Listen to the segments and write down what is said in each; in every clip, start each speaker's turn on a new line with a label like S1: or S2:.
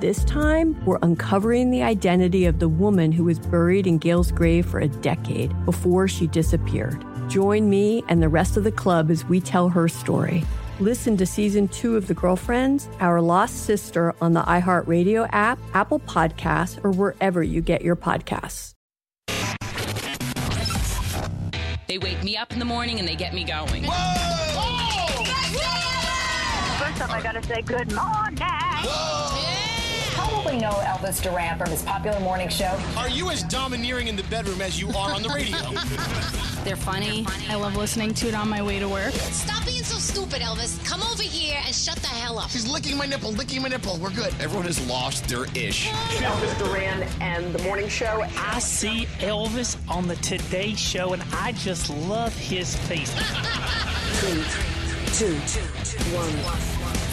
S1: this time, we're uncovering the identity of the woman who was buried in Gail's grave for a decade before she disappeared. Join me and the rest of the club as we tell her story. Listen to season two of The Girlfriends, Our Lost Sister on the iHeartRadio app, Apple Podcasts, or wherever you get your podcasts.
S2: They wake me up in the morning and they get me going.
S3: Whoa! Whoa! Whoa!
S4: First up, I gotta say good morning. Whoa!
S5: probably know Elvis Duran from his popular morning show.
S3: Are you as domineering in the bedroom as you are on the radio?
S6: They're, funny. They're, funny. I love listening to it on my way to work.
S7: Stop being so stupid, Elvis. Come over here and shut the hell up.
S3: She's licking my nipple, licking my nipple. We're good. Everyone has lost their ish.
S8: Elvis Duran and the morning show.
S9: I see Elvis on the Today Show, and I just love his face.
S10: Three, two, two, one.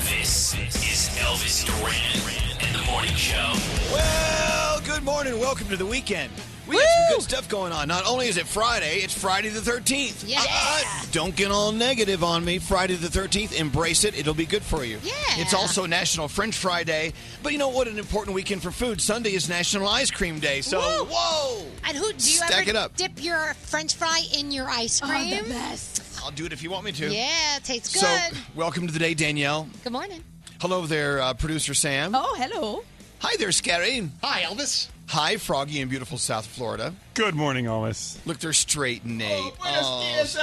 S11: This is Elvis Duran. Morning Show.
S3: Well, good morning. Welcome to the weekend. We Woo! got some good stuff going on. Not only is it Friday, it's Friday the 13th.
S7: Yeah. Uh,
S3: don't get all negative on me. Friday the 13th, embrace it. It'll be good for you.
S7: Yeah.
S3: It's also National French Fry Day. But you know what? An important weekend for food. Sunday is National Ice Cream Day. So, Woo! whoa.
S7: And who do you
S3: Stack it up.
S7: dip your French fry in your ice cream?
S12: Oh, the best.
S3: I'll do it if you want me to.
S7: Yeah, tastes good.
S3: So, welcome to the day, Danielle.
S7: Good morning.
S3: Hello there, uh, producer Sam.
S12: Oh, hello.
S3: Hi there, Scary.
S13: Hi, Elvis.
S3: Hi, Froggy in beautiful South Florida.
S14: Good morning, Elvis.
S3: Look, they're straight, Nate.
S13: Oh, buenos oh, dias,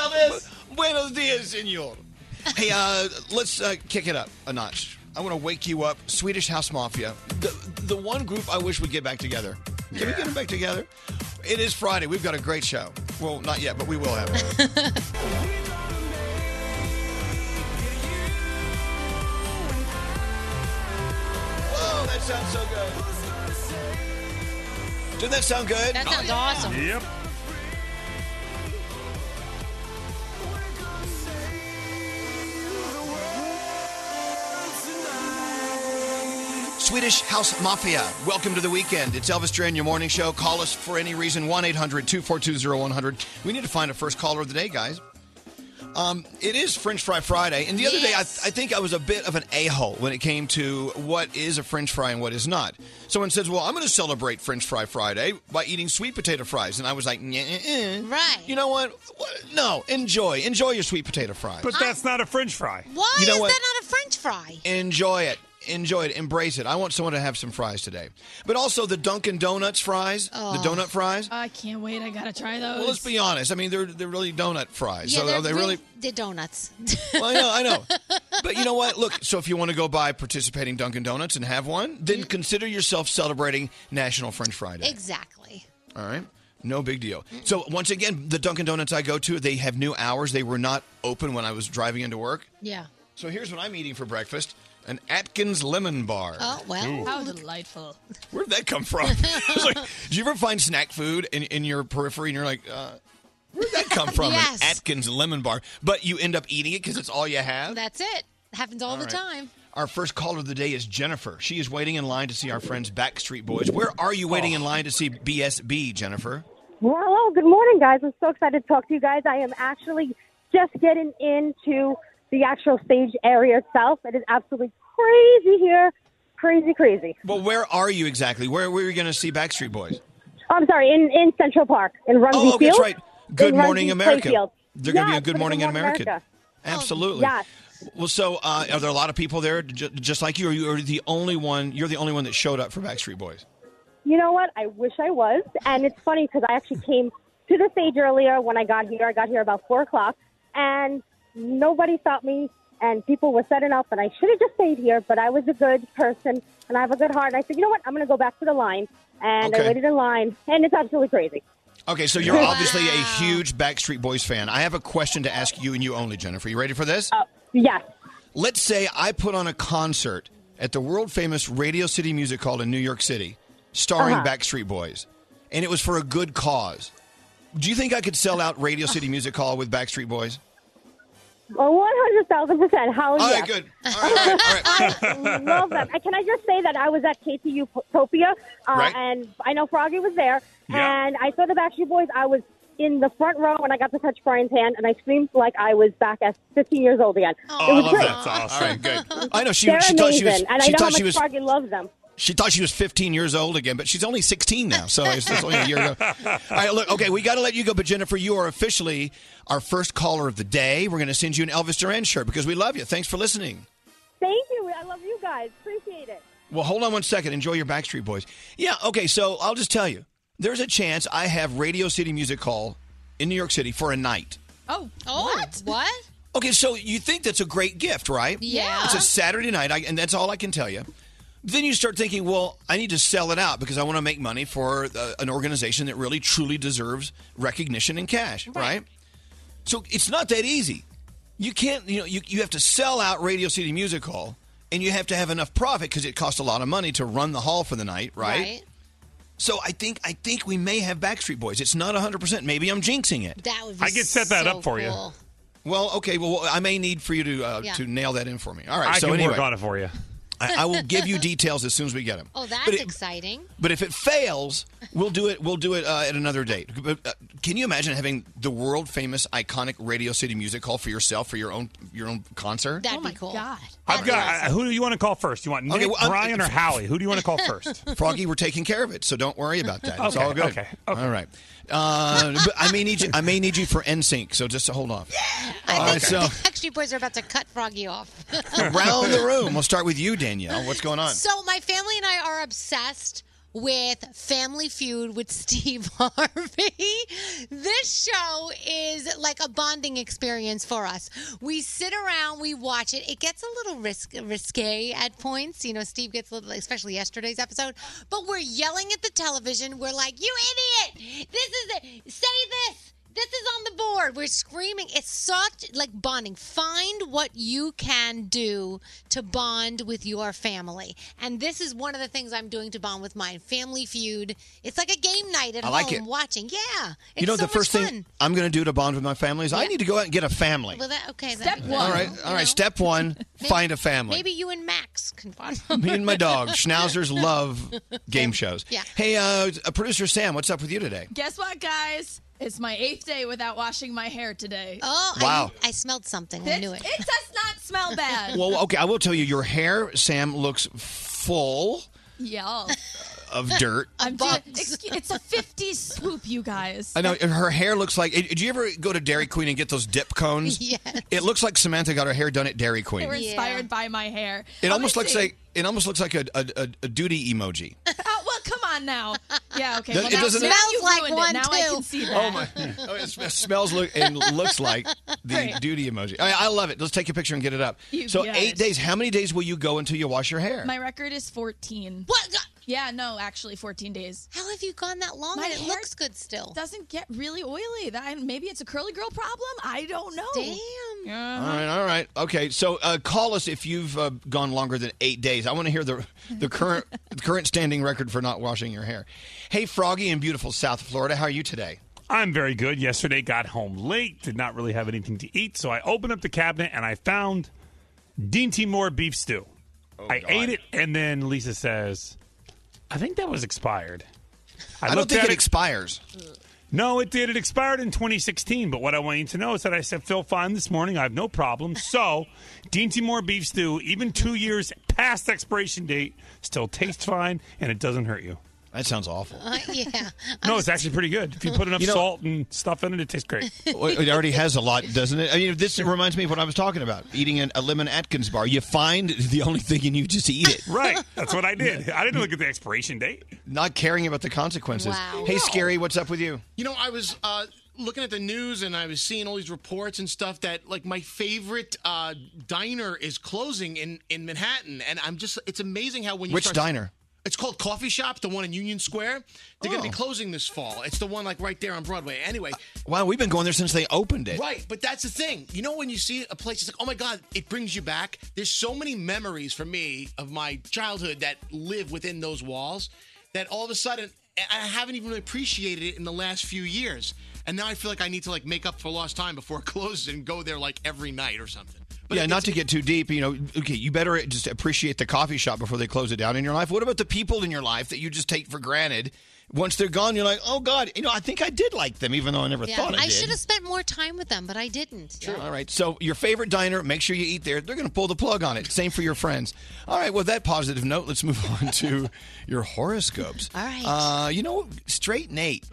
S13: Elvis.
S3: Buenos dias, senor. hey, uh, let's uh, kick it up a notch. I want to wake you up. Swedish House Mafia. The, the one group I wish would get back together. Yeah. Can we get them back together? It is Friday. We've got a great show. Well, not yet, but we will have it. Oh, that sounds so good. Doesn't that sound good?
S7: That sounds oh, yeah. awesome.
S14: Yep.
S3: Swedish House Mafia. Welcome to the weekend. It's Elvis Duran, your morning show. Call us for any reason, 1 800 242 100. We need to find a first caller of the day, guys. Um, it is French Fry Friday. And the other day, I, I think I was a bit of an a hole when it came to what is a French fry and what is not. Someone says, Well, I'm going to celebrate French Fry Friday by eating sweet potato fries. And I was like, Right. You know what? What- No, enjoy. Enjoy your sweet potato fries.
S15: But that's not a French fry.
S16: Why
S3: You know
S16: is
S3: what?
S16: that not a French fry?
S3: Enjoy it. Enjoy it. Embrace it. I want someone to have some fries today. But also the Dunkin' Donuts fries,
S7: Oh.
S3: the donut fries.
S7: I can't wait. I gotta try those.
S3: Well, let's be honest. I mean, they're they're really donut fries. so
S16: they're
S3: are they really?
S16: They're donuts.
S3: Well, I know, I know. But you know what? Look, so if you want to go buy participating Dunkin' Donuts and have one, then consider yourself celebrating National French Fry Day.
S16: Exactly.
S3: All right. No big deal. So once again, the Dunkin' Donuts I go to, they have new hours. They were not open when I was driving into work.
S16: Yeah.
S3: So here's what I'm eating for breakfast: an Atkins lemon bar.
S16: Oh well.
S3: Ooh.
S7: How delightful.
S3: Where did that come from? It's like, do you ever find snack food in, in your periphery and you're like, uh, where did that come from?
S16: Yes.
S3: An Atkins lemon bar. But you end up eating it because it's all you have?
S16: That's it. Happens all,
S3: All
S16: the
S3: right.
S16: time.
S3: Our first caller of the day is Jennifer. She is waiting in line to see our friends Backstreet Boys. Where are you waiting
S17: Oh.
S3: in line to see BSB, Jennifer?
S17: Well, hello. Good morning, guys. I'm so excited to talk to you guys. I am actually just getting into the actual stage area itself. It is absolutely crazy here. Crazy, crazy.
S3: Well, where are you exactly? Where, where are you going to see Backstreet Boys?
S17: Oh, I'm sorry, in, in Central Park, in Rumsey
S3: Oh,
S17: Field.
S3: that's right. Good
S17: in
S3: Morning
S17: Rumsey
S3: America.
S17: Playfield.
S3: They're going to be
S17: Yes,
S3: a Good
S17: for
S3: Morning in America.
S17: America.
S3: Absolutely.
S17: Yes.
S3: Well, so uh, are there a lot of people there ju- just like you? Or you are the only one? You're the only one that showed up for Backstreet Boys.
S17: You know what? I wish I was. And it's funny because I actually came to the stage earlier when I got here. I got here about 4 o'clock, and nobody stopped me, and people were setting up, and I should have just stayed here, but I was a good person, and I have a good heart. And I said, you know what? I'm going to go back to the line. And
S3: Okay.
S17: I waited in line, and it's absolutely crazy.
S3: Okay, so you're obviously a huge Backstreet Boys fan. I have a question to ask you and you only, Jennifer. You ready for this?
S17: Uh, yes.
S3: Let's say I put on a concert at the world famous Radio City Music Hall in New York City, starring
S17: Uh-huh.
S3: Backstreet Boys, and it was for a good cause. Do you think I could sell out Radio City Music Hall with Backstreet Boys?
S17: Well, 100,000%.
S3: All
S17: How yes.
S3: right, good.
S17: I love them. And can I just say that I was at KTU Topia, uh,
S3: Right.
S17: and I know Froggy was there,
S3: Yeah.
S17: and I saw the Backstreet Boys. I was in the front row, and I got to touch Brian's hand, and I screamed like I was back at 15 years old again.
S3: Oh, I
S17: it was
S3: love
S17: great.
S3: that. That's awesome. All right, good. I know she,
S17: They're
S3: she
S17: amazing,
S3: thought she was.
S17: and I
S3: she
S17: know how
S3: thought
S17: much
S3: she was.
S17: Froggy loves them.
S3: She thought she was 15 years old again, but she's only 16 now, so it's it's only a year ago. All right, look, okay, we got to let you go, but Jennifer, you are officially our first caller of the day. We're going to send you an Elvis Duran shirt because we love you. Thanks for listening.
S17: Thank you. I love you guys. Appreciate it.
S3: Well, hold on one second. Enjoy your Backstreet Boys. Yeah, okay, so I'll just tell you there's a chance I have Radio City Music Hall in New York City for a night.
S16: Oh. Oh. What? What?
S3: Okay, so you think that's a great gift, right?
S16: Yeah.
S3: It's a Saturday night, I, and that's all I can tell you. Then you start thinking, well, I need to sell it out because I want to make money for uh, an organization that really truly deserves recognition and cash, right? So it's not that easy. You can't, you know, you, you have to sell out Radio City Music Hall and you have to have enough profit because it costs a lot of money to run the hall for the night, right? So I think I think we may have Backstreet Boys. It's not 100%. Maybe I'm jinxing it.
S16: That would be
S3: I could set that
S16: so
S3: up for you.
S16: cool.
S3: Well, okay. Well, I may need for you to uh,
S16: Yeah.
S3: to nail that in for me. All right.
S15: I
S3: so
S15: can
S3: anyway,
S15: work on it for you.
S3: I, I will give you details as soon as we get them.
S16: Oh, that's
S3: But it-
S16: exciting.
S3: But if it fails, we'll do it. We'll do it uh, at another date. But, uh, can you imagine having the world famous, iconic Radio City Music Hall for yourself for your own your own
S12: Oh
S3: concert?
S16: That'd be cool. God.
S15: I've got. Who do you want to call first? You want Nick,
S3: well, I'm-
S15: Brian, or Howie? Who do you want to call first?
S3: Froggy, we're taking care of it, so don't worry about that. It's
S15: Okay,
S3: all good.
S15: okay,
S3: All right. Uh, but I may need you. I may need you for NSYNC. So just hold off.
S16: I
S3: All
S16: think
S3: right. So
S16: the Backstreet Boys are about to cut Froggy off.
S3: around the room, we'll start with you, Danielle. What's going on?
S16: So my family and I are obsessed with Family Feud with Steve Harvey. This show is like a bonding experience for us. We sit around, we watch it. It gets a little risk, risque at points. You know, Steve gets a little, especially yesterday's episode. But we're yelling at the television. We're like, "You idiot! This is it. Say this." This is on the board. We're screaming. It's such like bonding. Find what you can do to bond with your family. And this is one of the things I'm doing to bond with mine. Family feud. It's like a game night at
S3: I like
S16: home
S3: it.
S16: watching. Yeah. It's
S3: you know,
S16: so
S3: the first
S16: much
S3: thing
S16: fun.
S3: I'm going to do to bond with my family is I need to go out and get a family.
S16: Well that okay. Step
S3: All right, all right. Step one: find a family.
S16: Maybe you and Max can find
S3: Me and my dog, schnauzers love game shows.
S16: Yeah.
S3: Hey, uh, producer Sam, what's up with you today?
S18: Guess what, guys? It's my eighth day without washing my hair today.
S16: Oh,
S3: I- Wow.
S16: I smelled something.
S18: I knew it. It does not smell bad.
S3: Well, okay, I will tell you, your hair, Sam, looks full
S18: Yeah.
S3: of dirt.
S18: I'm doing, excuse, it's a 50 swoop, you guys.
S3: I know and her hair looks like. eh, Did you ever go to Dairy Queen and get those dip cones?
S18: Yes.
S3: It looks like Samantha got her hair done at Dairy
S18: They
S3: Queen.
S18: were inspired by my hair.
S3: It
S18: I'm
S3: almost
S18: gonna
S3: looks
S18: see.
S3: like it almost looks like a a, a, a duty emoji.
S18: Oh, well, come on now. Yeah, okay.
S3: It
S18: Well, now,
S3: doesn't-
S18: now
S3: Smells
S18: you
S16: like
S18: ruined
S16: one,
S18: it. Now I
S16: too.
S18: can see that.
S3: Oh my! Oh, it sm- smells look and looks like the
S18: Right.
S3: duty emoji. I, I love it. Let's take a picture and get it up.
S18: You
S3: so
S18: guys.
S3: eight days. How many days will you go until you wash your hair?
S18: My record is 14. What? Yeah, no, actually 14 days.
S16: How have you gone that long
S18: My
S16: and it
S18: hair
S16: looks good still?
S18: Doesn't get really oily. That maybe it's a curly girl problem. I don't know. Damn.
S3: all right, all right, okay. So uh, call us if you've uh, gone longer than eight days. I want to hear the the current the current standing record for not washing your hair. Hey, Froggy in beautiful South Florida, how are you today?
S15: I'm very good. Yesterday, got home late, did not really have anything to eat, so I opened up the cabinet and I found Dean T. Moore beef stew.
S3: Oh,
S15: I ate it, and then Lisa says, "I think that was expired."
S3: I don't think it
S15: expires. No, it did. It expired in 2016. But what I want you to know is that I said, Phil, fine this morning. I have no problem. So, Dean T. Moore beef stew, even two years past expiration date, still tastes fine and it doesn't hurt you.
S3: That sounds awful.
S16: Uh, yeah.
S15: No, it's actually pretty good. If you put enough salt and stuff in it, it tastes great.
S3: Well, it already has a lot, doesn't it? I mean, this reminds me of what I was talking about eating an, a lemon Atkins bar. You find the only thing and you just eat it.
S15: Right. That's what I did. I didn't look at the expiration date.
S3: Not caring about the consequences.
S15: Wow.
S3: Hey,
S15: No.
S3: Scary, what's up with you?
S19: You know, I was uh, looking at the news and I was seeing all these reports and stuff that, like, my favorite uh, diner is closing in, in Manhattan. And I'm just, it's amazing how when you
S3: Which
S19: start-
S3: diner?
S19: It's called Coffee Shop, the one in Union Square. They're going to
S3: Oh.
S19: be closing this fall. It's the one, like, right there on Broadway. Anyway,
S3: Wow, we've been going there since they opened it.
S19: Right, but that's the thing. You know, when you see a place, it's like, oh my God, it brings you back. There's so many memories for me of my childhood that live within those walls that all of a sudden, I I haven't even appreciated it in the last few years. And now I feel like I need to like make up for lost time before it closes and go there like every night or something.
S3: yeah, not to get too deep, you know, okay, you better just appreciate the coffee shop before they close it down in your life. What about the people in your life that you just take for granted? Once they're gone, you're like, oh God, you know, I think I did like them, even though I never
S16: Yeah.
S3: thought I,
S16: I
S3: did.
S16: should have spent more time with them, but I didn't.
S3: Sure. All right. So your favorite diner, make sure you eat there. They're going to pull the plug on it. Same for your friends. All right. With that positive note, let's move on to your horoscopes.
S16: All right.
S3: Uh, you know, straight Nate.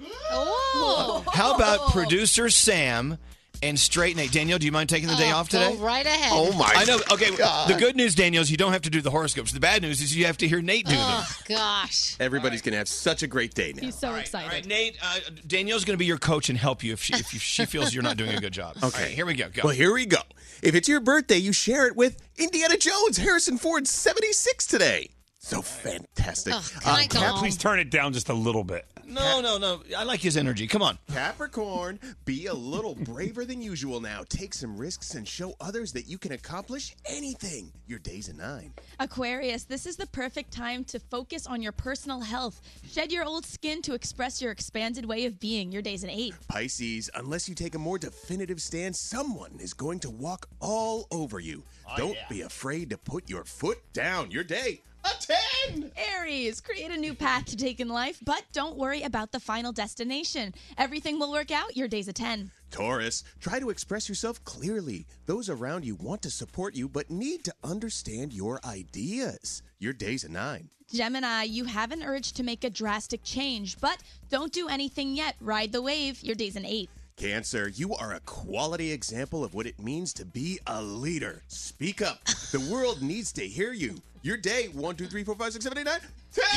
S16: Oh.
S3: How about producer Sam and straight Nate? Danielle, do you mind taking the day
S16: Oh,
S3: off today?
S16: Go right ahead.
S3: I know. Okay. The good news, Danielle, is you don't have to do the horoscopes. The bad news is you have to hear Nate do them.
S16: Oh, gosh.
S3: Everybody's going to have such a great day now.
S18: He's so excited.
S3: All right, Nate. Uh, Danielle's going to be your coach and help you if she, if she feels you're not doing a good job. All
S8: Okay.
S3: right, here we go. Go.
S8: Well, here we go. If it's your birthday, you share it with Indiana Jones, Harrison Ford, 76 today. So fantastic. Uh,
S15: Cap, please turn it down just a little bit.
S3: Oh, No, no, no. I like his energy. Come on.
S8: Capricorn, be a little braver than usual now. Take some risks and show others that you can accomplish anything. Your day's a nine.
S18: Aquarius, this is the perfect time to focus on your personal health. Shed your old skin to express your expanded way of being. Your day's an eight.
S8: Pisces, unless you take a more definitive stand, someone is going to walk all over you.
S3: Oh,
S8: Don't be afraid to put your foot down. Your day, a 10!
S18: Aries, create a new path to take in life, but don't worry about the final destination. Everything will work out. Your day's a 10.
S8: Taurus, try to express yourself clearly. Those around you want to support you, but need to understand your ideas. Your day's a nine.
S18: Gemini, you have an urge to make a drastic change, but don't do anything yet. Ride the wave. Your day's an 8.
S8: Cancer, you are a quality example of what it means to be a leader. Speak up. The world needs to hear you. Your day, 1, 2, 3, 4, 5, 6, 7, 8, 9, 10!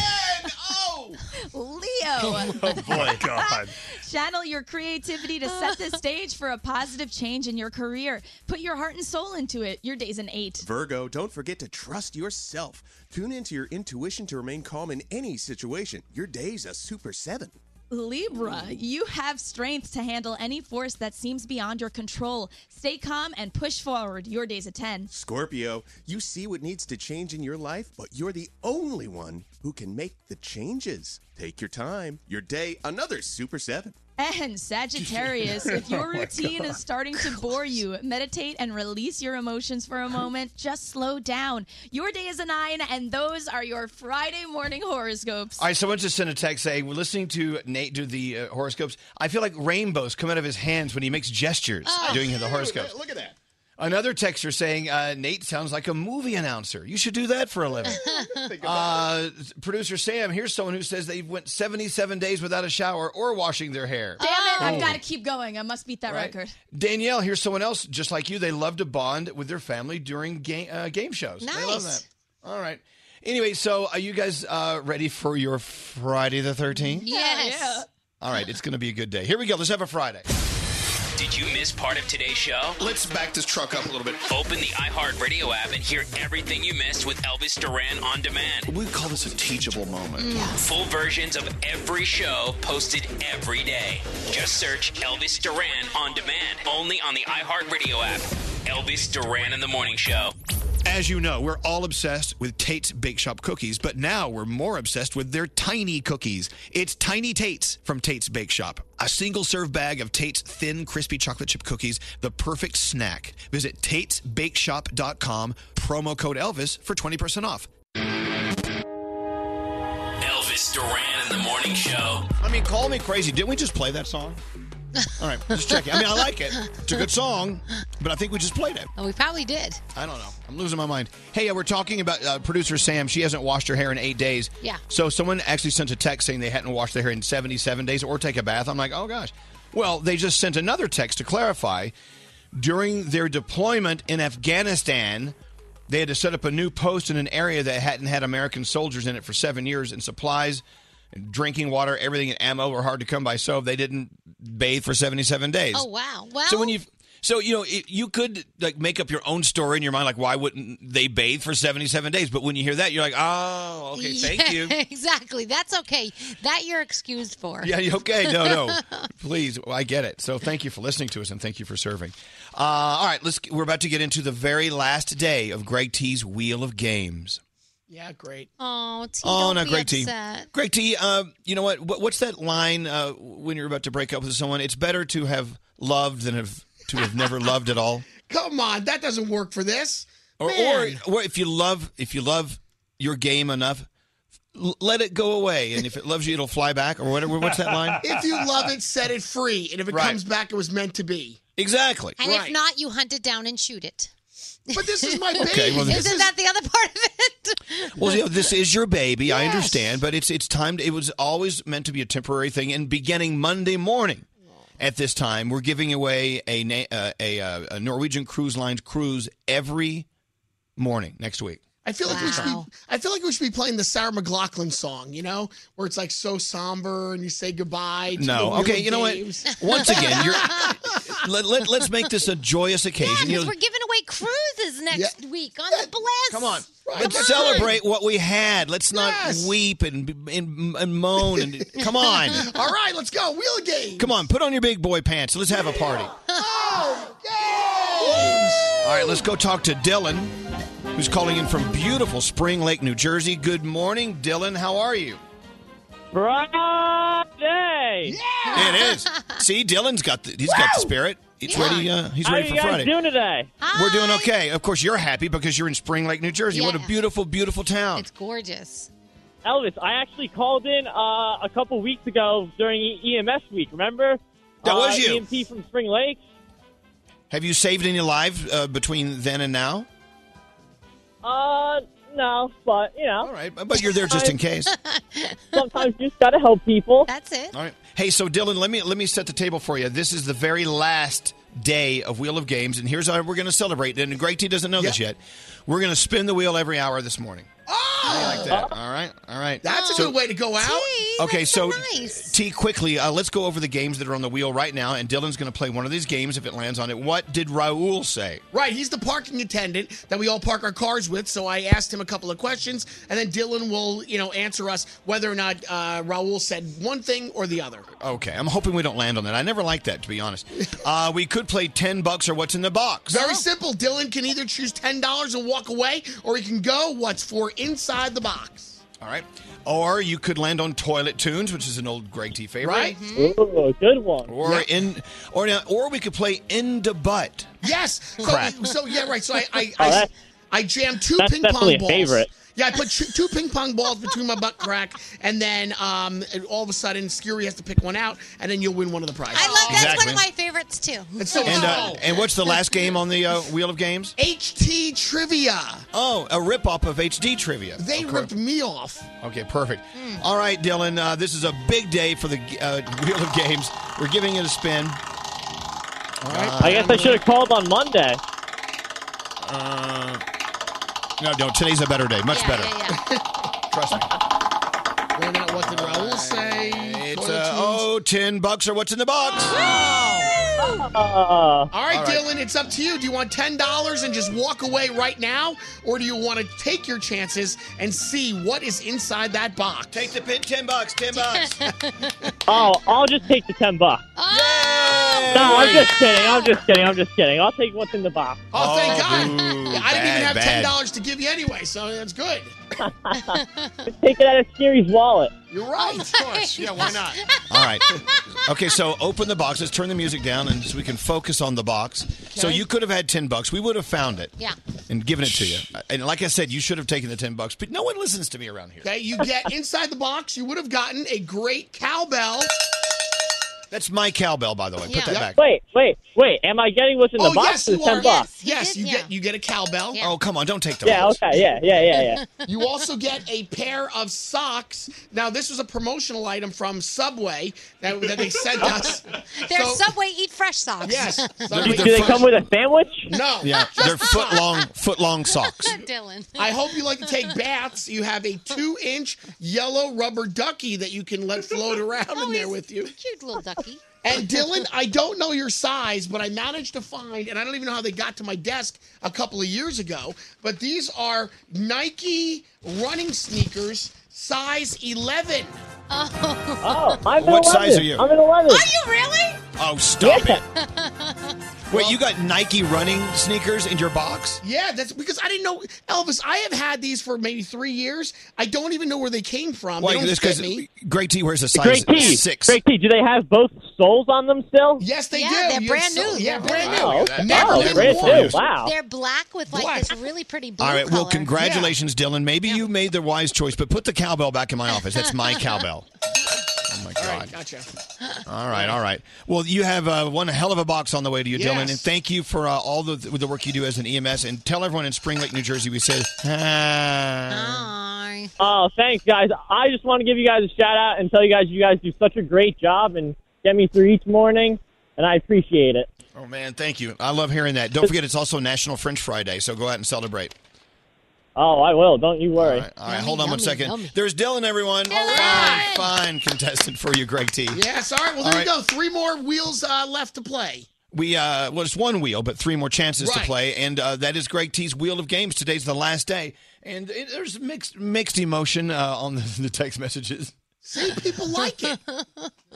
S8: Oh!
S18: Leo,
S8: boy.
S15: God.
S18: channel your creativity to set the stage for a positive change in your career. Put your heart and soul into it. Your day's an 8.
S8: Virgo, don't forget to trust yourself. Tune into your intuition to remain calm in any situation. Your day's a super 7.
S18: Libra,
S3: Mm-hmm.
S18: you have strength to handle any force that seems beyond your control. Stay calm and push forward. Your day's a 10.
S8: Scorpio, you see what needs to change in your life, but you're the only one who can make the changes. Take your time. Your day, another Super 7.
S18: And Sagittarius, if
S6: Oh
S18: your
S6: my
S18: routine
S6: God.
S18: is starting to bore you, meditate and release your emotions for a moment. Just slow down. Your day is a nine, and those are your Friday morning horoscopes.
S3: All right, someone just sent a text saying, "We're listening to Nate do the uh, horoscopes. I feel like rainbows come out of his hands when he makes gestures
S16: Oh.
S3: doing the horoscopes."
S19: Look at that.
S3: Another texter saying, uh, "Nate sounds like a movie announcer. You should do that for a living." uh, producer Sam, here's someone who says they went 77 days without a shower or washing their hair.
S18: Damn it,
S3: Oh.
S18: I've got to keep going. I must beat that
S3: Right.
S18: record.
S3: Danielle, here's someone else just like you. They love to bond with their family during game uh, game shows. They love
S18: Nice.
S3: that. All right. Anyway, so are you guys uh, ready for your Friday the 13th?
S18: Yes.
S3: All right, it's going to be a good day. Here we go. Let's have a Friday.
S11: Did you miss part of today's show?
S3: Let's back this truck up a little bit.
S11: Open the iHeartRadio app and hear everything you missed with Elvis Duran on demand.
S3: We call this a teachable moment.
S8: Mm.
S11: Full versions of every show posted every day. Just search Elvis Duran on demand only on the iHeartRadio app. Elvis Duran in the Morning Show.
S3: As you know, we're all obsessed with Tate's Bake Shop cookies, but now we're more obsessed with their tiny cookies. It's Tiny Tate's from Tate's Bake Shop, a single serve bag of Tate's thin, crispy chocolate chip cookies, the perfect snack. Visit Tate'sBakeShop.com, promo code Elvis for 20% off.
S11: Elvis Duran in the Morning Show.
S3: I mean, call me crazy. Didn't we just play that song? All right, just checking. I mean, I like it. It's a good song, but I think we just played it.
S16: Oh, we probably did.
S3: I don't know. I'm losing my mind. Hey, uh, we're talking about uh, producer Sam. She hasn't washed her hair in eight days.
S16: Yeah.
S3: So someone actually sent a text saying they hadn't washed their hair in 77 days or take a bath. I'm like, oh gosh. Well, they just sent another text to clarify. During their deployment in Afghanistan, they had to set up a new post in an area that hadn't had American soldiers in it for seven years, and supplies, and drinking water, everything, and ammo were hard to come by. So they didn't bathe for 77 days.
S16: Oh wow. Well,
S3: So when you so you know it, you could like make up your own story in your mind like why wouldn't they bathe for 77 days but when you hear that you're like oh okay thank you
S16: Yeah, Exactly. That's okay. That you're excused for.
S3: yeah you- okay no no please well, I get it so thank you for listening to us and thank you for serving uh, all right let's we're about to get into the very last day of Greg T's wheel of games
S19: Yeah, great.
S16: oh, T,
S3: oh
S16: don't
S3: no
S16: be
S3: Greg T
S16: upset.
S3: Greg T uh, you know what? what what's that line uh, when you're about to break up with someone it's better to have loved than have to have never loved at all
S19: Come on, that doesn't work for this.
S3: or, or
S19: Man.
S3: or if you love if you love your game enough l- let it go away and if it loves you it'll fly back or whatever what's that line
S19: If you love it, set it free, and if it
S3: Right.
S19: comes back, it was meant to be.
S3: exactly
S16: And if not, you hunt it down and shoot it.
S19: But this is my
S3: Okay, baby. well, this
S16: Isn't that the other part of it?
S3: well you know, this is your baby i understand but it's it's time to, it was always meant to be a temporary thing and beginning monday morning at this time we're giving away a na- uh, a, uh, a norwegian cruise lines cruise every morning next week
S19: I feel like we should be, I feel like we should be playing the Sarah McLaughlin song, you know, where it's like so somber and you say goodbye. To the
S3: no
S19: Wheel
S3: okay
S19: of
S3: you know what
S19: Games.
S3: once again you're let, let, let's make this a joyous occasion You
S16: Because
S3: know,
S16: we're giving away cruises next week on the Bliss. Come on.
S3: Let's celebrate what we had. Let's not weep and, and and moan and come on.
S19: All right, let's go. Wheel game.
S3: Come on, put on your big boy pants. Let's have a party.
S19: Oh,
S3: All right, let's go talk to Dylan, who's calling in from beautiful Spring Lake, New Jersey. Good morning, Dylan. How are you?
S20: Friday.
S3: It is. See, Dylan's got the, he's got the spirit. He's ready. Uh, he's
S20: How
S3: ready
S20: you
S3: for
S20: guys
S3: Friday.
S20: doing today?
S3: We're doing okay. Of course, you're happy because you're in Spring Lake, New Jersey. What a
S20: Yeah.
S3: beautiful, beautiful town.
S16: Gorgeous.
S20: Elvis, I actually called in uh, a couple weeks ago during E- EMS week. Remember?
S3: That was
S20: Uh,
S3: you.
S20: EMT from Spring Lake.
S3: Have you saved any lives uh, between then and now?
S20: Uh, no, but you know. All
S3: right, But you're there just in case.
S20: Sometimes you just gotta help people.
S16: That's it.
S3: All right. Hey, so Dylan, let me let me set the table for you. This is the very last day of Wheel of Games, and here's how we're going to celebrate. And Greg T doesn't know this yet. We're going to spin the wheel every hour this morning. Oh, like that. All right, all right.
S19: That's a
S3: So-
S19: good way to go out.
S3: Okay, so, T, quickly, uh, let's go over the games that are on the wheel right now, and Dylan's going to play one of these games if it lands on it. What did Raul say?
S19: Right, he's the parking attendant that we all park our cars with. So I asked him a couple of questions, and then Dylan will, you know, answer us whether or not uh, Raul said one thing or the other.
S3: Okay, I'm hoping we don't land on that. I never like that, to be honest. Uh, we could play ten bucks or what's in the box.
S19: Very simple. Dylan can either choose ten dollars and walk away, or he can go what's for inside the box.
S3: All right. Or you could land on Toilet Tunes, which is an old Greg T favorite.
S6: Right.
S20: Mm-hmm. Ooh, good one.
S3: Or
S6: Yeah.
S3: in or now or we could play in the butt.
S6: Yes. So,
S3: Crack.
S6: so yeah, right. So I I,
S3: Oh,
S6: I,
S3: that's-
S6: I jammed two
S3: that's
S6: ping pong
S3: definitely a
S6: balls.
S3: favorite.
S6: Yeah, I put two, two ping pong balls between my butt crack, and then um, and all of a sudden, Scary has to pick one out, and then you'll win one of the prizes.
S16: I love that's one
S3: Exactly.
S16: of my favorites too.
S6: It's so
S3: And uh, and what's the last game on the uh, wheel of games?
S6: HT trivia.
S3: Oh, a rip off of HD trivia.
S6: They
S3: Okay.
S6: ripped me off. Hmm.
S3: Okay, perfect. All right, Dylan, uh, this is a big day for the uh, Wheel of Games. We're giving it a spin. All right.
S20: I guess I should have called on Monday.
S3: Uh, no, no, today's a better day. Much better. Trust me.
S6: Wait a minute, what did Raul say?
S3: It's, uh, oh, 10 bucks or what's in the box?
S20: Uh.
S6: All right,
S3: All right.
S6: Dylan, it's up to you. Do you want ten dollars and just walk away right now, or do you want to take your chances and see what is inside that box? Take
S3: the pin, ten bucks, ten bucks.
S20: Oh, I'll just take the ten bucks. No, I'm just kidding. I'm just kidding. I'm just kidding. I'll take what's in the box.
S6: Oh, thank God!
S3: ooh,
S6: I didn't even
S3: bad,
S6: have ten
S3: bad.
S6: dollars to give you anyway, so that's good.
S20: Take it out of Scary's wallet.
S6: You're right, of course. Yeah, why not?
S3: All right. Okay, so open the box. Let's turn the music down and so we can focus on the box. So
S16: Okay.
S3: you could have had 10 bucks. We would have found it
S16: Yeah.
S3: and given it to you. And like I said, you should have taken the 10 bucks, but no one listens to me around here.
S6: Okay, you get inside the box. You would have gotten a great cowbell.
S3: That's my cowbell, by the way. Put that back.
S20: Wait, wait, wait. Am I getting what's in the
S6: oh
S20: box?
S6: yes, you
S20: It's ten
S6: are.
S20: bucks.
S6: Yes, you get you get a cowbell.
S3: Oh, come on. Don't take the
S20: Yeah,
S3: balls.
S20: okay, yeah, yeah, yeah, yeah.
S6: You also get a pair of socks. Now, this was a promotional item from Subway that, that they sent us.
S16: They're
S6: So-
S16: Subway Eat Fresh socks.
S6: Yes.
S3: They're
S20: Do they
S3: foot-
S20: come with a sandwich?
S6: No.
S3: Yeah, they're foot long, foot long socks.
S16: Dylan.
S6: I hope you like to take baths. You have a two-inch yellow rubber ducky that you can let float around in there with you.
S16: Cute little ducky.
S6: And Dylan, I don't know your size, but I managed to find, and I don't even know how they got to my desk a couple of years ago, but these are Nike running sneakers, size 11.
S20: Oh, I'm an
S3: What
S20: 11.
S3: size are you?
S20: I'm an 11.
S16: Are you really?
S3: Oh, stop it. Wait, you got Nike running sneakers in your box?
S6: Yeah, that's because I didn't know Elvis. I have had these for maybe three years. I don't even know where they came from.
S3: Why?
S6: Um, they don't
S3: This
S6: fit
S3: because
S6: me.
S3: Great T wears a size
S20: Great T.
S3: six.
S20: Great T. Do they have both soles on them still?
S6: Yes, they
S16: Yeah,
S6: do.
S16: they're
S6: You
S16: brand
S6: so-
S16: new.
S6: Yeah,
S16: They're
S6: brand
S20: wow.
S3: Oh,
S6: new.
S20: that-
S6: Never
S20: wow,
S6: been
S20: brand
S6: worn.
S20: new. Wow.
S16: They're black with like this really pretty blue
S3: All right.
S16: color.
S3: Well, congratulations, Dylan. Maybe you made the wise choice, but put the cowbell back in my office. That's my cowbell. Oh my
S6: All
S3: God.
S6: right, gotcha.
S3: All right, all right. Well, you have uh, one hell of a box on the way to you, Dylan,
S6: Yes.
S3: and thank you for uh, all the the work you do as an EMS. And tell everyone in Spring Lake, New Jersey, we said. "Ah."
S20: Oh, thanks, guys. I just want to give you guys a shout out and tell you guys you guys do such a great job and get me through each morning, and I appreciate it.
S3: Oh man, thank you. I love hearing that. Don't forget, it's also National French Fry Day, so go out and celebrate.
S20: Oh, I will. Don't you worry.
S3: All right, hold on one second. There's Dylan, everyone. Fine, fine contestant for you, Greg T.
S6: Yes, all right. Well,
S3: All
S6: there
S3: right.
S6: you go. Three more wheels uh, left to play.
S3: We uh, well, it's one wheel, but three more chances to
S6: Right.
S3: play, and uh, that is Greg T's wheel of games. Today's the last day, and it, there's mixed mixed emotion uh, on the, the text messages.
S6: See, people like it.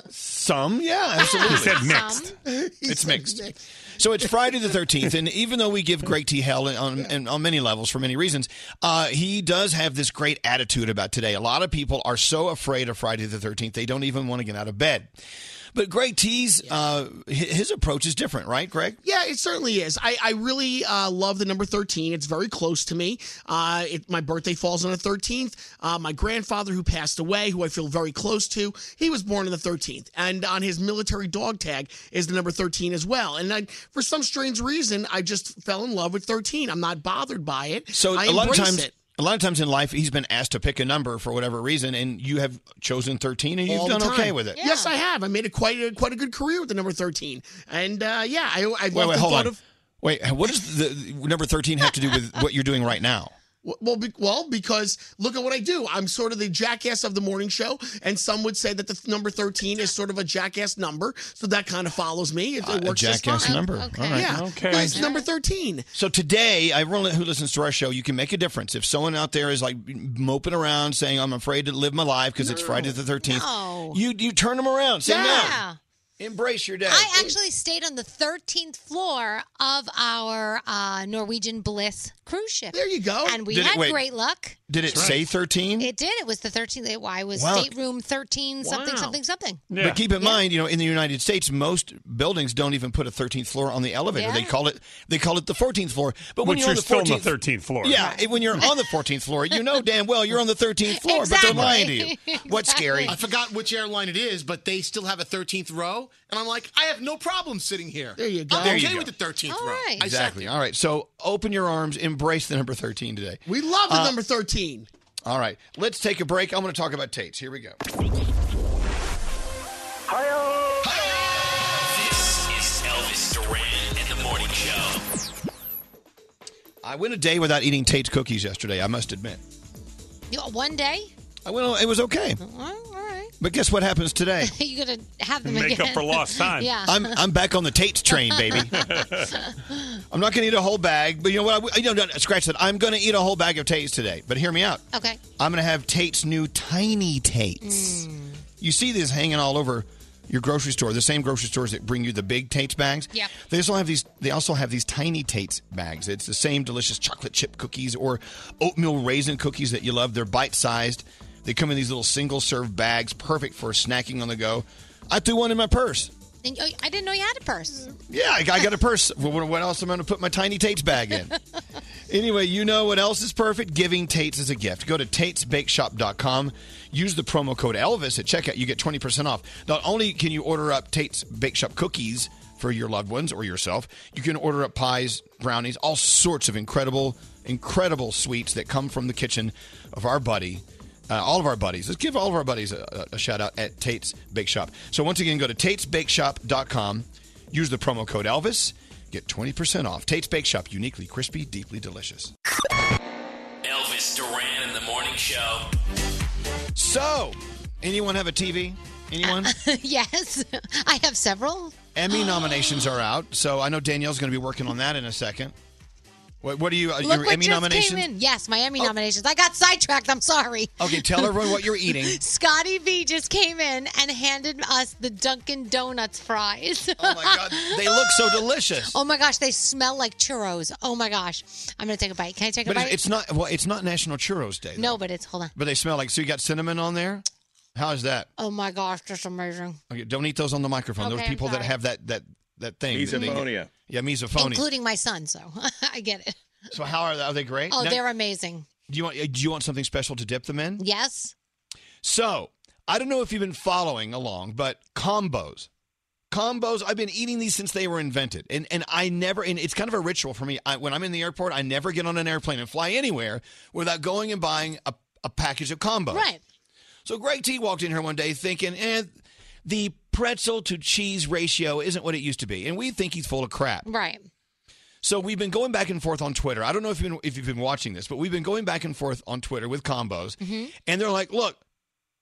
S3: Some, yeah,
S21: He
S3: absolutely.
S21: said mixed.
S6: He
S3: It's
S6: said
S3: mixed. So it's Friday the 13th, and even though we give Greg T hell on, and on many levels for many reasons, uh, he does have this great attitude about today. A lot of people are so afraid of Friday the 13th, they don't even want to get out of bed. But Greg T's, uh, hi- his approach is different, right, Greg?
S6: Yeah, it certainly is. I, I really uh, love the number 13. It's very close to me. Uh, it, my birthday falls on the 13th. Uh, my grandfather, who passed away, who I feel very close to, he was born on the 13th. And on his military dog tag is the number 13 as well. And I, for some strange reason, I just fell in love with 13. I'm not bothered by it.
S3: So
S6: I
S3: a lot of
S6: embrace
S3: times.
S6: it.
S3: A lot of times in life, he's been asked to pick a number for whatever reason, and you have chosen 13 and you've
S6: all the
S3: done okay
S6: time.
S3: with it.
S6: Yes, I have. I made a quite a, quite a good career with the number 13. And uh, yeah, I, I love
S3: Wait, wait,
S6: the
S3: hold on.
S6: thought of.
S3: Wait, what does the, the number 13 have to do with what you're doing right now?
S6: Well, be, well, because look at what I do. I'm sort of the jackass of the morning show, and some would say that the th- number 13 is sort of a jackass number, so that kind of follows me. It, it
S3: Uh, a
S6: works just
S3: jackass
S6: fine.
S3: number. Okay. All right.
S6: Yeah,
S21: Okay.
S6: But it's number 13.
S3: So today, everyone who listens to our show, you can make a difference. If someone out there is like moping around saying, "I'm afraid to live my life because it's Friday the 13th,"
S16: No.
S3: you you turn them around. Say,
S16: Yeah.
S3: "No, embrace your day."
S16: I actually stayed on the 13th floor of our uh, Norwegian Bliss cruise ship.
S6: There you go.
S16: And we
S3: Did it-
S16: had
S3: wait.
S16: great luck.
S3: Did it say 13?
S16: It did. It was the 13th. It, why was
S3: Wow.
S16: stateroom 13 something
S3: Wow.
S16: something something.
S3: But keep in mind, you know, in the United States, most buildings don't even put a 13th floor on the elevator.
S16: Yeah.
S3: They call it they call it the 14th floor. But when
S15: Which
S3: you're,
S15: you're still
S3: on
S15: on
S3: the
S15: the
S3: 14th,
S15: 13th floor.
S3: yeah,
S15: Right.
S3: when you're on the 14th floor, you know damn well you're on the 13th floor, but they're lying to you. What's scary?
S19: I forgot which airline it is, but they still have a 13th row, and I'm like, I have no problem sitting here. There you
S3: go.
S19: I'm
S3: There
S19: okay
S3: you go.
S19: with the 13th row. I
S3: Exactly. All right. So open your arms, embrace the number 13 today.
S6: We love the
S3: Uh,
S6: number 13.
S3: All right. Let's take a break. I'm going to talk about Tate's. Here we go.
S11: This is Elvis Duran and the Morning Show.
S3: I went a day without eating Tate's cookies yesterday, I must admit.
S16: You, one day?
S3: I went it was okay.
S16: All right.
S3: But guess what happens today?
S16: You're going to have them
S3: Make
S16: again.
S3: up for lost time.
S16: yeah.
S3: I'm I'm back on the Tate's train, baby. I'm not going to eat a whole bag, but you know what? I, w- you know, no, scratch that. I'm going to eat a whole bag of Tate's today. But hear me out.
S16: okay.
S3: I'm going to have Tate's new tiny Tate's. You see these hanging all over your grocery store. The same grocery stores that bring you the big Tate's bags.
S22: Yep.
S3: They also have these. They also have these tiny Tate's bags. It's the same delicious chocolate chip cookies or oatmeal raisin cookies that you love. They're bite sized. They come in these little single serve bags, perfect for snacking on the go. I threw one in my purse.
S16: And, oh, I didn't know you had a purse.
S3: Yeah, I I got a purse. Wh- wh- What else am I going to put my tiny Tate's bag in? anyway, you know what else is perfect? Giving Tate's as a gift. Go to Tate'sBakeShop.com. Use the promo code Elvis at checkout. You get 20% off. Not only can you order up Tate's Bake Shop cookies for your loved ones or yourself, you can order up pies, brownies, all sorts of incredible, incredible sweets that come from the kitchen of our buddy uh, all of our buddies. Let's give all of our buddies a, a shout out at Tate's Bake Shop. So once again, go to Tate'sBakeShop.com. Use the promo code Elvis. Get 20% off. Tate's Bake Shop, uniquely crispy, deeply delicious.
S11: Elvis Duran and the Morning Show.
S3: So, anyone have a TV? Anyone?
S16: yes. I have several.
S3: Emmy nominations are out. So I know Danielle's going to be working on that in a second. What, what are you, uh,
S16: Look
S3: your
S16: what
S3: Emmy
S16: just
S3: nominations? Oh.
S16: came in. Yes, my Emmy nominations. I got sidetracked. I'm sorry.
S3: Okay, tell everyone what you're eating.
S16: Scotty V just came in and handed us the Dunkin' Donuts fries. Oh
S3: my god, They look so delicious.
S16: Oh my gosh, they smell like churros. Oh my gosh, I'm gonna take a bite. Can I take a
S3: But
S16: bite?
S3: it's, it's not well. It's not National Churros Day,
S16: no, but it's hold on.
S3: but they smell like. So you got cinnamon on there. How is that?
S16: Oh my gosh, that's amazing.
S3: Okay, don't eat those on the microphone.
S16: Okay,
S3: There's
S16: I'm
S3: people that
S16: sorry.
S3: have that that that thing. that they get-
S23: Misophonia.
S3: Yeah, misophonia.
S16: Including my son, so I get it.
S3: so how are they? Are they great?
S16: Oh,
S3: Now,
S16: they're amazing.
S3: do you want do you want something special to dip them in?
S16: Yes.
S3: So I don't know if you've been following along, but combos. Combos. I've been eating these since they were invented, and and I never. And it's kind of a ritual for me. I, when I'm in the airport, I never get on an airplane and fly anywhere without going and buying a, a package of combos.
S16: Right.
S3: So Greg T walked in here one day thinking, eh, the pretzel to cheese ratio isn't what it used to be, and we think he's full of crap.
S16: Right.
S3: So we've been going back and forth on Twitter. I don't know if you've been, if you've been watching this, but we've been going back and forth on Twitter with combos,
S16: Mm-hmm.
S3: and they're like, "Look,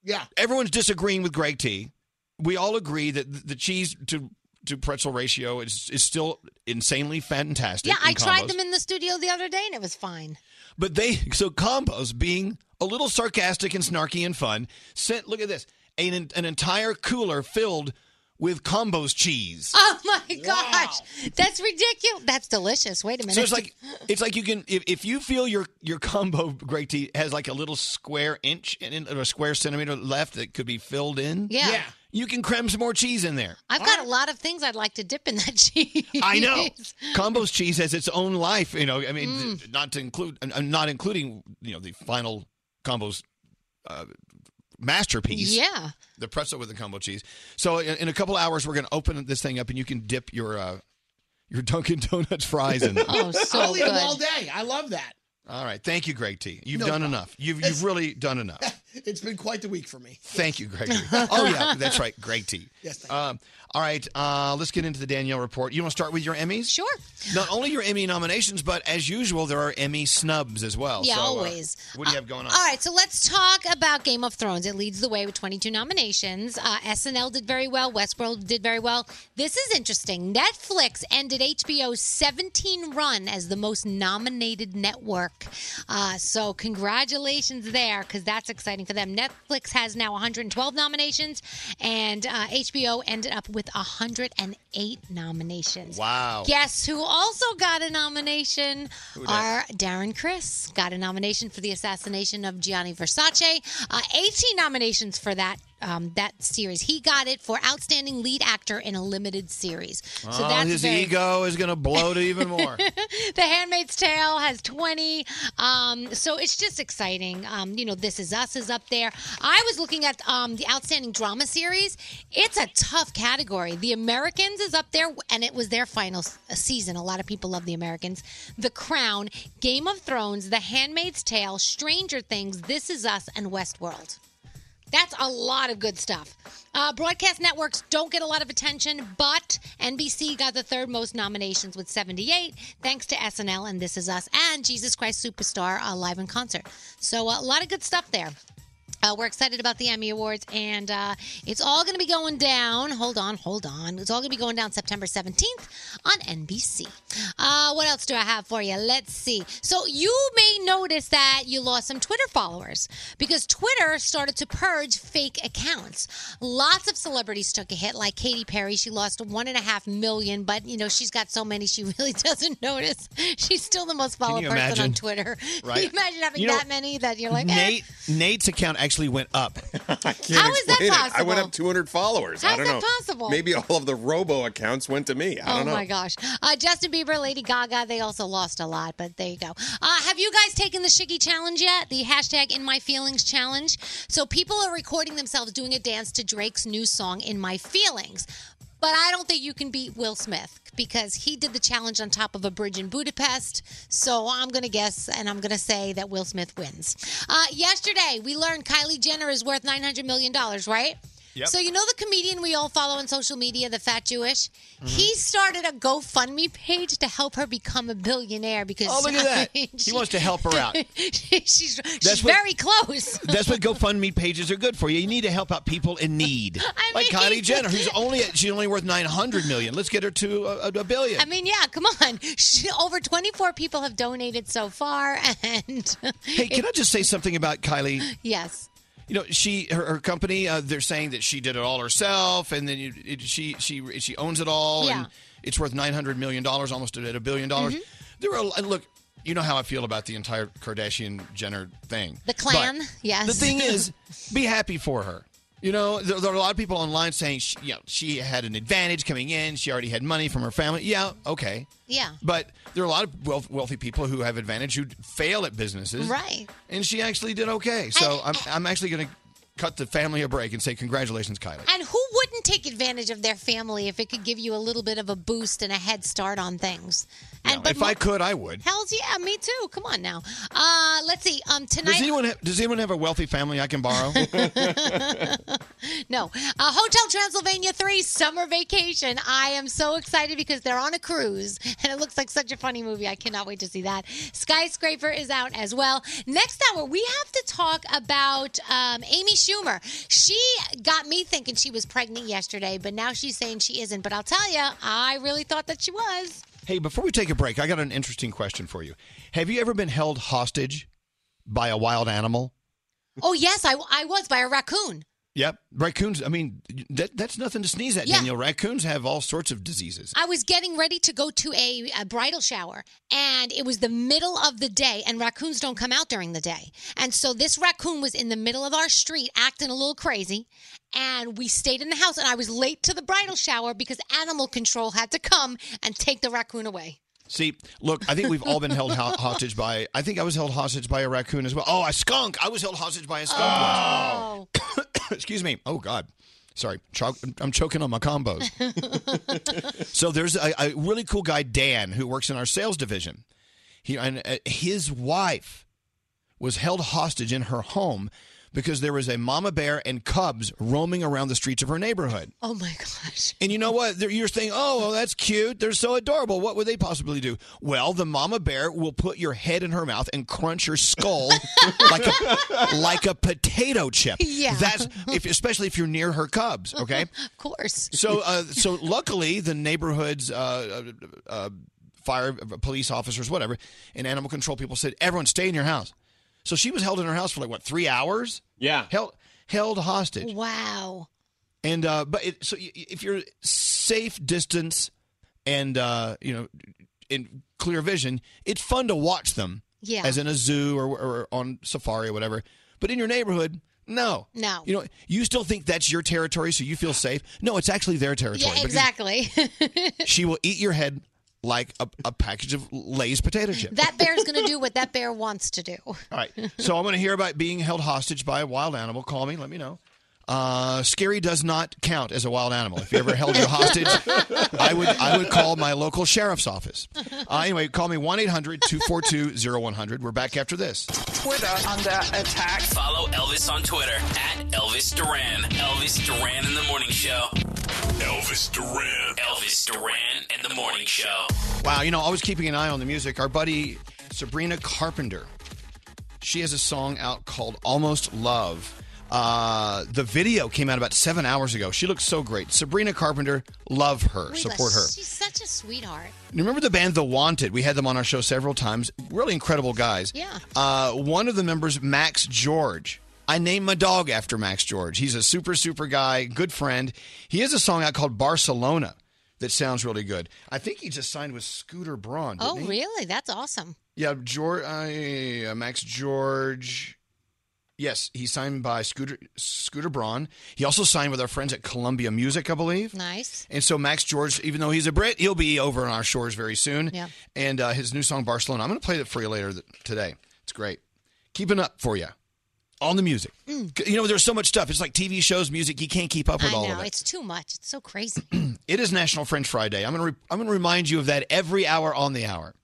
S6: yeah,
S3: everyone's disagreeing with Greg T. We all agree that th- the cheese to to pretzel ratio is is still insanely fantastic.
S16: Yeah,
S3: in
S16: I tried
S3: combos.
S16: them in the studio the other day and it was fine.
S3: But they so combos being a little sarcastic and snarky and fun sent. Look at this, an an entire cooler filled with combos cheese.
S16: Oh my gosh, that's ridiculous. That's delicious. Wait a minute.
S3: So it's like it's like you can if, if you feel your your combo Greg T has like a little square inch and or a square centimeter left that could be filled in.
S16: Yeah. Yeah.
S3: You can cram some more cheese in there.
S16: I've got a lot of things I'd like to dip in that cheese.
S3: I know. Combos cheese has its own life, you know. I mean,
S16: Mm.
S3: th- not to include I'm- I'm not including, you know, the final combos uh, masterpiece.
S16: Yeah.
S3: The pretzel with the combo cheese. So in, in a couple hours we're going to open this thing up and you can dip your uh your Dunkin' Donuts fries in there.
S16: Oh,
S6: I'll eat them all day. I love that.
S3: All right. Thank you, Greg T. You've
S6: No
S3: done
S6: problem.
S3: enough. You've, you've really done enough.
S6: It's been quite the week for me.
S3: Thank you, Greg T. Oh, yeah. That's right. Greg T.
S6: Yes, thank
S3: Um, all right. Uh, let's get into the Danielle report. You want to start with your Emmys?
S16: Sure.
S3: Not only your Emmy nominations, but as usual, there are Emmy snubs as well.
S16: Yeah,
S3: So, uh,
S16: always.
S3: what do you have going on?
S16: All right, so let's talk about Game of Thrones. It leads the way with 22 nominations. Uh, SNL did very well. Westworld did very well. This is interesting. Netflix ended HBO's 17 run as the most nominated network. Uh, so congratulations there, because that's exciting nominating for them. Netflix has now 112 nominations, and uh, HBO ended up with 108 nominations.
S3: Wow.
S16: Guess who also got a nomination?
S3: Who dat?
S16: Our Darren Chris got a nomination for the assassination of Gianni Versace. Uh, 18 nominations for that. Um, that series, he got it for outstanding lead actor in a limited series. So
S3: Oh,
S16: that's
S3: his
S16: very-
S3: ego is going to bloat even more.
S16: the Handmaid's Tale has 20. Um, so it's just exciting. Um, you know, This Is Us is up there. I was looking at um, the Outstanding Drama Series. It's a tough category. The Americans is up there, and it was their final s- uh, season. A lot of people love The Americans. The Crown, Game of Thrones, The Handmaid's Tale, Stranger Things, This Is Us, and Westworld. That's a lot of good stuff. Uh, broadcast networks don't get a lot of attention, but NBC got the third most nominations with 78, thanks to SNL and This Is Us and Jesus Christ Superstar uh, live in concert. So uh, a lot of good stuff there. Uh, we're excited about the Emmy Awards, and uh, it's all going to be going down. Hold on, hold on. It's all going to be going down September 17th on NBC. Uh, what else do I have for you? Let's see. So, you may notice that you lost some Twitter followers because Twitter started to purge fake accounts. Lots of celebrities took a hit, like Katy Perry. She lost one and a half million, but you know, she's got so many she really doesn't notice. She's still the most followed
S3: you
S16: person on
S3: imagine?
S16: Twitter.
S3: Right.
S16: Can you imagine having
S3: You know,
S16: that many that you're like, eh.
S3: Nate Nate's account actually went up. I can't
S16: How is that explain it. I went possible? up
S24: 200 followers.
S16: How's
S24: I don't
S16: that
S24: know.
S16: possible?
S24: Maybe all of the robo accounts went to me. I
S16: oh
S24: don't know.
S16: my gosh. Uh, Justin Bieber, Lady Gaga, they also lost a lot, but there you go. Uh, have you guys taken the Shiggy challenge yet? The hashtag In My Feelings challenge? So people are recording themselves doing a dance to Drake's new song, In My Feelings. But I don't think you can beat Will Smith because he did the challenge on top of a bridge in Budapest. So I'm going to guess and I'm going to say that Will Smith wins. Uh, yesterday, we learned Kylie Jenner is worth $900 million, right?
S22: Yep.
S16: So you know the comedian we all follow on social media, the fat Jewish?
S3: Mm-hmm.
S22: Mhm.
S16: He started a GoFundMe page to help her become a billionaire because
S3: Oh, look at that.
S16: I mean,
S3: He wants to help her out.
S16: she- she's she's
S3: what-
S16: very close.
S3: That's what GoFundMe pages are good for. You need to help out people in need,
S16: I
S3: like
S16: mean-
S3: Kylie Jenner, who's only she's only worth nine hundred million. Let's get her to a, a billion.
S16: I mean, yeah, come on. She, over 24 people have donated so far and
S3: hey, can I just say something about Kylie?
S16: Yes.
S3: You know, she her, her company. Uh, they're saying that she did it all herself, and then you, it, she she she owns it all,
S16: Yeah.
S3: and it's worth nine hundred million dollars, almost at a billion dollars.
S16: Mm-hmm.
S3: There were a- look. You know how I feel about the entire Kardashian Jenner thing.
S16: The
S3: But
S16: clan, yes.
S3: The thing is, be happy for her. You know, there, there are a lot of people online saying she, you know, she had an advantage coming in. She already had money from her family. Yeah, okay.
S16: Yeah.
S3: But there are a lot of wealth, wealthy people who have advantage who fail at businesses.
S16: Right.
S3: And she actually did okay. So I'm, I'm actually going to cut the family a break and say congratulations, Kylie.
S16: And who wouldn't take advantage of their family if it could give you a little bit of a boost and a head start on things? And
S3: if I could, I would.
S16: Hells yeah, me too. Come on now. Uh, let's see. Um, tonight.
S3: Does anyone have, does anyone have a wealthy family I can borrow?
S16: No. Uh, Hotel Transylvania 3 summer vacation. I am so excited because they're on a cruise and it looks like such a funny movie. I cannot wait to see that. Skyscraper is out as well. Next hour, we have to talk about um, Amy Schumer. She got me thinking she was pregnant yesterday, but now she's saying she isn't. But I'll tell you, I really thought that she was.
S3: hey, before we take a break, I got an interesting question for you. Have you ever been held hostage by a wild animal?
S16: Oh, yes, I, I was by a raccoon.
S3: Yep, raccoons. I mean, that, that's nothing to sneeze at,
S16: Yeah.
S3: Daniel. Raccoons have all sorts of diseases.
S16: I was getting ready to go to a, a bridal shower, and it was the middle of the day, and raccoons don't come out during the day. And so this raccoon was in the middle of our street acting a little crazy, and we stayed in the house, and I was late to the bridal shower because animal control had to come and take the raccoon away.
S3: See, look, I think we've all been held ho- hostage by. I think I was held hostage by a raccoon as well. Oh, a skunk! I was held hostage by a skunk.
S16: Oh.
S3: Once. Excuse me. Oh God. Sorry, Cho- I'm choking on my combos. so there's a, a really cool guy, Dan, who works in our sales division. He and uh, his wife was held hostage in her home because there was a mama bear and cubs roaming around the streets of her neighborhood.
S16: Oh my gosh.
S3: And you know what? They're- You're saying, oh, well, that's cute. They're so adorable. What would they possibly do? Well, the mama bear will put your head in her mouth and crunch your skull like a like a potato chip.
S16: Yeah.
S3: That's if especially if you're near her cubs. Okay.
S16: Of course.
S3: So, uh, so luckily, the neighborhood's uh, uh, uh, fire, police officers, whatever, and animal control people said, everyone stay in your house. So she was held in her house for like what three hours? Yeah, held held hostage.
S16: Wow.
S3: And uh, but it, so y- y- if you're safe distance and uh, you know in clear vision, it's fun to watch them.
S16: Yeah.
S3: As in a zoo or, or on safari or whatever. But in your neighborhood, no.
S16: No.
S3: You know, you still think that's your territory, so you feel safe. No, it's actually their territory.
S16: Yeah,
S3: because
S16: exactly.
S3: She will eat your head like a, a package of Lay's potato chips.
S16: that bear's going to do what that bear wants to do.
S3: All right. So I want to hear about being held hostage by a wild animal. Call me. Let me know. Uh, scary does not count as a wild animal. If you ever held you hostage, I would I would call my local sheriff's office. Uh, anyway, call me 1-800-242-0100. We're back after this.
S25: Twitter under attack.
S11: Follow Elvis on Twitter at Elvis Duran. Elvis Duran in the morning show. Elvis Duran. Elvis Duran and the morning show.
S3: Wow, you know, always keeping an eye on the music. Our buddy Sabrina Carpenter, she has a song out called Almost Love. Uh, the video came out about seven hours ago. She looks so great. Sabrina Carpenter, love her,
S16: We
S3: support
S16: love-
S3: her.
S16: She's such a sweetheart.
S3: Remember the band The Wanted? We had them on our show several times. Really incredible guys.
S16: Yeah.
S3: Uh, one of the members, Max George. I named my dog after Max George. He's a super, super guy, good friend. He has a song out called Barcelona that sounds really good. I think he just signed with Scooter Braun. didn't
S16: Oh,
S3: he?
S16: really? That's awesome.
S3: Yeah, George, uh, Max George. Yes, he signed by Scooter Scooter Braun. He also signed with our friends at Columbia Music, I believe.
S16: Nice.
S3: And so Max George, even though he's a Brit, he'll be over on our shores very soon.
S16: Yeah.
S3: And uh, his new song Barcelona, I'm going to play that for you later th- today. It's great. Keeping up for you on the music. C- You know, there's so much stuff. It's like TV shows, music. You can't keep up with
S16: Mm. I
S3: all
S16: know.
S3: of it.
S16: It's too much. It's so crazy.
S3: It is National French Fry Day. I'm going to re- I'm going to remind you of that every hour on the hour.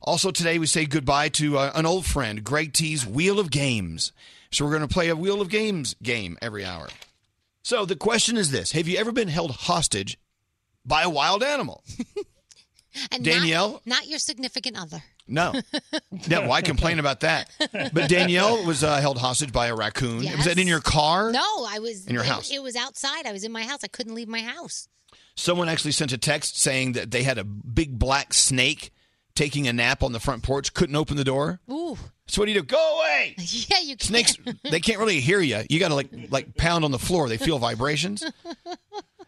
S3: Also today we say goodbye to uh, an old friend, Greg T's Wheel of Games. So we're going to play a Wheel of Games game every hour. So the question is this: Have you ever been held hostage by a wild animal?
S16: And
S3: Danielle?
S16: Not, not your significant other.
S3: No. No, why complain about that? But Danielle was uh, held hostage by a raccoon. Was that in your car?
S16: No, I was
S3: In your
S16: it-
S3: house.
S16: It was outside. I was in my house. I couldn't leave my house.
S3: Someone actually sent a text saying that they had a big black snake taking a nap on the front porch, couldn't open the door.
S16: Ooh.
S3: So what do you do? Go away.
S16: Yeah, you can.
S3: Snakes they can't really hear you. You got to like like pound on the floor. They feel vibrations. You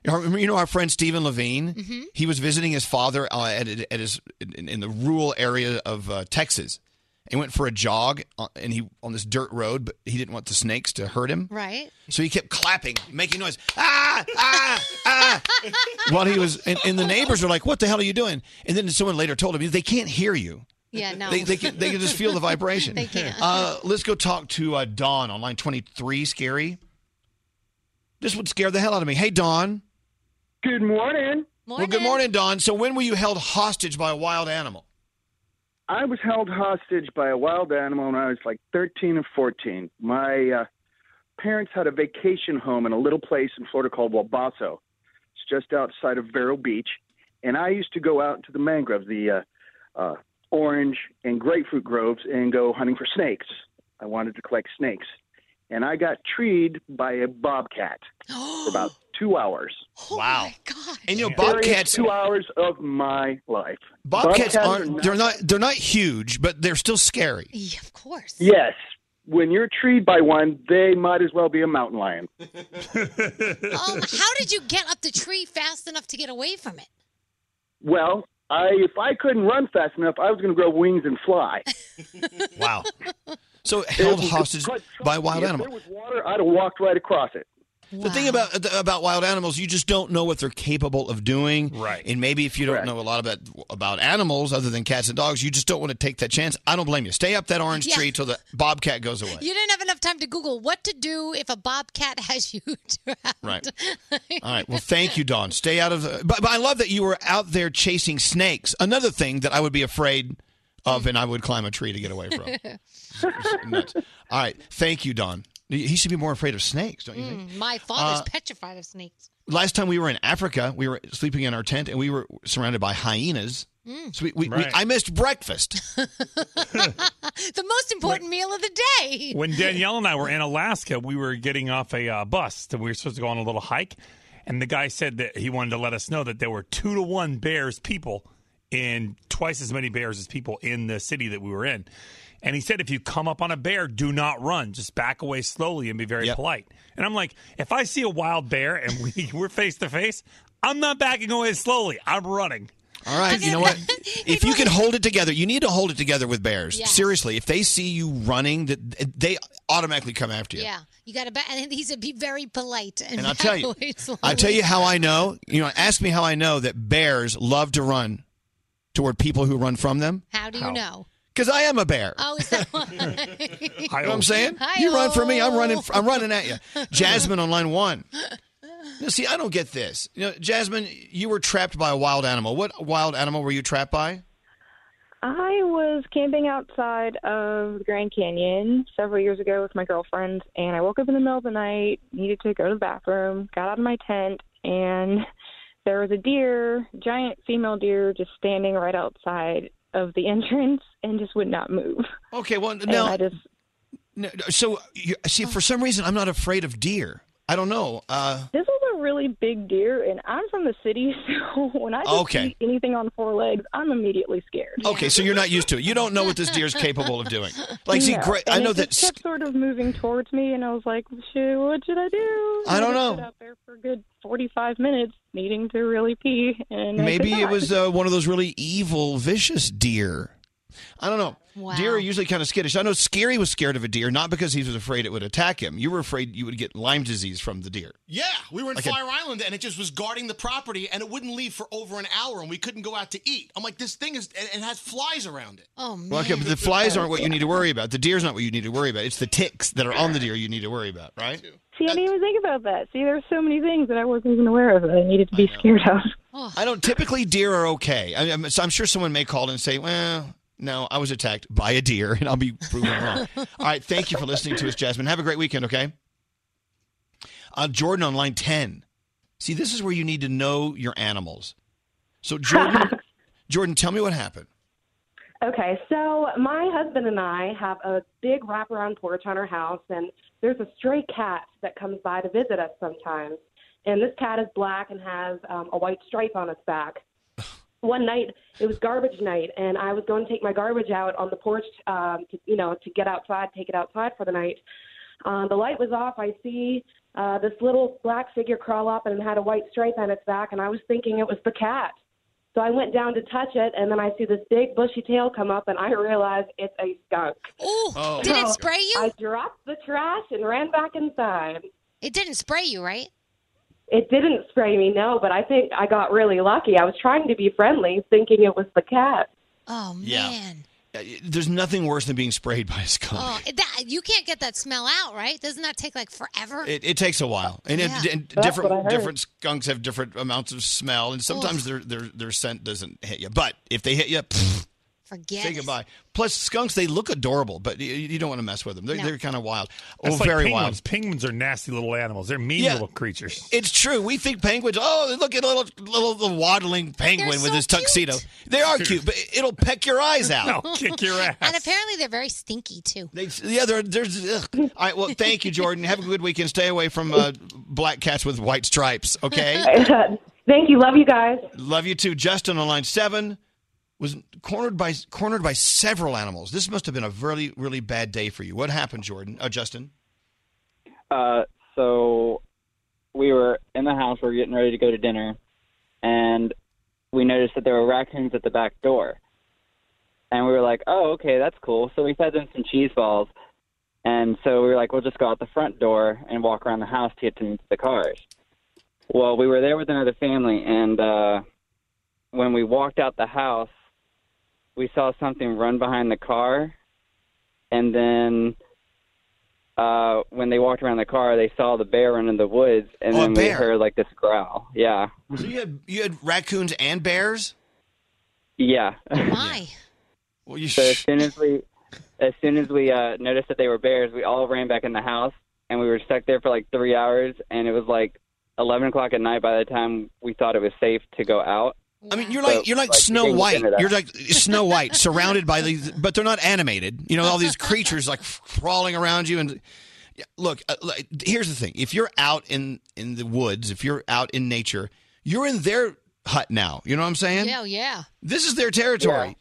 S3: know, remember- you know our friend Stephen Levine?
S16: Mhm.
S3: He was visiting his father uh, at, at his in, in the rural area of uh, Texas. He went for a jog on, and he on this dirt road, but he didn't want the snakes to hurt him.
S16: Right?
S3: So he kept clapping, making noise. Ah, ah, ah. While he was, and, and the neighbors were like, "What the hell are you doing?" And then someone later told him, "They can't hear you.
S16: Yeah, no.
S3: They, they can they can just feel the vibration."
S16: They can't.
S3: Uh, let's go talk to uh, Dawn on line twenty three. Scary. This would scare the hell out of me. Hey, Dawn.
S22: Good morning.
S3: Well, good morning, Dawn. So when were you held hostage by a wild animal?
S22: I was held hostage by a wild animal when I was like 13 or 14. My uh, parents had a vacation home in a little place in Florida called Wabasso. It's just outside of Vero Beach. And I used to go out into the mangroves, the uh, uh, orange and grapefruit groves, and go hunting for snakes. I wanted to collect snakes. And I got treed by a bobcat for about two hours.
S3: wow. And you know,
S22: Scariest
S3: bobcats.
S22: Two hours of my life.
S3: Bobcats
S22: are
S3: aren't. They're not. They're not huge, but they're still scary.
S16: Yeah, of course.
S22: Yes. When you're treed by one, they might as well be a mountain lion.
S26: Oh,
S16: Um, how did you get up the tree fast enough to get away from it?
S22: Well, I if I couldn't run fast enough, I was going to grow wings and fly.
S3: Wow. So held
S22: was
S3: hostage by a wild
S22: if
S3: animal.
S22: there was water, I'd have walked right across it.
S3: The thing about about wild animals, you just don't know what they're capable of doing. Right. And maybe if you don't know a lot about about animals other than cats and dogs, you just don't want to take that chance. I don't blame you. Stay up that orange
S16: Yeah.
S3: tree till the bobcat goes away.
S16: You didn't have enough time to Google what to do if a bobcat has you trapped.
S3: Right. All right. Well, thank you, Don. Stay out of. The, but, but I love that you were out there chasing snakes. Another thing that I would be afraid of, and I would climb a tree to get away from. Nuts. All right. Thank you, Don. He should be more afraid of snakes, don't you think?
S16: Mm, my father's
S3: Uh,
S16: petrified of snakes.
S3: last time we were in Africa, we were sleeping in our tent and we were surrounded by hyenas.
S16: Mm.
S3: So we, we, we,
S15: Right.
S3: I missed breakfast.
S16: The most important meal of the day.
S15: When Danielle and I were in Alaska, we were getting off a uh, bus and we were supposed to go on a little hike. And the guy said that he wanted to let us know that there were two to one bears people and twice as many bears as people in the city that we were in. And he said, if you come up on a bear, do not run. Just back away slowly and be very polite. And I'm like, if I see a wild bear and we, we're face to face, I'm not backing away slowly. I'm running.
S3: All right, you know what? If you can hold it together, you need to hold it together with bears.
S16: Yeah.
S3: Seriously, if they see you running, that they automatically come after you.
S16: Yeah, you got to. Ba- and he's a, be very polite. And,
S3: And I'll tell you,
S16: back away slowly.
S3: I tell you how I know. You know, ask me how I know that bears love to run toward people who run from them.
S16: How do you know?
S3: Because I am a bear.
S16: Oh, is that why?
S3: You know what I'm saying? You run for me, I'm running. I'm running at you. Jasmine on line one. Now, see, I don't get this. You know, Jasmine, you were trapped by a wild animal. What wild animal were you trapped by?
S27: I was camping outside of the Grand Canyon several years ago with my girlfriend, and I woke up in the middle of the night, needed to go to the bathroom, got out of my tent, and there was a deer, giant female deer, just standing right outside of the entrance and just would not move.
S3: Okay, well,
S27: And
S3: now-
S27: I just
S3: No, so, you, see, for some reason, I'm not afraid of deer. I don't know. Uh,
S27: This was a really big deer, and I'm from the city, so when I just
S3: Okay.
S27: see anything on four legs, I'm immediately scared.
S3: Okay, so you're not used to it. You don't know what this deer is capable of doing. Like, see,
S27: No.
S3: great. I
S27: And
S3: know
S27: it
S3: that.
S27: just kept sort of moving towards me, and I was like, "Shoot, what should I do?"
S3: I don't
S27: And
S3: know.
S27: stood out there for a good forty-five minutes, needing to really pee, and I
S3: Maybe
S27: could
S3: it
S27: not.
S3: was uh, one of those really evil, vicious deer. I don't know.
S27: Wow.
S3: Deer are usually kind of skittish. I know Scary was scared of a deer, not because he was afraid it would attack him. You were afraid you would get Lyme disease from the deer.
S19: Yeah, we were in
S3: Like a-
S19: Fire Island and it just was guarding the property and it wouldn't leave for over an hour and we couldn't go out to eat. I'm like, this thing is and, and has flies around it.
S16: Oh
S3: Well, okay, but the flies aren't what you need to worry about. The deer's not what you need to worry about. It's the ticks that are on the deer you need to worry about, right?
S27: See, I didn't even think about that. See, there were so many things that I wasn't even aware of that I needed to be scared of.
S3: I don't. Typically, deer are okay. I, I'm, so I'm sure someone may call and say, "Well, no, I was attacked by a deer," and I'll be proven wrong. All right, thank you for listening to us, Jasmine. Have a great weekend, okay? Uh, Jordan on line ten. See, this is where you need to know your animals. So, Jordan, Jordan, tell me what happened.
S28: Okay, so my husband and I have a big wraparound porch on our house, and there's a stray cat that comes by to visit us sometimes. And this cat is black and has um, a white stripe on its back. One night, it was garbage night, and I was going to take my garbage out on the porch, um, to, you know, to get outside, take it outside for the night. Um, the light was off. I see uh, this little black figure crawl up and it had a white stripe on its back, and I was thinking it was the cat. So I went down to touch it, and then I see this big bushy tail come up, and I realize it's a skunk.
S16: Oh. did it spray you?
S28: I dropped the trash and ran back inside.
S16: It didn't spray you, right?
S28: It didn't spray me, no, but I think I got really lucky. I was trying to be friendly, thinking it was the cat.
S16: Oh man.
S3: Yeah. Uh, There's nothing worse than being sprayed by a skunk.
S16: Oh, that you can't get that smell out, right? Doesn't that take like forever?
S3: It, it takes a while, and, it-
S16: Yeah.
S3: and
S16: That's what I
S3: different
S16: heard.
S3: different skunks have different amounts of smell, and sometimes their their their scent doesn't hit you. But if they hit you, pfft,
S16: Forget.
S3: say goodbye. Plus, skunks they look adorable, but you, you don't want to mess with them. They're,
S15: No.
S3: they're kind of wild,
S15: That's
S3: oh,
S15: like
S3: very
S15: penguins.
S3: wild.
S15: Penguins are nasty little animals. They're mean
S3: Yeah.
S15: little creatures.
S3: It's true. We think penguins. Oh, look at little little, the waddling penguin with his tuxedo. They are cute, but it'll peck your eyes out.
S16: And apparently they're very stinky too.
S3: They, yeah, they're, they're, ugh. All right. Well, thank you, Jordan. Have a good weekend. Stay away from uh, black cats with white stripes. Okay.
S28: Thank you. Love you guys.
S3: Love you too. Justin on line seven was cornered by cornered by several animals. This must have been a really really bad day for you. What happened, Jordan? Oh, Justin.
S23: Uh, so we were in the house. We were getting ready to go to dinner, and we noticed that there were raccoons at the back door. And we were like, "Oh, okay, that's cool." So we fed them some cheese balls, and so we were like, "We'll just go out the front door and walk around the house to get to the cars." Well, we were there with another family, and uh, when we walked out the house, we saw something run behind the car, and then uh, when they walked around the car, they saw the bear run in the woods, and
S3: Oh, a
S23: then we
S3: bear.
S23: heard like this growl. Yeah,
S3: So you had you had raccoons and bears.
S23: yeah.
S16: Why?
S3: Well, you
S23: so as soon as we, as soon as we uh, noticed that they were bears, we all ran back in the house, and we were stuck there for like three hours, and it was like eleven o'clock at night by the time we thought it was safe to go out.
S3: I mean, you're like you're like Snow White. You're like Snow White, surrounded by these, but they're not animated. You know, all these creatures like crawling around you. And Yeah, look, uh, like, here's the thing: if you're out in in the woods, if you're out in nature, you're in their hut now. You know what I'm saying?
S16: Yeah, yeah.
S3: This is their territory.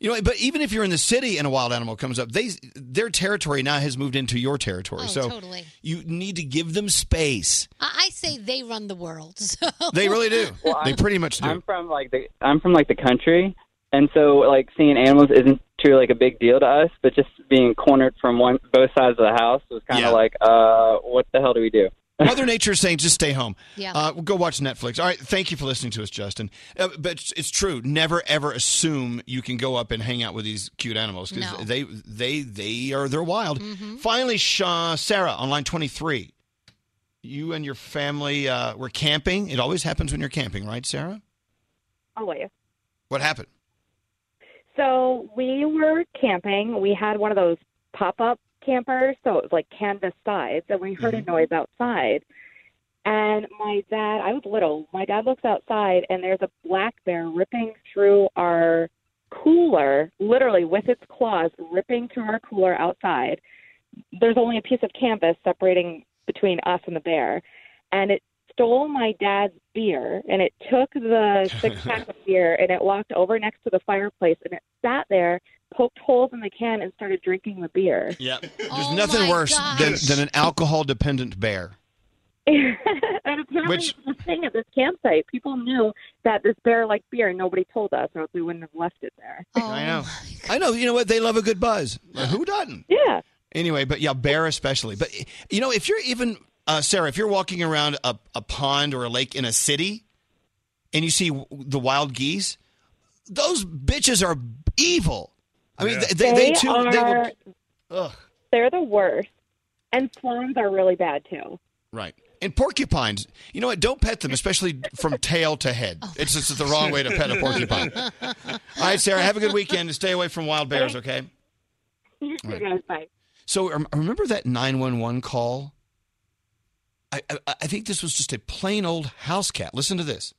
S3: You know, but even if you're in the city and a wild animal comes up, they their territory now has moved into your territory.
S16: Oh,
S3: so
S16: totally.
S3: you need to give them space.
S16: I, I say they run the world. So.
S3: They really do. they pretty much do.
S23: I'm from like the I'm from like the country, and so like seeing animals isn't too like a big deal to us. But just being cornered from one both sides of the house was kind of like, uh, what the hell do we do?
S3: Mother Nature is saying just stay home.
S23: Yeah.
S3: Uh, go watch Netflix. All right. Thank you for listening to us, Justin. Uh, but it's, it's true. Never ever assume you can go up and hang out with these cute animals because
S19: No.
S3: they they they are they're wild. Finally, Sha- Sarah on line twenty three. You and your family uh, were camping. It always happens when you're camping, right, Sarah?
S29: Always.
S3: What happened?
S29: So we were camping. We had one of those pop up campers, so it was like canvas sides, and we heard a noise outside. And my dad, I was little, my dad looks outside, and there's a black bear ripping through our cooler, literally with its claws, ripping through our cooler outside. There's only a piece of canvas separating between us and the bear. And it stole my dad's beer and it took the six pack of beer and it walked over next to the fireplace and it sat there, poked holes in the can and started drinking the beer.
S3: Yeah. There's nothing worse than, than an alcohol dependent bear.
S29: and apparently
S3: Which-
S29: it was a thing at this campsite. People knew that this bear liked beer and nobody told us or else we wouldn't have left it there.
S3: I know. I know. You know what? They love a good buzz. Like, who doesn't?
S29: Yeah.
S3: Anyway, but yeah, bear especially. But you know, if you're even uh, Sarah, if you're walking around a, a pond or a lake in a city, and you see w- the wild geese, those bitches are evil. I mean, they, they, they too. They will,
S29: They're the worst. And swans are really bad too.
S3: right. And porcupines, you know what? Don't pet them, especially from tail to head. It's just the wrong way to pet a porcupine. All right, Sarah, have a good weekend and stay away from wild bears, okay?
S29: You
S3: Right.
S29: guys, bye.
S3: So um, remember that 911 call? I, I, I think this was just a plain old house cat. Listen to this.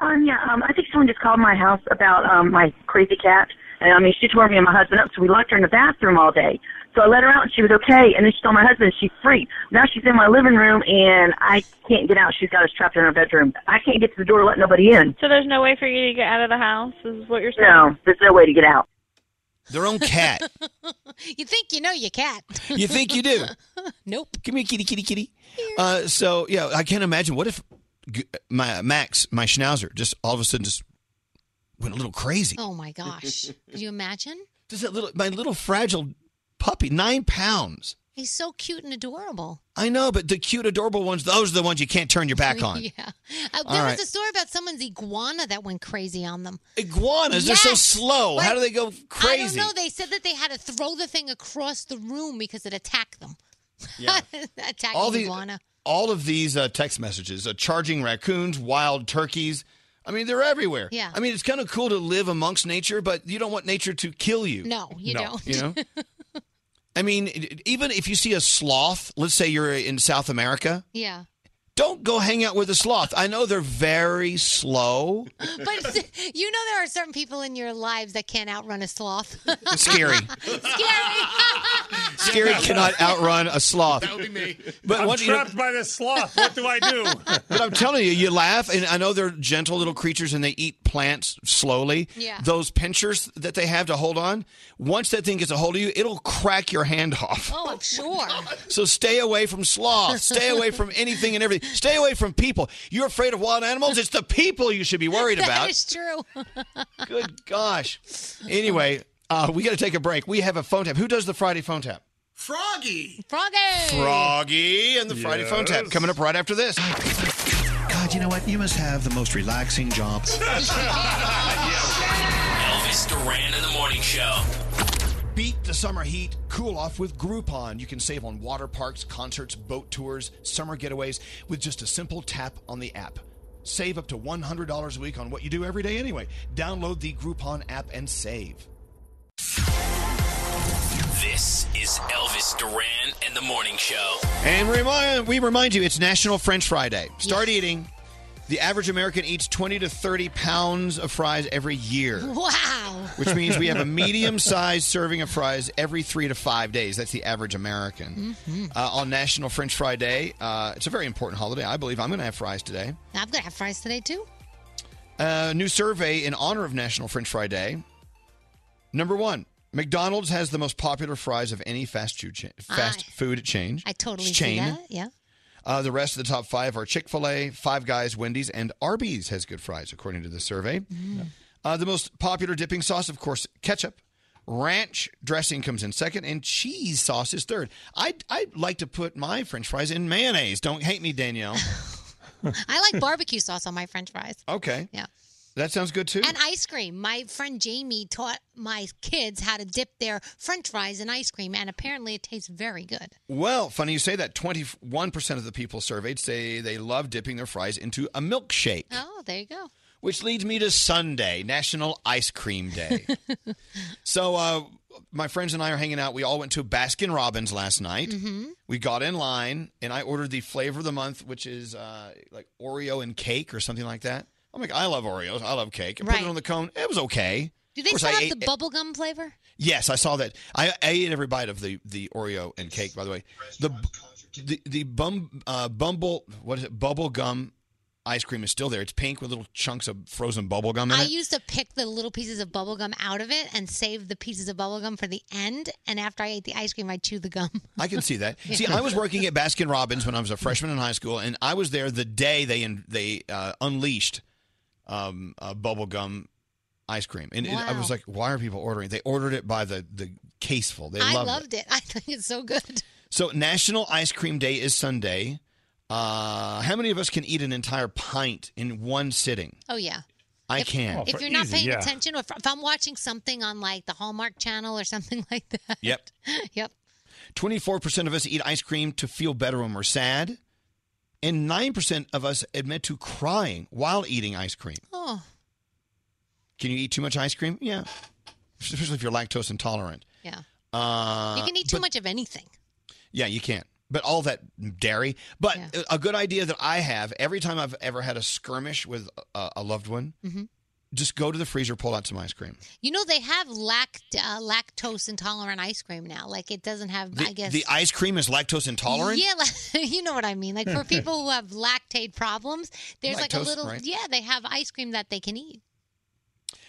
S24: Um, yeah, um, I think someone just called my house about um, my crazy cat. And I mean, she tore me and my husband up, so we locked her in the bathroom all day. So I let her out, and she was okay. And then she told my husband she freaked. Now she's in my living room, and I can't get out. She's got us trapped in her bedroom. I can't get to the door to let nobody in.
S27: So there's no way for you to get out of the house. Is what you're saying?
S24: No, there's no way to get out.
S3: Their own cat.
S16: you think you know your cat.
S3: you think you do?
S16: Nope.
S3: Come here, kitty, kitty, kitty. Uh, so yeah, I can't imagine. What if g- my Max, my Schnauzer, just all of a sudden just went a little crazy?
S16: Oh my gosh. Can you imagine?
S3: Just that little, my little fragile puppy, nine pounds.
S16: He's so cute and adorable.
S3: I know, but the cute, adorable ones, those are the ones you can't turn your back on.
S16: yeah. Uh,
S3: All
S16: there
S3: right.
S16: was a story about someone's iguana that went crazy on them.
S3: Iguanas, they're so
S16: Yes,
S3: slow. How
S16: but
S3: do they go
S16: I don't
S3: crazy?
S16: know. They said that they had to throw the thing across the room because it attacked them.
S3: Yeah.
S16: attacked
S3: All
S16: the
S3: the-
S16: iguana.
S3: all of these uh, text messages uh, charging raccoons, wild turkeys. I mean, they're everywhere.
S16: Yeah.
S3: I mean, it's kind of cool to live amongst nature, but you don't want nature to kill you.
S16: No, you No. don't.
S3: You know? I mean, it- it- even if you see a sloth, let's say you're in South America,
S16: Yeah.
S3: don't go hang out with a sloth. I know they're very slow.
S16: But s- you know there are certain people in your lives that can't outrun a sloth.
S3: Scary. Scary cannot outrun a sloth.
S15: That would be me.
S3: But
S15: I'm
S3: what- you know-
S15: trapped by this sloth. What do I do?
S3: But I'm telling you, you laugh, and I know they're gentle little creatures and they eat plants slowly.
S15: Yeah.
S3: Those pinchers that they have to hold on, once that thing gets a hold of you, it'll crack your hand off.
S16: Oh, I'm sure.
S3: So stay away from sloths. Stay away from anything and everything. Stay away from people. You're afraid of wild animals? It's the people you should be worried
S16: That
S3: about.
S16: is true.
S3: Good gosh. Anyway, uh, we got to take a break. We have a phone tap. Who does the Friday phone tap?
S16: Froggy. Froggy.
S3: Froggy and the Friday phone tap coming up right after this.
S30: God, you know what? You must have the most relaxing job.
S11: Elvis Duran in the morning show.
S3: Beat the summer heat, cool off with Groupon. You can save on water parks, concerts, boat tours, summer getaways with just a simple tap on the app. Save up to $100 a week on what you do every day anyway. Download the Groupon app and save.
S11: This is Elvis Duran and the morning show.
S3: And remind, we remind you, it's National French Fry Day. Start eating. The average American eats 20 to 30 pounds of fries every year.
S16: Wow.
S3: Which means we have a medium sized serving of fries every three to five days. That's the average American.
S16: Mhm.
S3: uh, on National French Fry Day. Uh, it's a very important holiday. I believe I'm going to have fries today. Uh,
S16: I'm gonna have fries today too.
S3: A new survey in honor of National French Fry Day Number one, McDonald's has the most popular fries of any fast food chain. Fast food change.
S16: I totally see
S3: chain.
S16: that. Yeah.
S3: Uh, the rest of the top five are Chick fil A, Five Guys, Wendy's, and Arby's has good fries, according to the survey.
S16: Mm-hmm.
S3: Uh, the most popular dipping sauce, of course, ketchup. Ranch dressing comes in second, and cheese sauce is third. I I like to put my French fries in mayonnaise. Don't hate me, Danielle.
S16: I like barbecue sauce on my French fries.
S3: Okay.
S16: Yeah.
S3: That sounds good too.
S16: And ice cream. My friend Jamie taught my kids how to dip their French fries in ice cream, and apparently it tastes very good.
S3: Well, funny you say that. Twenty-one percent of the people surveyed say they love dipping their fries into a milkshake,
S16: Oh, there you go.
S3: which leads me to Sunday, National Ice Cream Day. so, uh, my friends and I are hanging out. We all went to Baskin Robbins last night.
S16: Mm-hmm.
S12: Mhm.
S3: We got in line, and I ordered the flavor of the month, which is uh, like Oreo and cake or something like that. I'm like, I love Oreos. I love cake. I put
S16: Right.
S3: it on the cone. It was okay.
S16: Do
S3: Of
S16: they
S3: course,
S16: still
S3: I
S16: have
S3: ate
S16: the
S3: it-
S16: bubblegum flavor?
S3: Yes, I saw that. I, I ate every bite of the, the Oreo and cake. By the way, the the the bum uh, bumble what is it? Bubble gum ice cream is still there. It's pink with little chunks of frozen bubble gum in
S16: I
S3: it.
S16: used to pick the little pieces of bubblegum out of it and save the pieces of bubblegum for the end. And after I ate the ice cream, I chewed the gum.
S3: I can see that.
S16: Yeah.
S3: See, I was working at Baskin Robbins when I was a freshman in high school, and I was there the day they they uh, unleashed um, uh, bubble gum ice cream, and, and I
S16: Wow.
S3: was like, why are people ordering? They ordered it by the the caseful. They
S16: I
S3: loved it.
S16: loved it. I think it's so good.
S3: So National Ice Cream Day is Sunday. Uh, how many of us can eat an entire pint in one sitting?
S16: Oh, yeah.
S3: I can.
S16: if you're not paying attention, if, if I'm watching something on like the Hallmark Channel or something like that,
S3: Yep.
S16: yep.
S3: Twenty-four percent of us eat ice cream to feel better when we're sad, and nine percent of us admit to crying while eating ice cream.
S16: Oh,
S3: Can you eat too much ice cream? Yeah, especially if you're lactose intolerant.
S16: yeah.
S3: Uh,
S16: you can eat too
S3: but-
S16: much of anything.
S3: Yeah, you can't. But all that dairy. But a good idea that I have every time I've ever had a skirmish with a, a loved one,
S16: Mhm.
S3: just go to the freezer, pull out some ice cream.
S16: You know they have lact uh, lactose intolerant ice cream now. Like it doesn't have,
S3: The,
S16: I guess,
S3: the ice cream is lactose intolerant.
S16: Yeah, like, you know what I mean. Like for people who have lactate problems, there's like a
S3: Lactose,
S16: little.
S3: right.
S16: Yeah, they have ice cream that they can eat.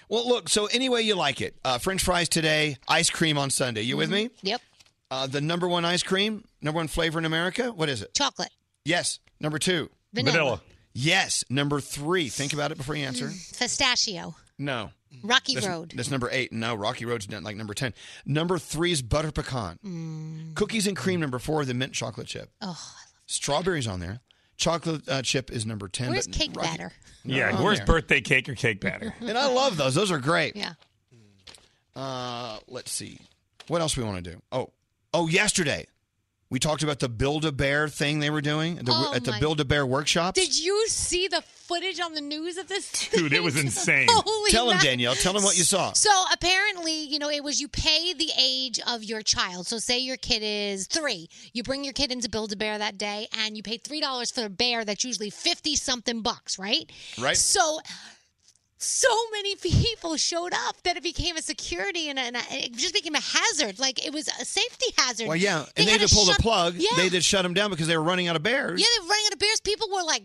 S3: Well, look. So anyway, you like it. Uh, French fries today, ice cream on Sunday. You with me?
S16: Yep.
S3: Uh, the number one ice cream, number one flavor in America. What is it?
S16: Chocolate.
S3: Yes. Number two.
S16: Vanilla. Vanilla.
S3: Yes. Number three. Think about it before you answer.
S16: Pistachio,
S3: No.
S16: Mm. Rocky
S3: That's-
S16: Road.
S3: That's number eight. No, Rocky Road's not like number ten. Number three is butter pecan.
S16: Mm.
S3: Cookies and cream number four. The mint chocolate chip.
S16: Oh,
S3: Strawberries on there. Chocolate uh, chip is number ten.
S16: where's
S3: but
S16: cake
S3: Rocky- Oh,
S16: batter?
S3: No,
S15: Yeah,
S3: on
S15: where's
S3: there.
S15: birthday cake or cake batter?
S3: And I love those. Those are great.
S16: Yeah.
S3: Uh, let's see. What else we want to do? Oh, oh, yesterday we talked about the Build a Bear thing they were doing at the,
S16: Oh,
S3: at the
S16: my-
S3: Build a Bear workshops.
S16: Did you see the footage on the news of this?
S3: Dude, it was insane.
S16: Holy
S3: tell him,
S16: ma-
S3: Danielle. Tell him what you saw.
S16: So apparently, you know, it was you pay the age of your child. So say your kid is three, you bring your kid into Build a Bear that day, and you pay three dollars for a bear that's usually fifty something bucks, right?
S31: Right.
S16: So. So many people showed up that it became a security and, a, and a, it just became a hazard. Like it was a safety hazard.
S3: well, yeah, and they
S16: had
S3: had
S16: to
S3: to pull the
S16: shut-
S3: plug.
S16: Yeah.
S3: They did shut them down because they were running out of bears.
S16: Yeah, they were running out of bears. People were like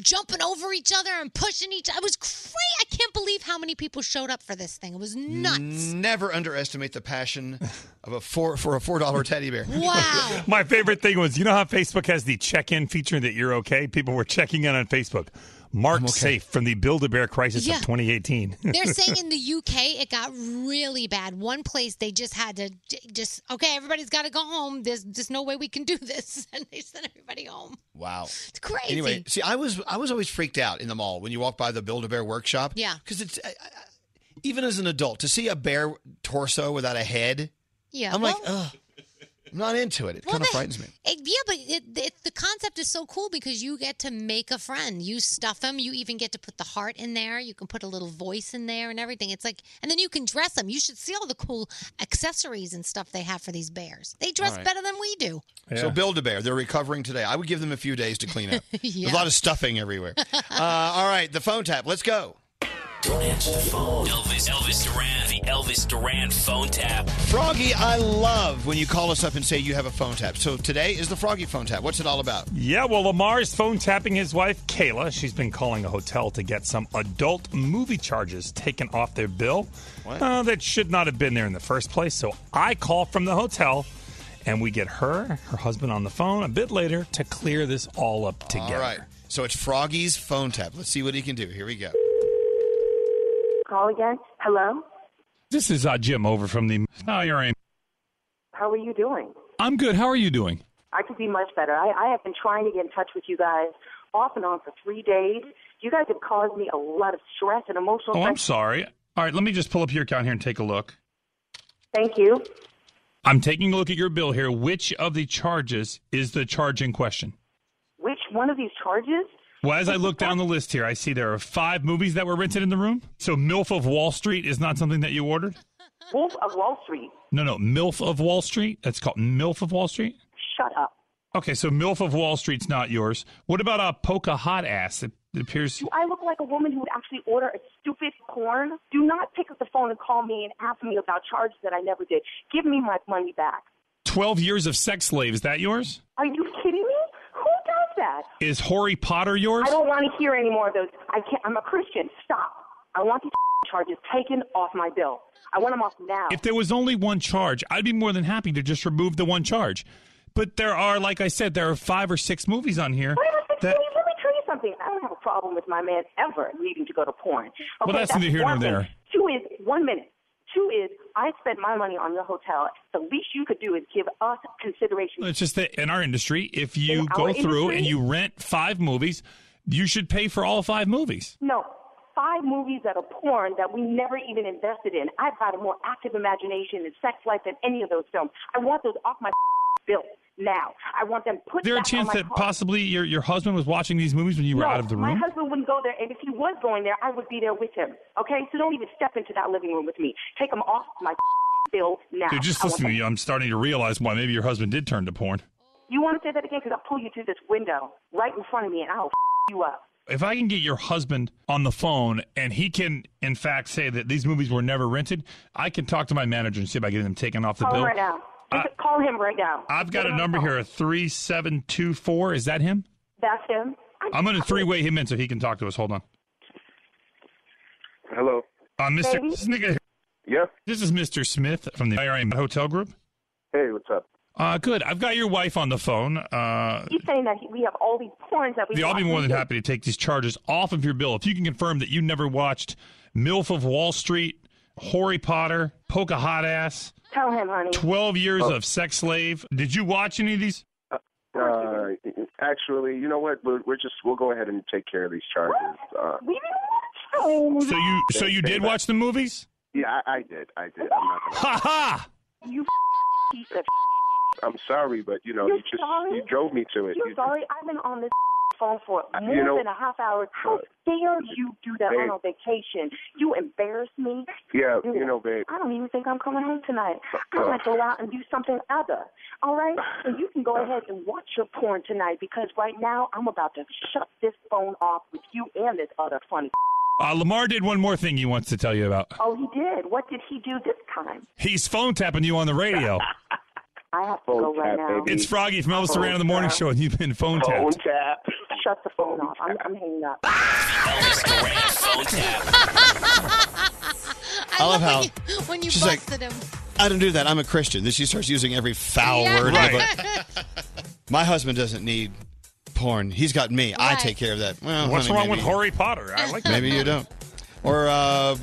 S16: jumping over each other and pushing each. I was crazy. I can't believe how many people showed up for this thing. It was nuts.
S3: Never underestimate the passion of a four for a four dollar teddy bear.
S16: Wow.
S15: My favorite thing was, you know how Facebook has the check-in feature that you're okay. People were checking in on Facebook. Mark safe from the Build-A-Bear crisis
S16: Yeah.
S15: of 2018.
S16: They're saying in the UK it got really bad. One place they just had to j- just okay, everybody's got to go home. There's just no way we can do this, and they sent everybody home.
S3: Wow. It's
S16: crazy.
S3: Anyway, see, I was I was always freaked out in the mall when you walk by the Build a Bear workshop.
S16: Yeah.
S3: Because it's I, I, even as an adult to see a bear torso without a head.
S16: Yeah,
S3: I'm like,
S16: well-
S3: ugh. I'm not into it. It
S16: Well,
S3: kind of
S16: they-
S3: frightens me.
S16: It, yeah, but it, it, the concept is so cool because you get to make a friend. You stuff them. You even get to put the heart in there. You can put a little voice in there and everything. It's like, and then you can dress them. You should see all the cool accessories and stuff they have for these bears. They dress
S3: All right.
S16: better than we do.
S3: So Build a Bear, they're recovering today. I would give them a few days to clean up.
S16: Yeah.
S3: There's a lot of stuffing everywhere. uh, all right, the phone tap. Let's go.
S11: Don't answer the phone. Elvis, Elvis Duran, the Elvis Duran phone tap.
S3: Froggy, I love when you call us up and say you have a phone tap. So today is the Froggy phone tap. What's it all about?
S15: Yeah, well, Lamar's phone tapping his wife, Kayla. She's been calling a hotel to get some adult movie charges taken off their bill uh, that should not have been there in the first place. So I call from the hotel, and we get her, her husband on the phone a bit later to clear this all up together.
S3: All right. So it's Froggy's phone tap. Let's see what he can do. Here we go.
S24: Call again. Hello.
S15: This is uh, Jim over from the. How you are
S24: How are you doing?
S15: I'm good. How are you doing?
S24: I could be much better. I, I have been trying to get in touch with you guys off and on for three days. You guys have caused me a lot of stress and emotional.
S15: Oh, I'm
S24: stress.
S15: sorry. All right, let me just pull up your account here and take a look.
S24: Thank you.
S15: I'm taking a look at your bill here. Which of the charges is the charge in question?
S24: Which one of these charges?
S15: Well, as I look down the list here, I see there are five movies that were rented in the room. So MILF of Wall Street is not something that you ordered?
S24: Wolf of Wall Street.
S15: No, no, MILF of Wall Street. That's called MILF of Wall Street.
S24: Shut up.
S15: Okay, so MILF of Wall Street's not yours. What about a Polka Hot Ass? It, it appears.
S24: Do I look like a woman who would actually order a stupid porn? Do not pick up the phone and call me and ask me about charges that I never did. Give me my money back.
S15: 12 Years of Sex Slave, is that yours?
S24: Are you kidding me? Who does that?
S15: Is Harry Potter yours?
S24: I don't want to hear any more of those. I can't. I'm a Christian. Stop. I want these charges taken off my bill. I want them off now.
S15: If there was only one charge, I'd be more than happy to just remove the one charge. But there are, like I said, there are five or six movies on here. that,
S24: Let me- let me tell you something. I don't have a problem with my man ever needing to go to porn. Okay,
S15: well, that's neither here nor
S24: one thing.
S15: there.
S24: Two is one minute. Two is I spent my money on your hotel. The least you could do is give us consideration.
S15: It's just that in our industry, if you
S24: In
S15: go
S24: our
S15: through
S24: industry-
S15: and you rent five movies, you should pay for all five movies.
S24: No, five movies that are porn that we never even invested in. I've got a more active imagination and sex life than any of those films. I want those off my bill now. I want them put
S15: Is there a
S24: back on
S15: chance
S24: my
S15: that
S24: card.
S15: possibly your, your husband was watching these movies when you were
S24: no,
S15: out of the
S24: My
S15: room?
S24: husband wouldn't go there, and if he was going there, I would be there with him. Okay, so don't even step into that living room with me. Take him off my bill now.
S15: Dude, just
S24: I want
S15: listen to you. I'm starting to realize why maybe your husband did turn to porn.
S24: them- You want to say that again? Because I'll pull you through this window right in front of me, and I'll you up.
S15: If I can get your husband on the phone and he can, in fact, say that these movies were never rented, I can talk to my manager and see about getting them taken off the
S24: Call him
S15: bill.
S24: Oh, right now.
S15: I-
S24: Just call him right now.
S15: I've got
S24: Get
S15: a
S24: him on
S15: number
S24: the phone.
S15: here, a 3724. Is that him?
S24: That's him.
S15: I'm going to three way him in so he can talk to us. Hold on.
S26: Hello.
S15: Uh, Mr.
S26: Baby?
S15: This nigga-
S26: Yeah.
S15: This is Mr. Smith from the IRM Hotel Group.
S26: Hey, what's up?
S15: Uh, good. I've got your wife on the phone. Uh,
S24: He's saying that he- we have all these porns that we.
S15: I'll be
S24: watch.
S15: more than happy to take these charges off of your bill if you can confirm that you never watched MILF of Wall Street, Harry Potter, Poke a Hot Ass,
S24: Tell him, honey.
S15: 12 Years
S26: Oh.
S15: of Sex Slave. Did you watch any of these?
S26: Uh, actually, you know what? We're, we're just we'll go ahead and take care of these charges. Uh, Oh,
S15: So you so you did watch the movies?
S26: yeah, I, I did. I did. I'm not gonna.
S15: Ha ha!
S24: You piece of.
S26: I'm sorry, but you know,
S24: You're
S26: you just
S24: sorry?
S26: you drove me to it.
S24: You're
S26: You-
S24: sorry. I've been on this phone for
S26: I- you
S24: more
S26: know- uh,
S24: than a half hour. How dare you do that
S26: Babe.
S24: on a vacation? You embarrass me.
S26: yeah,
S24: Dude,
S26: you know, babe. Uh,
S24: I don't even think I'm coming home tonight. I might go out and do something other. All right? And you can go ahead and watch your porn tonight because right now I'm about to shut this phone off with you and this other funny.
S15: Uh, Lamar did one more thing he wants to tell you about.
S24: Oh, he did. What did he do this time?
S15: He's phone tapping you on the radio.
S24: I have to go right now.
S15: It's Froggy from Elvis
S24: Phone
S15: Duran on the Morning Show, and you've been
S3: Oh,
S15: phone tapped.
S24: tap. Shut the phone off. I'm, I'm hanging up.
S11: Elvis Duran phone tap.
S3: I love how
S16: when you, when you
S3: she's like-
S16: busted him.
S3: I don't do that. I'm a Christian. Then she starts using every foul word. in the book. My husband doesn't need porn. He's got me. I take care of that. Well,
S15: What's
S3: honey,
S15: wrong with
S3: maybe-
S15: Harry Potter? I like that.
S3: Maybe you don't. Or uh,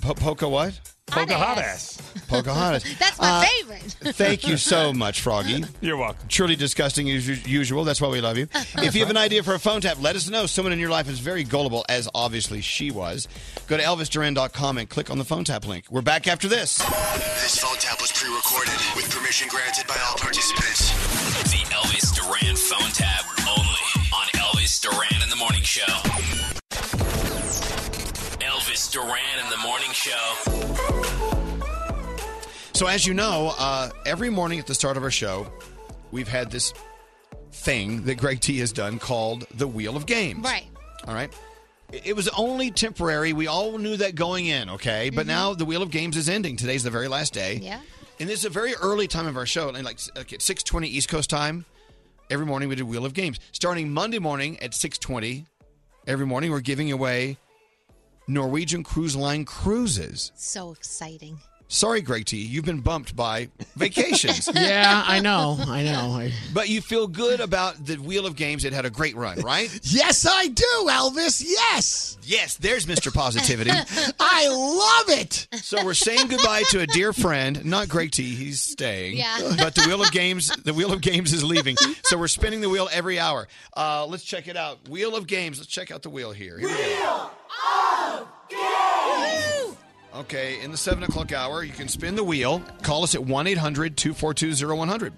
S3: po- Poca what?
S15: Hot Pocahontas.
S3: Pocahontas.
S16: That's my favorite.
S3: Thank you so much, Froggy.
S15: You're welcome.
S3: Truly disgusting as u- usual. That's why we love you. If you have an idea for a phone tap, let us know. Someone in your life is very gullible, as obviously she was. Go to elvisduran.com and click on the phone tap link. We're back after this.
S32: This phone tap was pre-recorded with permission granted by all participants.
S11: The Elvis Duran phone tap only on Elvis Duran in the Morning Show. Elvis Duran in the Morning Show.
S3: So, as you know, uh, every morning at the start of our show, we've had this thing that Greg T has done called the Wheel of Games.
S16: Right.
S3: All right. It was only temporary. We all knew that going in, okay? But now the Wheel of Games is ending. Today's the very last day.
S16: Mm-hmm. Yeah.
S3: And this is a very early time of our show, and like okay, six twenty East Coast time. Every morning we do Wheel of Games. Starting Monday morning at six twenty, every morning we're giving away Norwegian Cruise Line cruises.
S16: So exciting.
S3: Sorry, Greg T, you've been bumped by vacations.
S6: yeah, I know. I know. I-
S3: But you feel good about the Wheel of Games. It had a great run, right?
S6: yes, I do, Elvis. Yes.
S3: Yes, there's Mr. Positivity.
S6: I love it.
S3: So we're saying goodbye to a dear friend, not Greg T. He's staying.
S6: Yeah.
S3: But the wheel of games, the wheel of games is leaving. So we're spinning the wheel every hour. Uh, let's check it out. Wheel of games. Let's check out the wheel here. Here we go. Okay, in the seven o'clock hour, you can spin the wheel. Call us at 1 800 242 0100.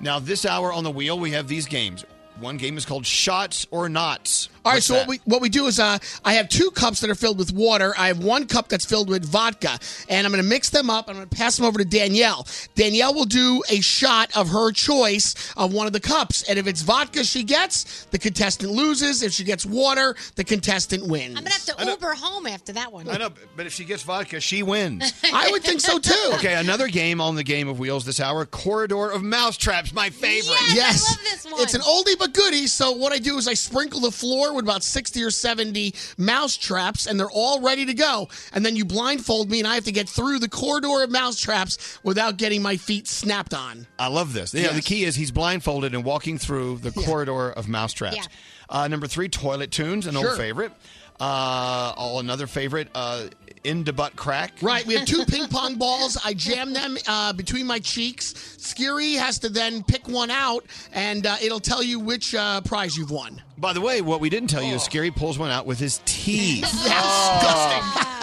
S3: Now, this hour on the wheel, we have these games. One game is called Shots or Knots.
S6: All right,
S3: What's
S6: so what
S3: that?
S6: we, what we do is uh, I have two cups that are filled with water. I have one cup that's filled with vodka, and I'm going to mix them up. I'm going to pass them over to Danielle. Danielle will do a shot of her choice of one of the cups, and if it's vodka she gets, the contestant loses. If she gets water, the contestant wins.
S16: I'm gonna have to Uber home after that one.
S3: I know, but if she gets vodka, she wins.
S6: I would think so too.
S3: Okay, another game on the game of wheels this hour: Corridor of Mousetraps, my favorite.
S6: Yes, It's an oldie but goodie. So what I do is I sprinkle the floor with about sixty or seventy mouse traps, and they're all ready to go. And then you blindfold me, and I have to get through the corridor of mouse traps without getting my feet snapped on.
S3: I love this. Yeah, the key is he's blindfolded and walking through the corridor of mousetraps.
S6: Yeah.
S3: Uh, number three, toilet tunes, an
S6: Sure.
S3: old favorite. Uh, all another favorite, uh, in the butt crack.
S6: Right, we have two ping pong balls. I jam them uh, between my cheeks. Skiri has to then pick one out, and uh, it'll tell you which uh, prize you've won.
S3: By the way, what we didn't tell
S6: Oh.
S3: you is Scary pulls one out with his teeth. Oh.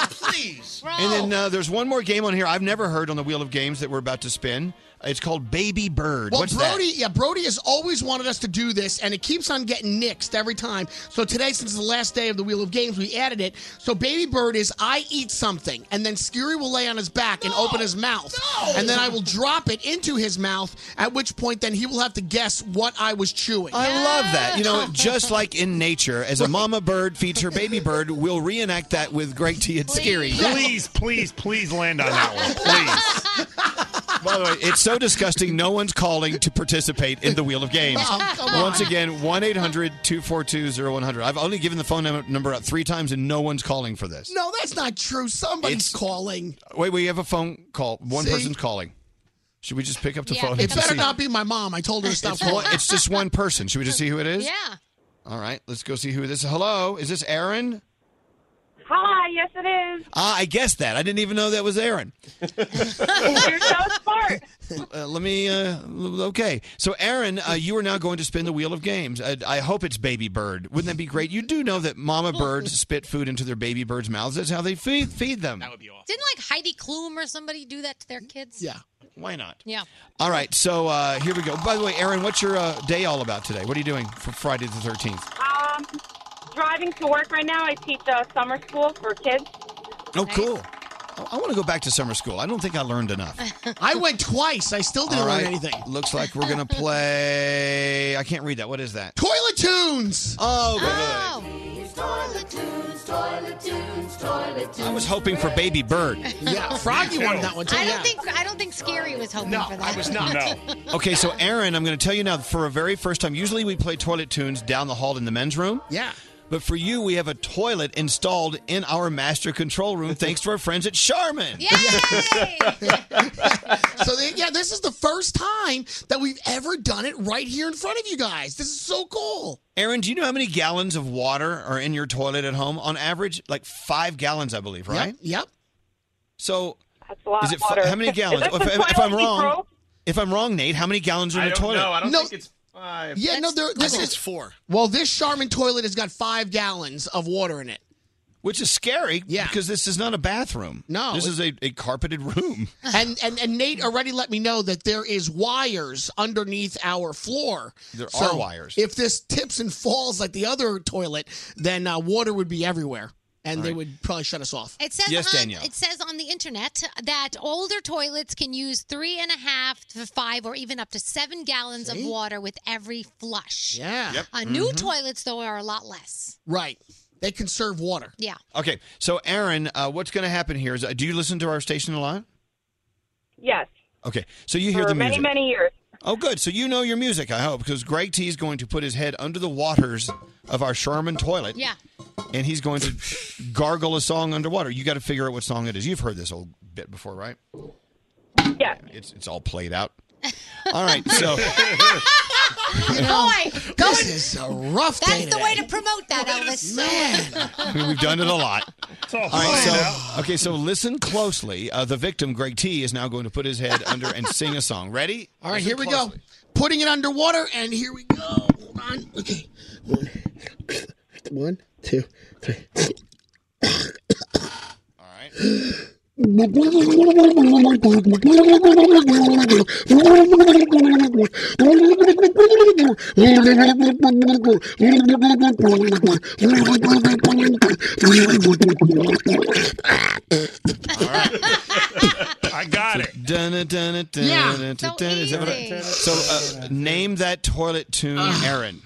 S19: Please.
S3: And then uh, there's one more game on here I've never heard on the wheel of games that we're about to spin. It's called Baby Bird.
S6: Well,
S3: What's that?
S6: Brody, yeah, Brody has always wanted us to do this, and it keeps on getting nixed every time. So today, since it's the last day of the Wheel of Games, we added it. So Baby Bird is I eat something, and then Skiri will lay on his back and open his mouth, and then I will drop it into his mouth. At which point, then he will have to guess what I was chewing.
S3: I love that. You know, just like in nature, as a mama bird feeds her baby bird, we'll reenact that with Greg T and Scary.
S15: Please, please, please land on that one. Please.
S3: By the way, it's so disgusting. No one's calling to participate in the Wheel of Games.
S6: Oh, come on.
S3: Once again, 1 800 242 0100. I've only given the phone num- number out three times and no one's calling for this.
S6: No, that's not true. Somebody's
S3: It's-
S6: calling.
S3: Wait, we have a phone call. One
S6: See?
S3: person's calling. Should we just pick up the phone?
S6: it
S3: and
S6: better
S3: see?
S6: not be my mom. I told her to stop.
S3: It's, one,
S6: calling.
S3: it's just one person. Should we just see who it is?
S16: Yeah.
S3: All right, let's go see who this Hello, is this Aaron?
S27: Hi, yes it is.
S3: Ah, I guessed that. I didn't even know that was Aaron.
S27: You're so smart.
S3: Uh, let me. Uh, l- okay, so Aaron, uh, you are now going to spin the wheel of games. I, I hope it's baby bird. Wouldn't that be great? You do know that mama birds spit food into their baby birds' mouths. That's how they feed feed them. That would be awesome.
S16: Didn't like Heidi Klum or somebody do that to their kids?
S6: Yeah.
S3: Why not?
S16: Yeah.
S3: All right, so uh, here we go. By the way, Aaron, what's your uh, day all about today? What are you doing for Friday the thirteenth?
S27: Um, driving to work right now. I teach uh, summer school for kids.
S3: Oh, cool. I, I want to go back to summer school. I don't think I learned enough.
S6: I went twice. I still didn't
S3: All
S6: learn
S3: right,
S6: anything.
S3: Looks like we're gonna play. I can't read that. What is that?
S6: Toilet tunes.
S3: Oh, good.
S7: Toilet tunes, toilet tunes, toilet tunes.
S3: I was hoping for Baby Bird.
S6: Yeah, Froggy wanted that one too.
S16: I don't
S6: yeah.
S16: think I don't think Scary was hoping for that.
S3: Okay, so Aaron, I'm going to tell you now for a very first time. Usually we play toilet tunes down the hall in the men's room.
S6: Yeah.
S3: But for you, we have a toilet installed in our master control room thanks to our friends at Charmin.
S6: So they, yeah, this is the first time that we've ever done it right here in front of you guys. This is so cool.
S3: Aaron, do you know how many gallons of water are in your toilet at home? On average, like five gallons, I believe, right?
S6: Yep. yep.
S3: So
S27: That's a lot
S3: is
S27: of
S3: it
S27: water.
S3: fi- how many
S27: Is
S3: gallons?
S27: this
S3: If,
S27: the
S3: if- if I'm
S27: toilet you
S3: wrong,
S27: broke?
S3: if I'm wrong, Nate, how many gallons are in a toilet?
S6: it's five. Yeah, no, there, this is
S19: four.
S6: Well, this Charmin toilet has got five gallons of water in it.
S3: Which is scary
S6: yeah.
S3: because this is not a bathroom.
S6: No,
S3: This is a, a carpeted room.
S6: And, and and Nate already let me know that there is wires underneath our floor.
S3: There are wires.
S6: If this tips and falls like the other toilet, then uh, water would be everywhere, and they would probably shut us off.
S16: It says
S6: Yes,
S16: on,
S6: Danielle.
S16: It says on the internet that older toilets can use three and a half to five, or even up to seven gallons
S6: See?
S16: of water with every flush.
S6: Yeah. Yep.
S16: Uh, new
S3: Mm-hmm.
S6: Mhm.
S16: toilets though are a lot less.
S6: Right. They conserve water.
S16: Yeah.
S3: Okay, so Aaron, uh, what's going to happen here is, uh, do you listen to our station a lot?
S27: Yes.
S3: Okay, so you hear
S27: for
S3: the
S27: many,
S3: music.
S27: many years.
S3: Oh, good. So you know your music, I hope, because Greg T is going to put his head under the waters of our Charmin toilet,
S27: Yeah.
S3: and he's going to gargle a song underwater. You got to figure out what song it is. You've heard this old bit before, right?
S27: Yeah.
S3: It's it's all played out. All right, so
S6: You know, this is a rough
S16: That's
S6: day
S16: the
S6: today.
S16: way to promote that, Elvis.
S3: I mean, we've done it a lot. all right, so okay, so listen closely. Uh, the victim, Greg T, is now going to put his head under and sing a song. Ready?
S6: All right, here we go. Putting it underwater, and here we go. Hold on. Okay. One, two, three.
S15: I got it.
S3: Dun, dun, dun,
S15: Yeah,
S3: dun,
S15: so
S3: dun, is that what I-
S15: easy.
S3: so uh, name that toilet tune, Aaron.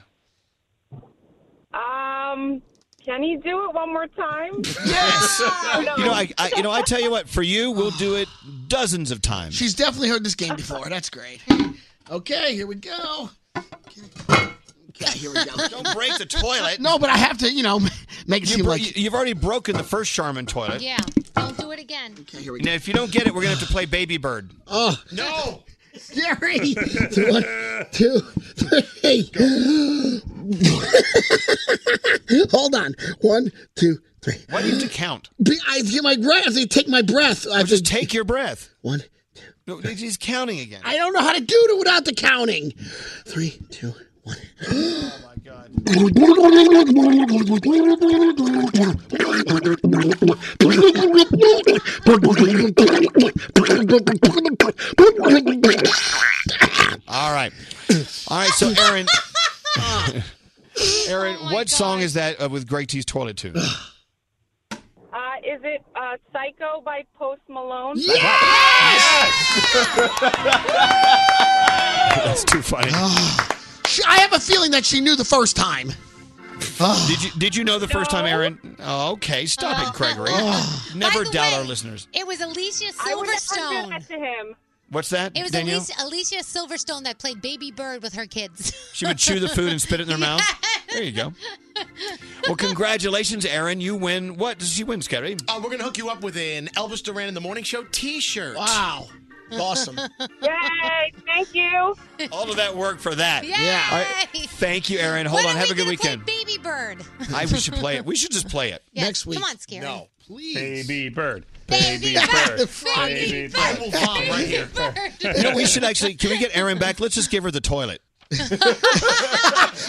S27: Um, can you do it one more time?
S3: Yes. You know, I, I, you know, I tell you what. For you, we'll do it dozens of times.
S6: She's definitely heard this game before. That's great. Okay, here we go. Okay, here we go.
S3: Don't break the toilet.
S6: No, but I have to, you know, make it
S3: You
S6: seem
S3: bro-
S6: like.
S3: you- you've already broken the first Charmin toilet.
S16: Yeah. Don't do it again.
S6: Okay, here we
S3: Now, if you don't get it, we're gonna have to play Baby Bird.
S6: Oh
S3: no!
S6: Scary. One, two, three. Hold on. One, two, three.
S3: Why do you have to count?
S6: Be- I have to get my breath. I have to take my breath. I have
S3: just take your breath.
S6: One.
S3: No, he's counting again.
S6: I don't know how to do it without the counting. Three, two, one. Oh my god.
S3: All right, all right. So, Aaron,
S16: Oh
S3: Aaron, what song is that uh, with Greg T's toilet tune?
S27: Uh, is it uh, Psycho by Post Malone?
S3: That's too funny.
S16: Oh,
S6: She- I have a feeling that she knew the first time.
S3: did you did you know the first time, Aaron? Oh, okay, stop
S16: Uh,
S3: it, Gregory.
S16: oh.
S3: Never doubt our listeners.
S16: It was Alicia
S27: I would have
S16: Silverstone.
S27: done that to him.
S3: What's that?
S16: It was
S3: Uh, Danielle?
S16: Alicia, Alicia Silverstone that played Baby Bird with her kids.
S3: She would chew the food and spit it in their mouth. There you go. Well, congratulations, Aaron. You win. What does she win, Scary?
S19: Uh, we're gonna hook you up with an Elvis Duran in the Morning Show T-shirt.
S6: Wow,
S19: awesome!
S27: Yay! Thank you.
S3: All of that work for that.
S27: Yeah.
S3: All right. Thank you, Aaron. Hold on. Have a good weekend.
S16: Baby Bird.
S3: I we should play it. We should just play it
S16: Yeah, Next week. come on, Scary. No,
S6: please.
S15: Baby bird. Baby bird. Baby bird.
S19: right here.
S3: You know, we should actually. Can we get Aaron back? Let's just give her the toilet.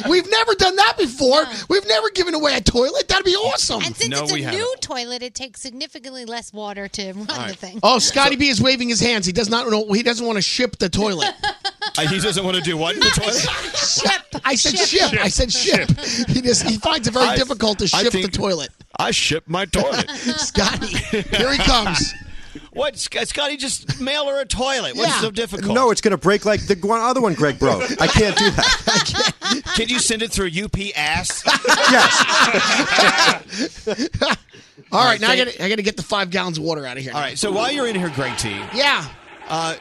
S6: We've never done that before. We've never given away a toilet. That'd be awesome.
S16: And since
S3: No,
S16: it's a
S3: we haven't.
S16: new toilet, it takes significantly less water to run the thing.
S6: Oh, Scotty B is waving his hands. He does not know. He doesn't want to ship the toilet.
S3: Uh, he doesn't want to do what in the toilet?
S16: ship.
S6: I said ship. I said ship. He just he finds it very
S3: I-
S6: difficult to
S3: I
S6: ship the
S3: think-
S6: toilet.
S3: I ship my toilet.
S6: Scotty, here he comes.
S3: What, Sc- Scotty? Just mail her a toilet. What's
S6: Yeah.
S3: so difficult?
S20: No, it's going to break like the one other one Greg broke. I can't do that.
S3: Can you send it through UPS?
S6: All right, now I
S3: thank-
S6: got I got to get the five gallons of water out of here.
S3: All right. So while you're in here, Greg T.
S6: Yeah.
S3: Uh,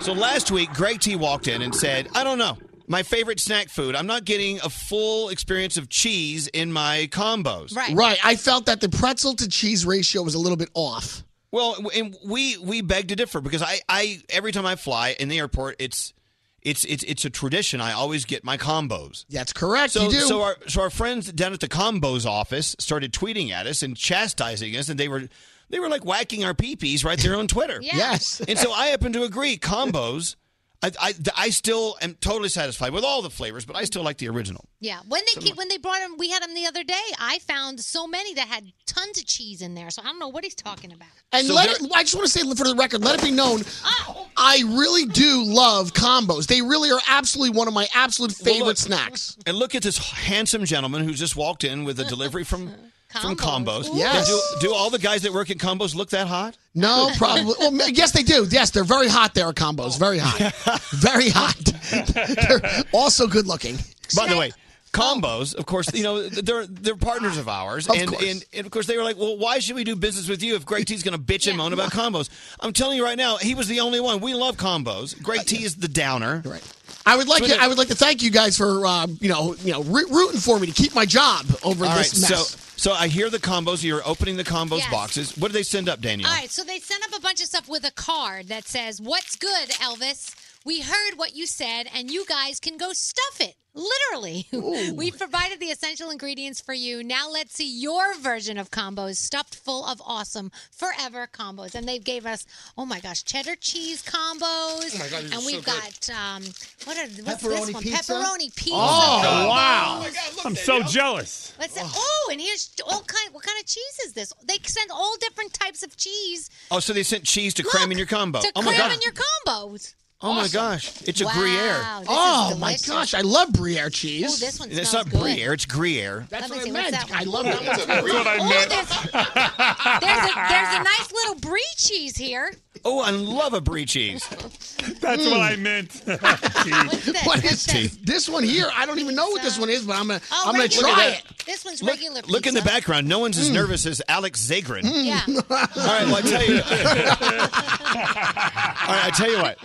S3: so last week, Greg T. walked in and said, "I don't know." My favorite snack food. I'm not getting a full experience of cheese in my combos.
S6: right. I felt that the pretzel to cheese ratio was a little bit off.
S3: Well, w- and we we beg to differ because I I every time I fly in the airport, it's it's it's it's a tradition. I always get my combos.
S6: That's correct.
S3: So
S6: you do.
S3: so our so our friends down at the combos office started tweeting at us and chastising us, and they were they were like whacking our peepees right there on Twitter.
S6: Yeah. Yes.
S3: and so I happen to agree. Combos, I, I I still am totally satisfied with all the flavors, but I still like the original.
S16: Yeah, when they keep, when they brought him, we had him the other day. I found so many that had tons of cheese in there, so I don't know what he's talking about.
S6: And let it, I just want to say for the record, let it be known,
S16: Oh.
S6: I really do love combos. They really are absolutely one of my absolute favorite
S3: Well, look,
S6: snacks.
S3: And look at this handsome gentleman who just walked in with a delivery from from combos.
S6: Yes.
S3: Do, do all the guys that work at combos look that hot?
S6: No, probably. Well, ma- yes, they do. Yes, they're very hot. There are combos, very hot, very hot. they're also good looking.
S3: By the way,
S16: oh.
S3: Combos, of course, you know they're they're partners of ours,
S6: Of
S3: and,
S6: course.
S3: and and of course they were like, well, why should we do business with you if Greg T's going to bitch and moan about combos? I'm telling you right now, he was the only one. We love combos.
S16: Uh,
S3: Greg T is the downer. Right.
S6: I would like
S3: Twitter.
S6: to, I would like to thank you guys for uh, you know you know re- rooting for me to keep my job over
S3: All right.
S6: this mess.
S3: So so I hear the combos. You're opening the combos boxes. What do they send up, Daniel?
S16: All right, so they sent up a bunch of stuff with a card that says, What's good, Elvis? We heard what you said, and you guys can go stuff it. Literally. We've provided the essential ingredients for you. Now let's see your version of combos stuffed full of awesome forever combos. And they gave us, oh my gosh, cheddar cheese combos.
S19: Oh my God, these
S16: and
S19: are so
S16: we've
S19: good.
S16: got, um, what are, what's
S15: Pepperoni
S16: this one?
S15: pizza?
S16: Pepperoni pizza.
S15: Oh, wow.
S16: combos.
S15: I'm so jealous.
S16: What's that? Oh, and here's all kind. What kind of cheese is this? They send all different types of cheese
S3: Oh, so they sent cheese to cram in your combo.
S16: to
S3: oh my
S16: cram
S3: god.
S16: in your combos.
S3: oh my gosh. It's a
S16: Wow,
S3: Gruyere.
S16: this is
S6: Oh my
S16: delicious.
S6: gosh, I love Gruyere cheese.
S16: Ooh, this one
S3: It's
S16: smells
S3: not
S16: good.
S3: Gruyere. It's Gruyere.
S6: That's
S16: Let
S6: what I
S16: me see, what's
S6: meant.
S16: that
S6: I
S16: one?
S6: love that. one.
S16: Oh, There's a, there's a nice little brie cheese here.
S3: Oh, I love a brie cheese.
S16: Oh,
S15: That's
S16: Hmm.
S15: what I meant.
S6: What is this? This one here, I don't even know what this one is, but I'm gonna
S16: Oh,
S6: I'm gonna
S16: regular.
S6: try
S16: Look
S6: it.
S16: at that. This one's
S3: Look,
S16: regular.
S3: look in the
S16: pizza.
S3: background. No one's as
S6: Mm.
S3: nervous as Alex Zagrin.
S6: Hmm.
S16: Yeah.
S3: All right, well, I tell you. All right, I tell you what.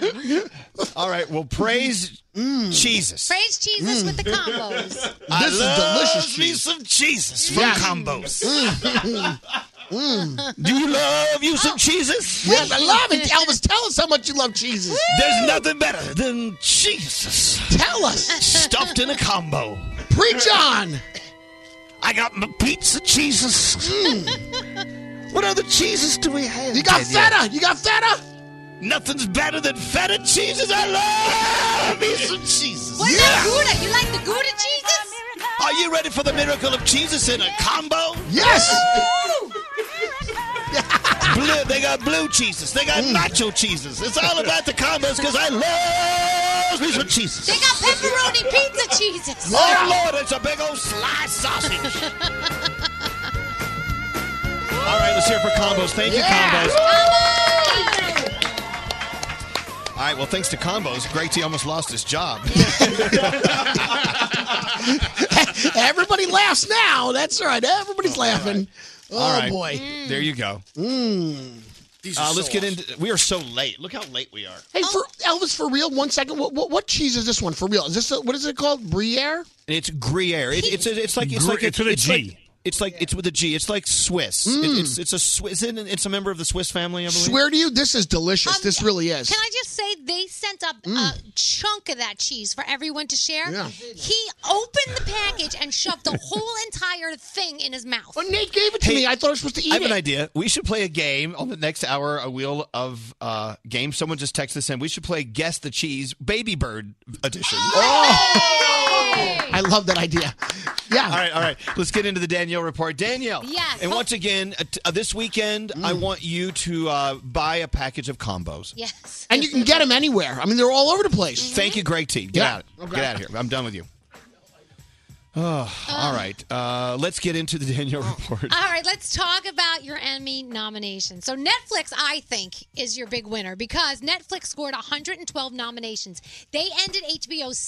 S3: All right, well, praise
S6: Mm.
S3: Jesus.
S16: Hmm. Praise cheeses with the combos.
S3: I
S6: Hmm. This is
S3: love
S6: delicious
S3: me
S6: cheese.
S3: some Jesus from
S6: Yes.
S3: combos.
S6: Mm.
S16: Hmm.
S6: Mm.
S3: Do you love you some cheeses?
S6: Yes, I love it. Elvis, tell us how much you love cheeses.
S3: There's nothing better than Jesus.
S6: Tell us.
S3: Stuffed in a combo.
S6: Preach on.
S3: I got my pizza cheeses.
S6: Hmm.
S3: What other cheeses do we have?
S6: You got
S3: Danielle?
S6: feta. You got feta.
S3: Nothing's better than feta cheeses. I love me some cheeses.
S16: What
S3: Yeah.
S16: about Gouda? You like the Gouda cheeses?
S3: Are you ready for the miracle of cheeses in a combo?
S6: Yes.
S3: blue, they got blue cheeses. They
S6: Mm.
S3: got nacho cheeses. It's all about the combos because I love me some cheeses.
S16: They got pepperoni pizza cheeses.
S3: Oh Lord, it's a big old slice sausage. all right, let's hear it for combos. Thank you, combos. All right, well, thanks to combos, Greg T almost lost his job.
S6: Everybody laughs now. That's right. Everybody's laughing. Oh
S3: All right.
S6: boy.
S3: There you go.
S6: Mm. These
S3: Uh,
S6: are
S3: let's
S6: so
S3: get into. We are so late. Look how late we are.
S6: Hey, for Elvis, for real, one second. What, what what cheese is this one? For real, is this a, what is it called? Gruyere?
S3: It's Gruyere. It, it's it's like it's like
S15: Gru- it's with a
S3: it's
S15: G.
S3: like- it's like it's with a G. It's like Swiss. It-
S6: Mm.
S3: it's it's a Swiss. Isn't it- It's a member of the Swiss family. I believe.
S6: Swear to you, this is delicious. Um, this really is.
S16: Um,
S6: Mm.
S16: Can I just say they sent up a chunk of that cheese for everyone to share?
S6: Yeah.
S16: He opened the package and shoved the whole entire thing in his mouth.
S6: Well, Nate gave it to me. I thought I was supposed to eat
S3: I have
S6: it.
S3: an idea. We should play a game on the next hour. A wheel of uh, game. Someone just texted us in. We should play guess the cheese, baby bird edition.
S6: I love that idea. Yeah.
S3: All right, all right. Let's get into the Danielle report. Danielle.
S16: Yes.
S3: And once again, uh, t- uh, this weekend, I
S6: Mm.
S3: want you to uh, buy a package of combos. Mm-hmm.
S16: Yes.
S6: And you can get them anywhere. I mean, they're all over the place.
S3: Thank you, Greg T. Get
S6: Yeah.
S3: out.
S6: Okay.
S3: Get out of here. I'm done with you. Oh, all right. Uh, let's get into the Danielle report.
S16: All right, let's talk about your Emmy nomination. So Netflix, I think, is your big winner because Netflix scored 112 nominations. They ended HBO's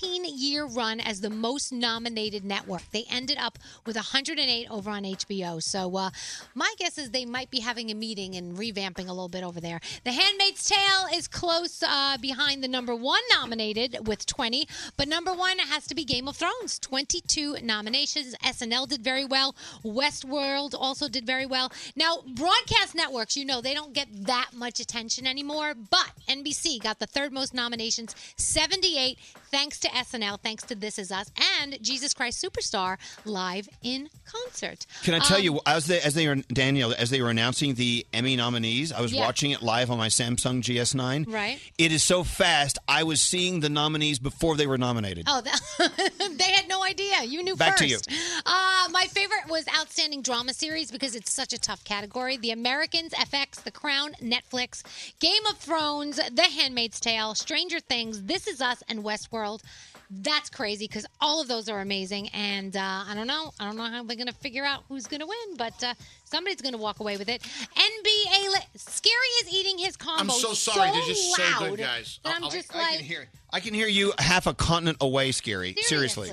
S16: 17-year run as the most nominated network. They ended up with 108 over on HBO. So uh, my guess is they might be having a meeting and revamping a little bit over there. The Handmaid's Tale is close uh, behind the number one nominated with 20, but number one has to be Game of Thrones, 22 nominations. SNL did very well. Westworld also did very well. Now, broadcast networks, you know, they don't get that much attention anymore, but NBC got the third most nominations, 78, thanks to SNL, thanks to This Is Us, and Jesus Christ Superstar live in concert.
S3: Can I tell
S16: Um,
S3: you, as they, as they were, Danielle, as they were announcing the Emmy nominees, I was
S16: Yeah.
S3: watching it live on my Samsung GS9.
S16: Right.
S3: It is so fast. I was seeing the nominees before they were nominated.
S16: Oh, that, they had no idea. You knew
S3: Back to
S16: first. Uh, my favorite was Outstanding Drama Series because it's such a tough category. The Americans, FX, The Crown, Netflix, Game of Thrones, The Handmaid's Tale, Stranger Things, This Is Us, and Westworld. That's crazy because all of those are amazing. And uh, I don't know. I don't know how they're going to figure out who's going to win, but uh, somebody's going to walk away with it. NBA, li- Scary is eating his combo.
S19: I'm so sorry. They're just so
S16: loud
S19: good, guys.
S16: that I'm
S19: I'll-
S16: just
S19: I
S16: like,
S19: can hear.
S3: I can hear you half a continent away, Scary. Seriously.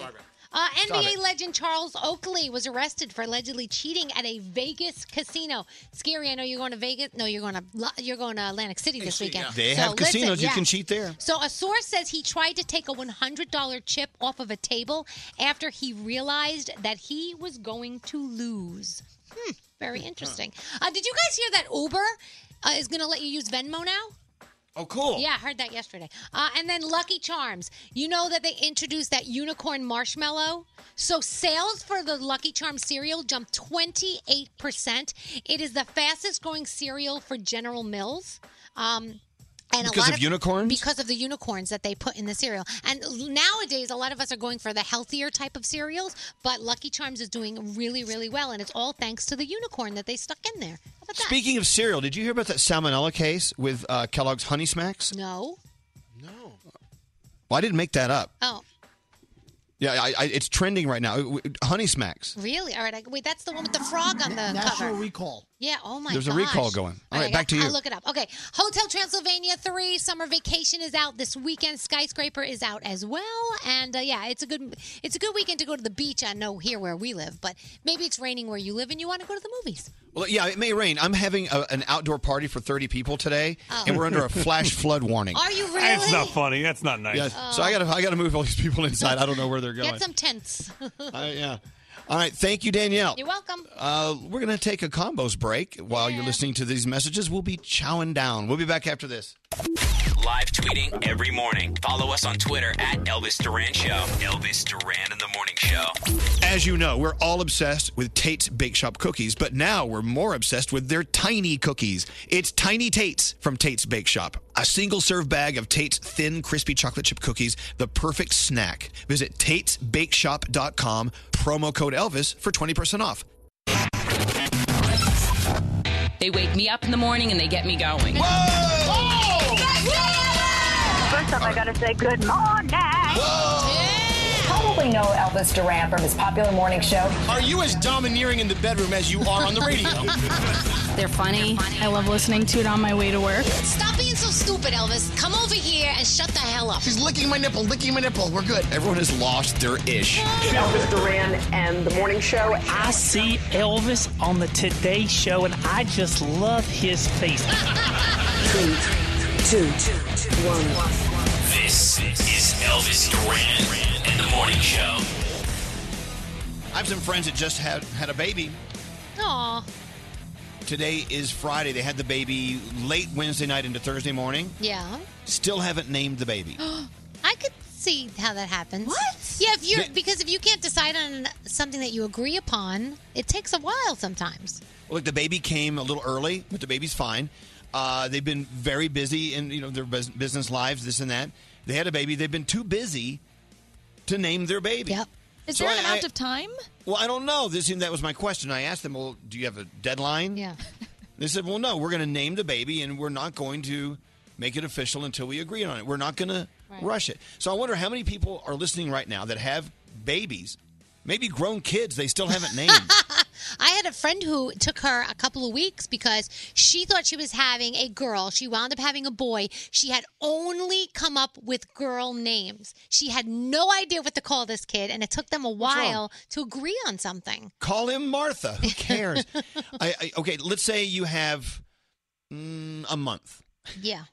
S16: Uh,
S3: Stop
S16: NBA
S3: it.
S16: legend Charles Oakley was arrested for allegedly cheating at a Vegas casino. Scary. I know you're going to Vegas. No, you're going to you're going to Atlantic City this weekend.
S3: They
S16: So
S3: have
S16: listen,
S3: casinos. you
S16: yeah.
S3: can cheat there.
S16: So a source says he tried to take a $100 chip off of a table after he realized that he was going to lose. Hmm, very interesting. Uh, did you guys hear that Uber uh, is going to let you use Venmo now?
S3: Oh, cool.
S16: Yeah, I heard that yesterday. Uh, and then Lucky Charms. You know that they introduced that unicorn marshmallow? So sales for the Lucky Charms cereal jumped 28%. It is the fastest growing cereal for General Mills. Um, and a
S3: Because
S16: lot
S3: of unicorns?
S16: Because of the unicorns that they put in the cereal. And nowadays, a lot of us are going for the healthier type of cereals, but Lucky Charms is doing really, really well. And it's all thanks to the unicorn that they stuck in there.
S3: Speaking of cereal, did you hear about that salmonella case with uh, Kellogg's Honey Smacks?
S16: No?
S3: Well, I didn't make that up.
S16: Oh,
S3: Yeah, I, I, it's trending right now. W- Honey Smacks.
S16: really? All right. I, wait, that's the one with the frog on the cover.
S6: National recall.
S16: Yeah. Oh my.
S3: There's a
S16: gosh.
S3: recall going. All right,
S16: I
S3: back
S16: got-
S3: to you.
S16: I'll look it up. Okay. Hotel Transylvania three summer vacation is out this weekend. Skyscraper is out as well, and uh, yeah, it's a good it's a good weekend to go to the beach. I know here where we live, but maybe it's raining where you live and you want to go to the movies.
S3: Well, yeah, it may rain. I'm having a, an outdoor party for 30 people today,
S16: Oh.
S3: and we're under a flash flood warning.
S16: Are you really?
S15: That's not funny. That's not nice.
S3: Yeah, so I gotta I gotta move all these people inside. I don't know where they're going.
S16: Get some tents.
S3: Uh, yeah. All right. Thank you, Danielle.
S16: You're welcome.
S3: Uh, we're going to take a combos break while you're listening to these messages. We'll be chowing down. We'll be back after this.
S11: Live tweeting every morning. Follow us on Twitter at Elvis Duran Show. Elvis Duran in the Morning Show.
S3: As you know, we're all obsessed with Tate's Bake Shop cookies, but now we're more obsessed with their tiny cookies. It's Tiny Tate's from Tate's Bake Shop, a single serve bag of Tate's thin, crispy chocolate chip cookies, the perfect snack. Visit Tate'sBakeShop.com, promo code Elvis for 20% off.
S2: They wake me up in the morning and they get me going. Whoa!
S33: First off, I gotta say good morning.
S26: Probably know Elvis Duran from his popular morning show.
S19: Are you as domineering in the bedroom as you are on the radio?
S26: They're funny. I love listening to it on my way to work.
S16: Stop being so stupid, Elvis. Come over here and shut the hell up.
S6: She's licking my nipple, licking my nipple. We're good.
S3: Everyone has lost their ish.
S17: Elvis Duran and the Morning Show. I see Elvis on the Today Show, and I just love his face. Three, two, one.
S11: This is Elvis Duran in the Morning Show.
S3: I have some friends that just had, had a baby.
S16: Aw.
S3: Today is Friday. They had the baby late Wednesday night into Thursday morning.
S16: Yeah.
S3: Still haven't named the baby.
S16: I could see how that happens. What? Yeah, if you're because if you can't decide on something that you agree upon, it takes a while sometimes.
S3: Look, the baby came a little early, but the baby's fine. Uh, they've been very busy in you know their bus- business lives, this and that. They had a baby. They've been too busy to name their baby. Yep.
S18: Is there an amount of time?
S3: Well, I don't know. This that was my question. I asked them, "Well, do you have a deadline?"
S16: Yeah.
S3: They said, "Well, no. We're going to name the baby, and we're not going to make it official until we agree on it. We're not going to
S16: Right.
S3: rush it." So I wonder how many people are listening right now that have babies, maybe grown kids they still haven't named.
S16: I had a friend who took her a couple of weeks because she thought she was having a girl. She wound up having a boy. She had only come up with girl names. She had no idea what to call this kid, and it took them a while to agree on something.
S3: Call him Martha. Who cares? I, I, okay, let's say you have mm, a month.
S16: Yeah.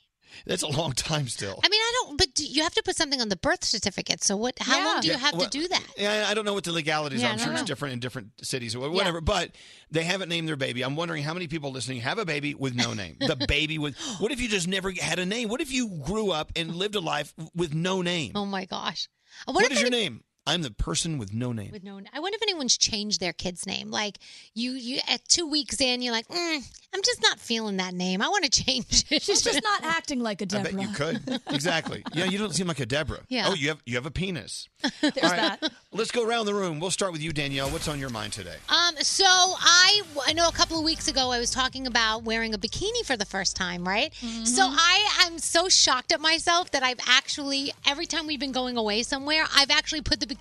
S3: That's a long time still.
S16: I mean, I don't, but do- you have to put something on the birth certificate. So, what, how long do you
S3: Yeah,
S16: have
S3: well,
S16: to do that?
S3: Yeah, I don't know what the legalities are.
S16: Yeah, I
S3: I'm
S16: don't
S3: sure it's
S16: know.
S3: different in different cities or whatever. But they haven't named their baby. I'm wondering how many people listening have a baby with no name. the baby with what if you just never had a name? What if you grew up and lived a life with no name?
S16: Oh my gosh. I wonder
S3: what
S16: if
S3: is your
S16: any-
S3: name? I'm the person with no name.
S16: With no, I wonder if anyone's changed their kid's name. Like you, you at two weeks in, you're like, mm, I'm just not feeling that name. I want to change it. She's
S18: just not acting like a
S3: I bet
S18: Deborah.
S3: you could. exactly. Yeah, you don't seem like a Deborah.
S18: Yeah.
S3: Oh, you have you have a penis.
S18: There's
S3: that. Let's go around the room. We'll start with you, Danielle. What's on your mind today?
S16: Um, so I, I know a couple of weeks ago I was talking about wearing a bikini for the first time, right? So I am so shocked at myself that I've actually every time we've been going away somewhere, I've actually put the bikini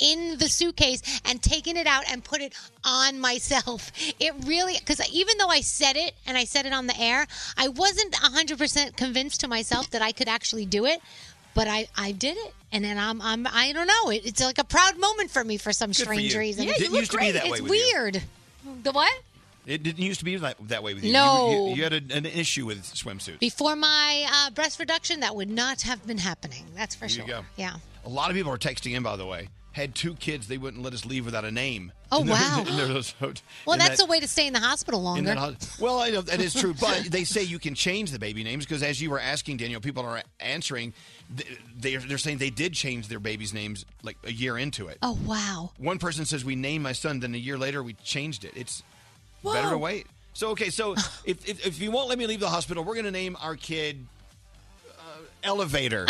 S16: in the suitcase and taken it out and put it on myself. It really because even though I said it and I said it on the air, I wasn't hundred percent convinced to myself that I could actually do it. But I, I did it, and then I'm, I'm I don't know. It, it's like a proud moment for me for some
S3: Good for
S16: strange
S3: you.
S16: reason.
S3: Yeah, you Didn't look used to be great. that way
S16: It's
S3: with you.
S16: weird. The what?
S3: It didn't used to be that, that way with you. You-
S16: No.
S3: You, you had a, an issue with swimsuits.
S16: Before my uh, breast reduction, that would not have been happening. That's for
S3: There
S16: sure.
S3: you go.
S16: Yeah.
S3: A lot of people are texting in, by the way. Had two kids, they wouldn't let us leave without a name.
S16: Oh,
S3: In their-
S16: wow.
S3: in their- those-
S16: Well,
S3: in
S16: that's
S3: that-
S16: a way to stay in the hospital
S3: in
S16: longer.
S3: that hos- well, I know that is true, but they say you can change the baby names because, as you were asking, Daniel, people are answering. th- They're, they're saying they did change their babies' names like a year into it.
S16: oh wow.
S3: One person says we named my son, then a year later we changed it. It's better to
S16: Whoa.
S3: wait. So okay, so if, if if you won't let me leave the hospital, we're gonna name our kid uh, Elevator.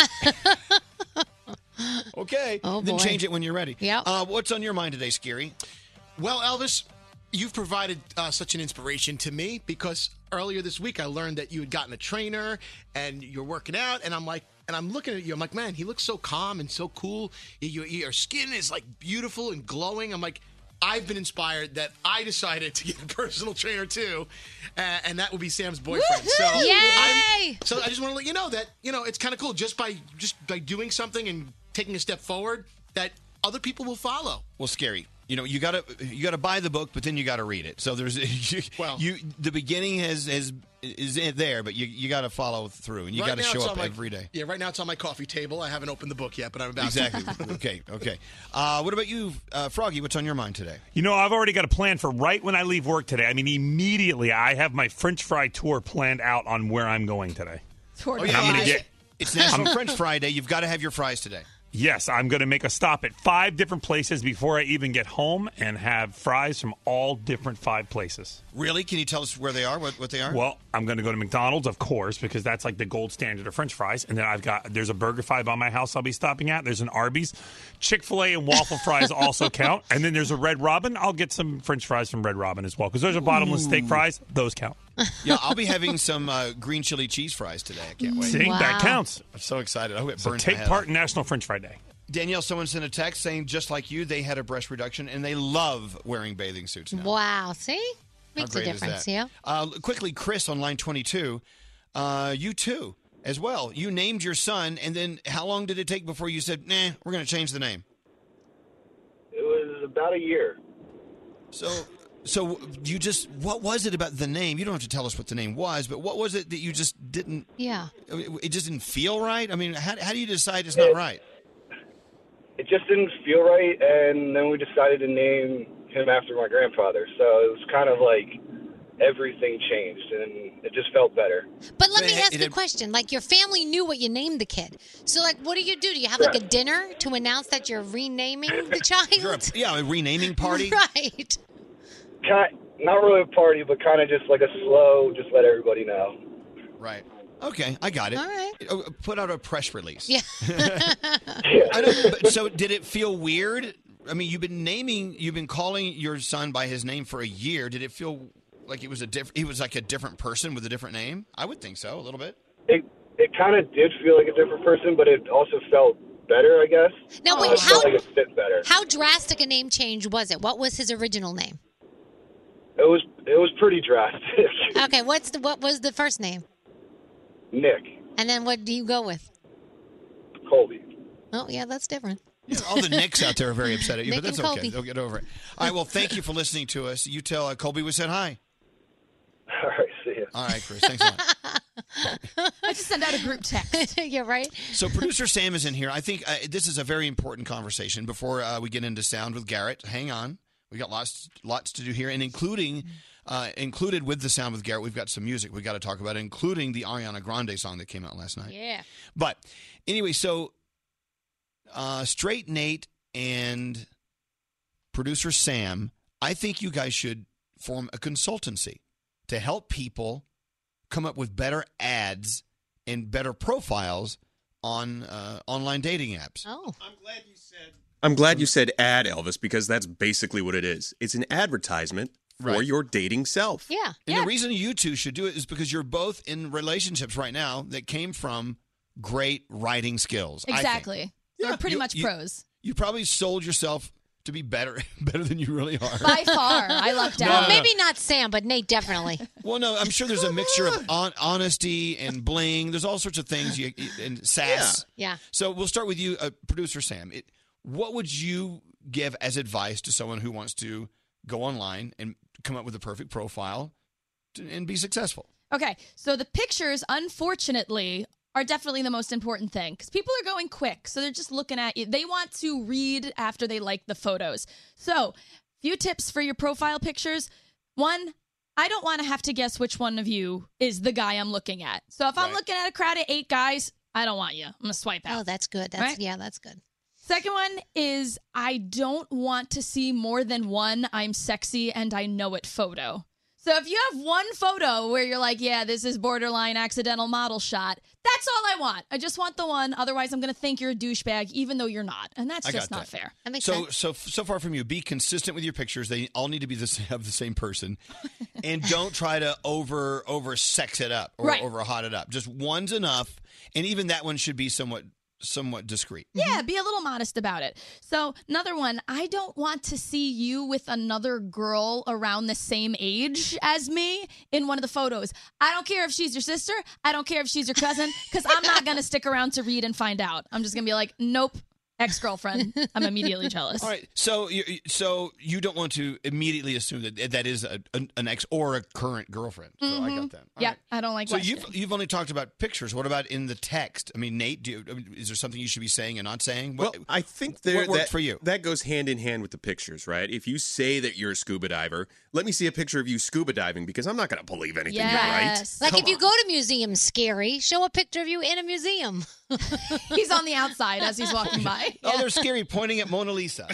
S3: okay,
S19: Oh,
S3: then
S19: boy.
S3: change it when you're ready. Yeah. Uh, what's on your mind today, Scary?
S19: Well, Elvis, you've provided uh, such an inspiration to me because earlier this week I learned that you had gotten a trainer and you're working out, and I'm like, and I'm looking at you, I'm like, man, he looks so calm and so cool. Your, your skin is like beautiful and glowing. I'm like, I've been inspired that I decided to get a personal trainer too, uh, and that would be Sam's boyfriend. So,
S16: Woohoo!
S19: I'm- so I just want to let you know that you know it's kind of cool just by just by doing something and taking a step forward that other people will follow.
S3: Well, Scary. You know, you gotta you gotta buy the book, but then you gotta read it. So there's you, well, you the beginning has has is in there, but you you gotta follow through and you
S19: Right
S3: gotta
S19: now
S3: show
S19: it's
S3: up
S19: on my-
S3: every day.
S19: Yeah, right now it's on my coffee table. I haven't opened the book yet, but I'm about
S3: Exactly.
S19: to.
S3: okay. Okay. Uh, what about you, uh, Froggy? What's on your mind today?
S15: You know, I've already got a plan for right when I leave work today. I mean, immediately, I have my French fry tour planned out on where I'm going today.
S3: Oh, yeah,
S15: I'm gonna
S3: it's-
S15: get-
S3: It's National
S15: I'm-
S3: French Fry Day. You've got to have your fries today.
S15: Yes, I'm going to make a stop at five different places before I even get home and have fries from all different five places.
S3: Really? Can you tell us where they are? What, what they are?
S15: Well, I'm going to go to McDonald's, of course, because that's like the gold standard of French fries. And then I've got there's a Burger Fi by my house. I'll be stopping at. There's an Arby's, Chick Fil A, and waffle fries also count. And then there's a Red Robin. I'll get some French fries from Red Robin as well because those are bottomless steak
S3: Ooh.
S15: fries. Those count.
S3: yeah, I'll be having some uh, green chili cheese fries today. I can't wait.
S15: See, that counts.
S3: I'm so excited. I hope it
S15: So
S3: burns. my
S15: take
S3: head
S15: part
S3: off.
S15: in National French Fry Day.
S3: Danielle, someone sent a text saying just like you, they had a breast reduction and they love wearing bathing suits now.
S16: Wow. See,
S3: How
S16: makes a
S3: great is
S16: difference.
S3: that?
S16: Yeah.
S3: Uh, quickly, Chris on line 22, uh, you too, as well. You named your son, and then how long did it take before you said, nah, we're going to change the name?
S22: It was about a year.
S3: So, so you just, what was it about the name? You don't have to tell us what the name was, but what was it that you just didn't,
S16: Yeah.
S3: it it just didn't feel right? I mean, how, how do you decide it's not right?
S22: It just didn't feel right, and then we decided to name him after my grandfather. So it was kind of like everything changed, and it just felt better.
S16: But let me
S22: it-
S16: ask
S22: it-
S16: a question. Like your family knew what you named the kid. So like what do you do? Do you have like a dinner to announce that you're renaming the
S3: You're a-
S16: child?
S3: yeah, a renaming party.
S16: Right.
S22: Kind not really a party, but kind of just like a slow, just let everybody know.
S3: Right. Okay, I got it. Oh,
S22: All
S16: right.
S3: Put out a press release.
S16: Yeah.
S3: I know, but so did it feel weird? I mean, you've been naming, you've been calling your son by his name for a year. Did it feel like it was a different? He was like a different person with a different name. I would think so, a little bit.
S22: It it kind of did feel like a different person, but it also felt better, I guess.
S16: Now,
S22: Uh,
S16: wait,
S22: it felt
S16: how-
S22: like it fit better.
S16: How drastic a name change was it? What was his original name?
S22: It was it was pretty drastic.
S16: Okay, what's the what was the first name?
S22: Nick
S16: And then what do you go with?
S22: Colby.
S16: Oh yeah, that's different.
S3: All the Knicks out there are very upset at you, but
S16: Nick and
S3: that's okay.
S16: Colby.
S3: They'll get over it. All right. Well, thank you for listening to us. You tell uh, Colby we said hi.
S22: All right. See you.
S3: All right, Chris. Thanks a lot.
S18: I just send out a group text.
S16: You're right.
S3: So producer Sam is in here. I think uh, this is a very important conversation before uh, we get into sound with Garrett. Hang on, we got lots lots to do here, and including. Uh, included with the sound with Garrett, we've got some music we got to talk about, including the Ariana Grande song that came out last night.
S16: Yeah.
S3: But anyway, so uh, straight Nate and producer Sam, I think you guys should form a consultancy to help people come up with better ads and better profiles on uh, online dating apps.
S16: Oh,
S8: I'm glad you said ad, Elvis, because that's basically what it is. It's an advertisement for your dating self.
S16: Yeah.
S3: And the reason you two should do it is because you're both in relationships right now that came from great writing skills. I think.
S18: Exactly. They're pretty
S3: You-
S18: much
S3: you-
S18: pros.
S3: You probably sold yourself to be better better than you really are.
S16: By far, I lucked
S3: No, no,
S16: out.
S3: no.
S16: maybe not Sam, but Nate definitely.
S3: Well, no, I'm sure there's a mixture of on- honesty and bling. There's all sorts of things you and sass.
S16: Yeah. Oh, Yeah.
S3: So we'll start with you, uh, producer Sam. It, what would you give as advice to someone who wants to go online and come up with a perfect profile to, and be successful?
S18: Okay, so the pictures, unfortunately, are definitely the most important thing because people are going quick. So they're just looking at you. They want to read after they like the photos. So, few tips for your profile pictures. One, I don't want to have to guess which one of you is the guy I'm looking at. So if I'm
S16: Right.
S18: looking at a crowd of eight guys, I don't want you. I'm gonna swipe out.
S16: Oh, that's good. That's
S18: Right?
S16: yeah, that's good.
S18: Second one is I don't want to see more than one I'm sexy and I know it photo. So if you have one photo where you're like, yeah, this is borderline accidental model shot, that's all I want. I just want the one. Otherwise, I'm going to think you're a douchebag, even though you're not. And that's
S3: I
S18: just
S3: got
S18: not
S3: that.
S18: fair.
S3: so so so far from you. Be consistent with your pictures. They all need to be the, s- of the same person, and don't try to over over sex it up or
S18: Right.
S3: over hot it up. Just one's enough, and even that one should be somewhat somewhat discreet.
S16: Mm-hmm.
S18: Yeah, be a little modest about it. So, another one, I don't want to see you with another girl around the same age as me in one of the photos. I don't care if she's your sister, I don't care if she's your cousin, because I'm not going to stick around to read and find out. I'm just going to be like, nope, ex girlfriend. I'm immediately jealous.
S3: All right. So you you- so you don't want to immediately assume that that is a, an an ex or a current girlfriend. So
S16: Mm-hmm.
S3: I
S18: Mhm.
S3: got that.
S18: yeah, I don't like
S3: So
S18: Weston.
S3: you've you've only talked about pictures. What about in the text? I mean, Nate, do you, I mean, is there something you should be saying and not saying? What,
S8: well, I think there,
S3: what worked
S8: that,
S3: for you?
S8: That goes hand in hand with the pictures, right? If you say that you're a scuba diver, let me see a picture of you scuba diving because I'm not going to believe anything you write.
S16: Like if you go to museums, scary. Show a picture of you in a museum.
S18: he's on the outside as he's walking by.
S3: Oh, they're scary pointing at Mona Lisa.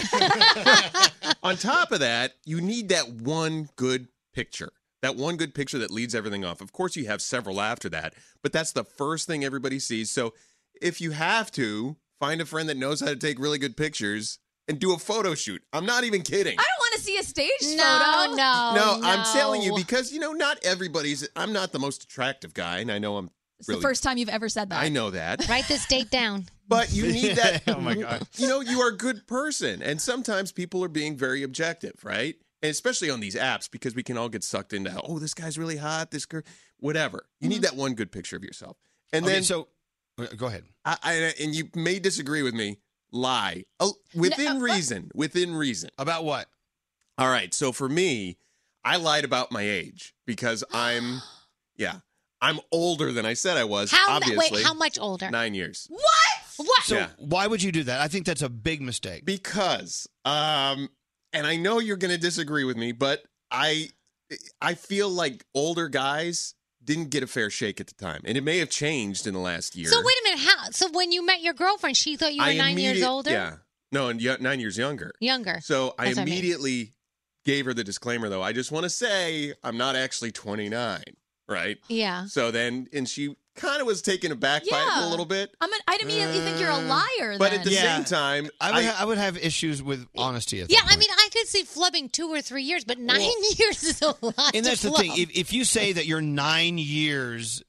S8: On top of that, you need that one good picture. That one good picture that leads everything off. Of course, you have several after that, but that's the first thing everybody sees. So if you have to, find a friend that knows how to take really good pictures and do a photo shoot. I'm not even kidding.
S18: I don't want to see a stage
S16: No,
S18: photo.
S16: no,
S8: no, I'm telling you because you know not everybody's. I'm not the most attractive guy, and I know I'm.
S18: It's
S8: really,
S18: the first time you've ever said that.
S8: I know that.
S16: Write this date down.
S8: But you need that.
S3: oh my god!
S8: You know you are a good person, and sometimes people are being very objective, right? And especially on these apps because we can all get sucked into oh this guy's really hot, this girl, whatever. You need that one good picture of yourself, and
S3: Mm-hmm. Okay,
S8: then
S3: so
S16: uh,
S3: go ahead.
S8: I, I and you may disagree with me. Lie oh, within
S3: No, what?
S8: reason. Within reason
S3: about what?
S8: All right. So for me, I lied about my age because I'm, yeah, I'm older than I said I was.
S16: How
S8: obviously,
S16: wait, how much older?
S8: Nine years.
S16: What? What?
S3: So why would you do that? I think that's a big mistake.
S8: Because, um, and I know you're going to disagree with me, but I, I feel like older guys didn't get a fair shake at the time, and it may have changed in the last year.
S16: So wait a minute. How? So when you met your girlfriend, she thought you were
S8: I
S16: nine years
S8: immediate-
S16: older.
S8: Yeah. No, and yeah, nine years younger.
S16: Younger.
S8: So I
S16: That's what I mean.
S8: immediately gave her the disclaimer, though. I just want to say I'm not actually 29, right?
S16: Yeah.
S8: So then, and she kind of was taken aback by it
S18: Yeah.
S8: a little bit.
S18: I'm an, I'd immediately think
S16: Uh,
S18: you're a liar.
S8: But
S18: then.
S8: at the
S3: Yeah.
S8: same time,
S3: I would,
S8: I-
S3: ha- I would have issues with honesty. at that
S16: Yeah, I mean, I could see flubbing two or three years, but nine years is a lot.
S3: And
S16: to
S3: that's the thing.
S16: flub.
S3: If, if you say that you're nine years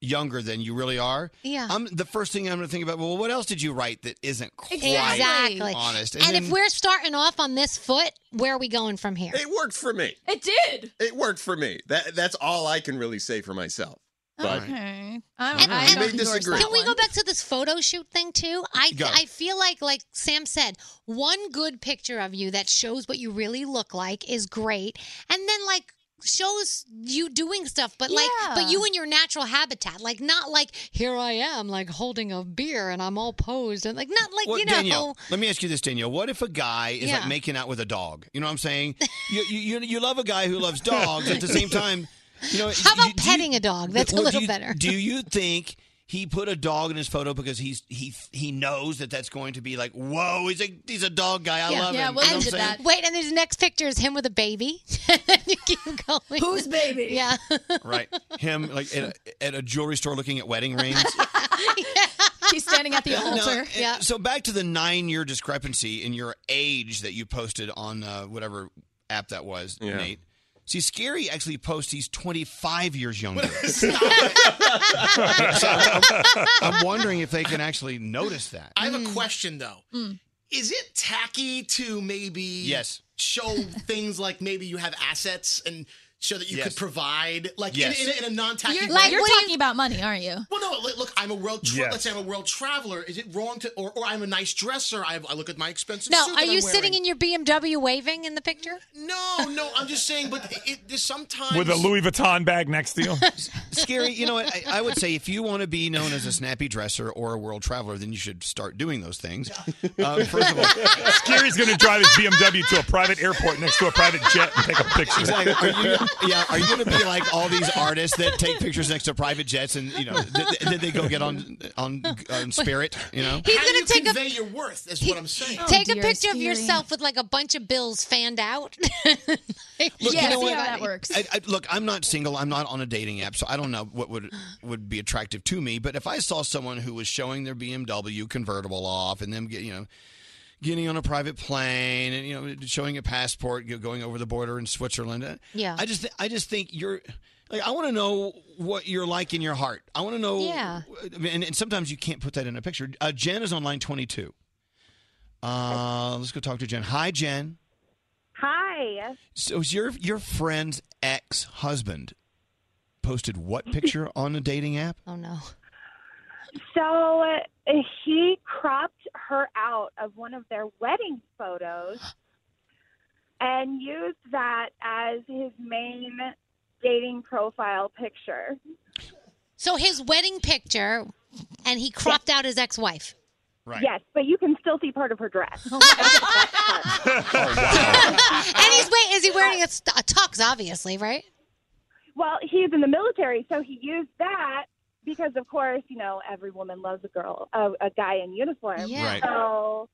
S3: younger than you really are,
S16: Yeah.
S3: I'm the first thing I'm going to think about. Well, what else did you write that isn't quite
S16: Exactly.
S3: honest?
S16: And, if
S3: then-
S16: we're starting off on this foot, where are we going from here?
S8: it worked for me.
S18: It did.
S8: It worked for me. That that's all I can really say for myself.
S16: Oh,
S8: But
S18: Okay. I
S8: And-
S18: I
S8: You may disagree.
S16: Can we go back to this photo shoot thing too? I
S8: Go.
S16: I feel like like Sam said, one good picture of you that shows what you really look like is great, and then like shows you doing stuff, but like
S18: Yeah.
S16: but you in your natural habitat, like not like here I am, like holding a beer and I'm all posed and like not like
S3: Well,
S16: you know.
S3: Danielle, let me ask you this, Danielle. What if a guy is
S16: Yeah.
S3: like making out with a dog? You know what I'm saying? you, you, you, you love a guy who loves dogs. At the same time, you know,
S16: How about petting a dog? That's
S3: Well,
S16: a
S3: do
S16: little
S3: you-
S16: better.
S3: Do you think he put a dog in his photo because he's he he knows that that's going to be like, whoa, he's a he's a dog guy. I love him. you know what I'm saying?
S16: Wait, and his next picture is him with a baby. then you keep going. Who's
S18: baby?
S16: Yeah.
S3: Right, him like at a, at a jewelry store looking at wedding rings.
S18: He's standing at the
S3: No,
S18: altar.
S3: and So back to the nine-year discrepancy in your age that you posted on uh, whatever app that was, Nate. See, Scary actually posts he's 25 years younger. so I'm, I'm wondering if they can actually notice that.
S16: Mm.
S19: I have a question though. Is it tacky to maybe
S3: Yes.
S19: show things like maybe you have assets and show that you
S3: Yes.
S19: could provide like in-
S3: Yes.
S19: in, a- in, a non-tacky
S18: You're,
S19: way?
S18: like, you're talking about money, aren't you?
S19: Well, no. li- Look, I'm a world. Tra-
S18: Yes.
S19: Let's say I'm a world traveler. Is it wrong to, or, or I'm a nice dresser? I, have, I look at my expensive.
S16: No,
S19: suit
S16: are
S19: that
S16: you
S19: I'm
S16: sitting in your BMW waving in the picture?
S19: No, no, I'm just saying. But it, it, there's sometimes
S15: with a Louis Vuitton bag next to you.
S3: Scary. You know what? I, I would say if you want to be known as a snappy dresser or a world traveler, then you should start doing those things. Um, first of all,
S15: Scary's going to drive his BMW to a private airport next to a private jet and take a picture.
S3: Exactly. Are you, yeah. Are you going to be like all these artists that take pictures next to private jets and you know did, did they go get on on on Spirit? You know.
S16: He's
S19: How
S16: gonna
S19: do you
S16: take a-
S19: convey your worth? Is what I'm
S18: Oh,
S19: saying.
S16: Take a picture of yourself with like a bunch of bills fanned out.
S3: Look,
S16: Yeah,
S3: you know
S16: see
S3: what?
S16: how that works.
S3: I, I, look, I'm not single. I'm not on a dating app, so I don't know what would would be attractive to me. But if I saw someone who was showing their BMW convertible off and them get you know getting on a private plane and you know showing a passport, you know, going over the border in Switzerland, uh,
S16: Yeah.
S3: I just th- I just think you're like I want to know what you're like in your heart. I want to know.
S16: Yeah.
S3: I mean, and, and sometimes you can't put that in a picture. Uh, Jen is on line 22. Uh, let's go talk to Jen. Hi, Jen.
S1: Hi.
S3: So is your your friend's ex husband posted what picture on a dating app?
S16: Oh no.
S1: So uh, he cropped her out of one of their wedding photos and used that as his main dating profile picture.
S16: So his wedding picture, and he cropped out his ex-wife.
S3: Right.
S1: Yes, but you can still see part of her dress.
S16: and he's wait, is he wearing a, st- a tux? Obviously, right?
S1: Well, he's in the military, so he used that because, of course, you know every woman loves a girl, a, a guy in uniform.
S3: Yeah. Right.
S1: So,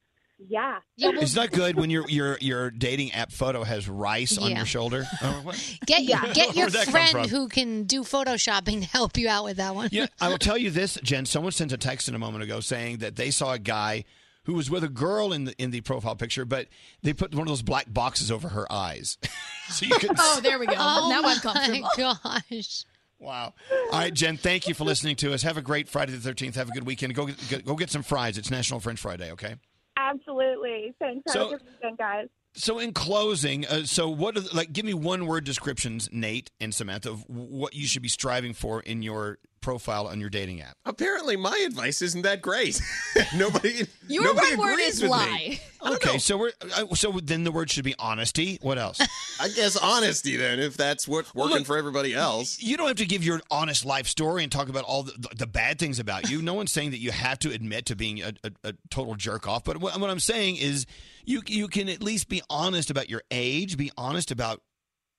S1: yeah.
S3: It's not good when your your your dating app photo has rice on
S16: Yeah.
S3: your shoulder. Oh, what?
S16: Get
S3: Yeah.
S16: get your
S3: Where'd that come
S16: friend
S3: from?
S16: who can do photoshopping to help you out with that one.
S3: You know, I will tell you this, Jen. Someone sent a text in a moment ago saying that they saw a guy who was with a girl in the in the profile picture, but they put one of those black boxes over her eyes, so you could.
S18: Oh, there we go.
S16: Oh
S18: now
S16: my
S18: I'm comfortable.
S16: gosh.
S3: Wow. All right, Jen. Thank you for listening to us. Have a great Friday the thirteenth. Have a good weekend. Go get, go get some fries. It's National French Fry Day. Okay.
S1: Absolutely. Thanks. Have
S3: So-
S1: a good weekend, guys.
S3: So, in closing, uh, so what? Are the, like, give me one word descriptions, Nate and Samantha, of what you should be striving for in your profile on your dating app.
S8: Apparently, my advice isn't that great. nobody,
S3: Your
S8: nobody
S3: one word
S8: agrees
S3: is
S8: with
S3: lie.
S8: Me.
S3: Okay, so we're uh, so then the word should be honesty. What else?
S8: I guess honesty then, if that's what's working for everybody else.
S3: You don't have to give your honest life story and talk about all the, the bad things about you. No one's saying that you have to admit to being a, a, a total jerk off. But what, what I'm saying is, you you can at least be honest about your age. Be honest about,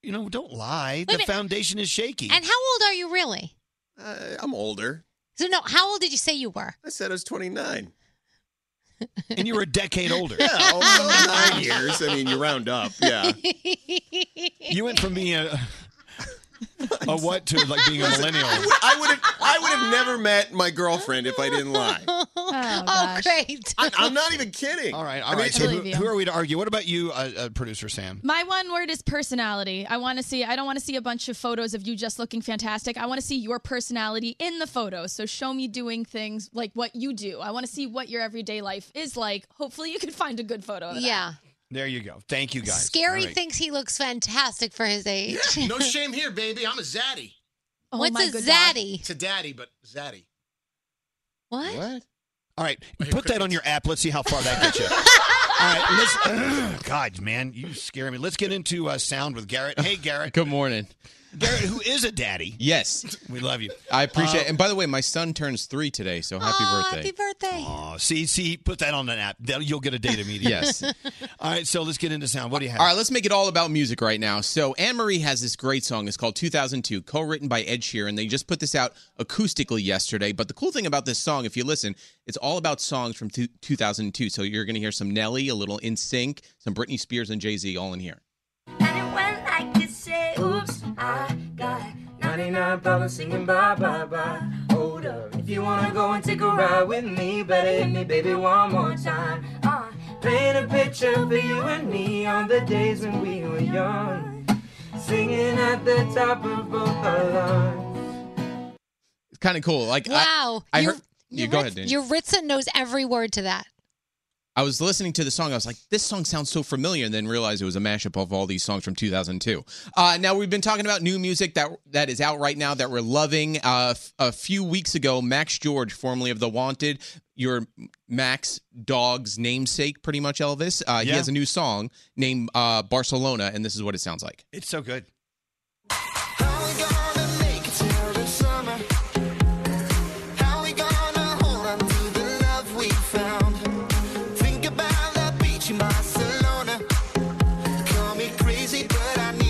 S3: you know, don't lie.
S16: a
S3: the
S16: minute.
S3: foundation is shaky.
S16: And how old are you really?
S8: Uh, I'm older.
S16: So no, how old did you say you were?
S8: I said I was 29.
S3: and you were a decade older.
S8: Yeah, although nine years. I mean, you round up. Yeah.
S3: You went from being a a what to like being a
S8: Listen,
S3: millennial.
S8: I would- I would have, I would have never met my girlfriend if I didn't lie.
S16: Oh, great.
S8: I, I'm not even kidding.
S3: All right, all
S8: I
S3: right.
S8: mean,
S3: so
S18: I
S3: who,
S18: believe you.
S3: who are we to argue? What about you, uh, uh, producer Sam?
S18: My one word is personality. I want to see. I don't want to see a bunch of photos of you just looking fantastic. I want to see your personality in the photos. So show me doing things like what you do. I want to see what your everyday life is like. Hopefully, you can find a good photo. Of that.
S16: Yeah.
S3: There you go. Thank you guys.
S16: Scary
S3: All right.
S16: thinks he looks fantastic for his age.
S19: no shame here, baby. I'm a zaddy.
S16: What's a zaddy?
S19: It's a daddy, but zaddy.
S16: What?
S3: All right, put that on your app. Let's see how far that gets you. All right, let's. God, man, you scare me. Let's get into uh, sound with Garrett. Hey, Garrett.
S34: Good morning.
S3: Garrett, who is a daddy?
S34: Yes.
S3: We love you.
S34: I appreciate
S3: Uh,
S34: it. And by the way, my son turns three today, so happy birthday.
S16: Happy birthday.
S3: Oh, see, see, put that on an app. Then You'll get a date immediately.
S34: Yes.
S3: All right, so let's get into sound. What do you have?
S34: All right, let's make it all about music right now. So Anne Marie has this great song. It's called 2002, co-written by Ed Sheeran. They just put this out acoustically yesterday. But the cool thing about this song, if you listen, it's all about songs from two- 2002. So you're going to hear some Nelly, a little In Sync, some Britney Spears and Jay Z all in here.
S7: And it went like this, say, oops, I got 99 problems singing bye, bye, bye. Hold up, if you wanna go and take a ride with me, better hit me, baby, one more time. Uh, paint a picture for you and me on the days when we were young. Singing at the top of both our lungs.
S34: It's kind of cool. Like I-
S16: Wow.
S34: I,
S16: Your-
S34: heard.
S16: your
S34: yeah, go
S16: Ritz-
S34: ahead, Danny.
S16: Your Ritza knows every word to that.
S34: I was listening to the song. I was like, this song sounds so familiar, and then realized it was a mashup of all these songs from 2002. Uh, now, we've been talking about new music that that is out right now that we're loving. Uh, f- a few weeks ago, Max George, formerly of The Wanted, your Max dog's namesake, pretty much, Elvis, uh, he
S3: Yeah.
S34: has a new song named uh, Barcelona, and this is what it sounds like.
S3: It's so good.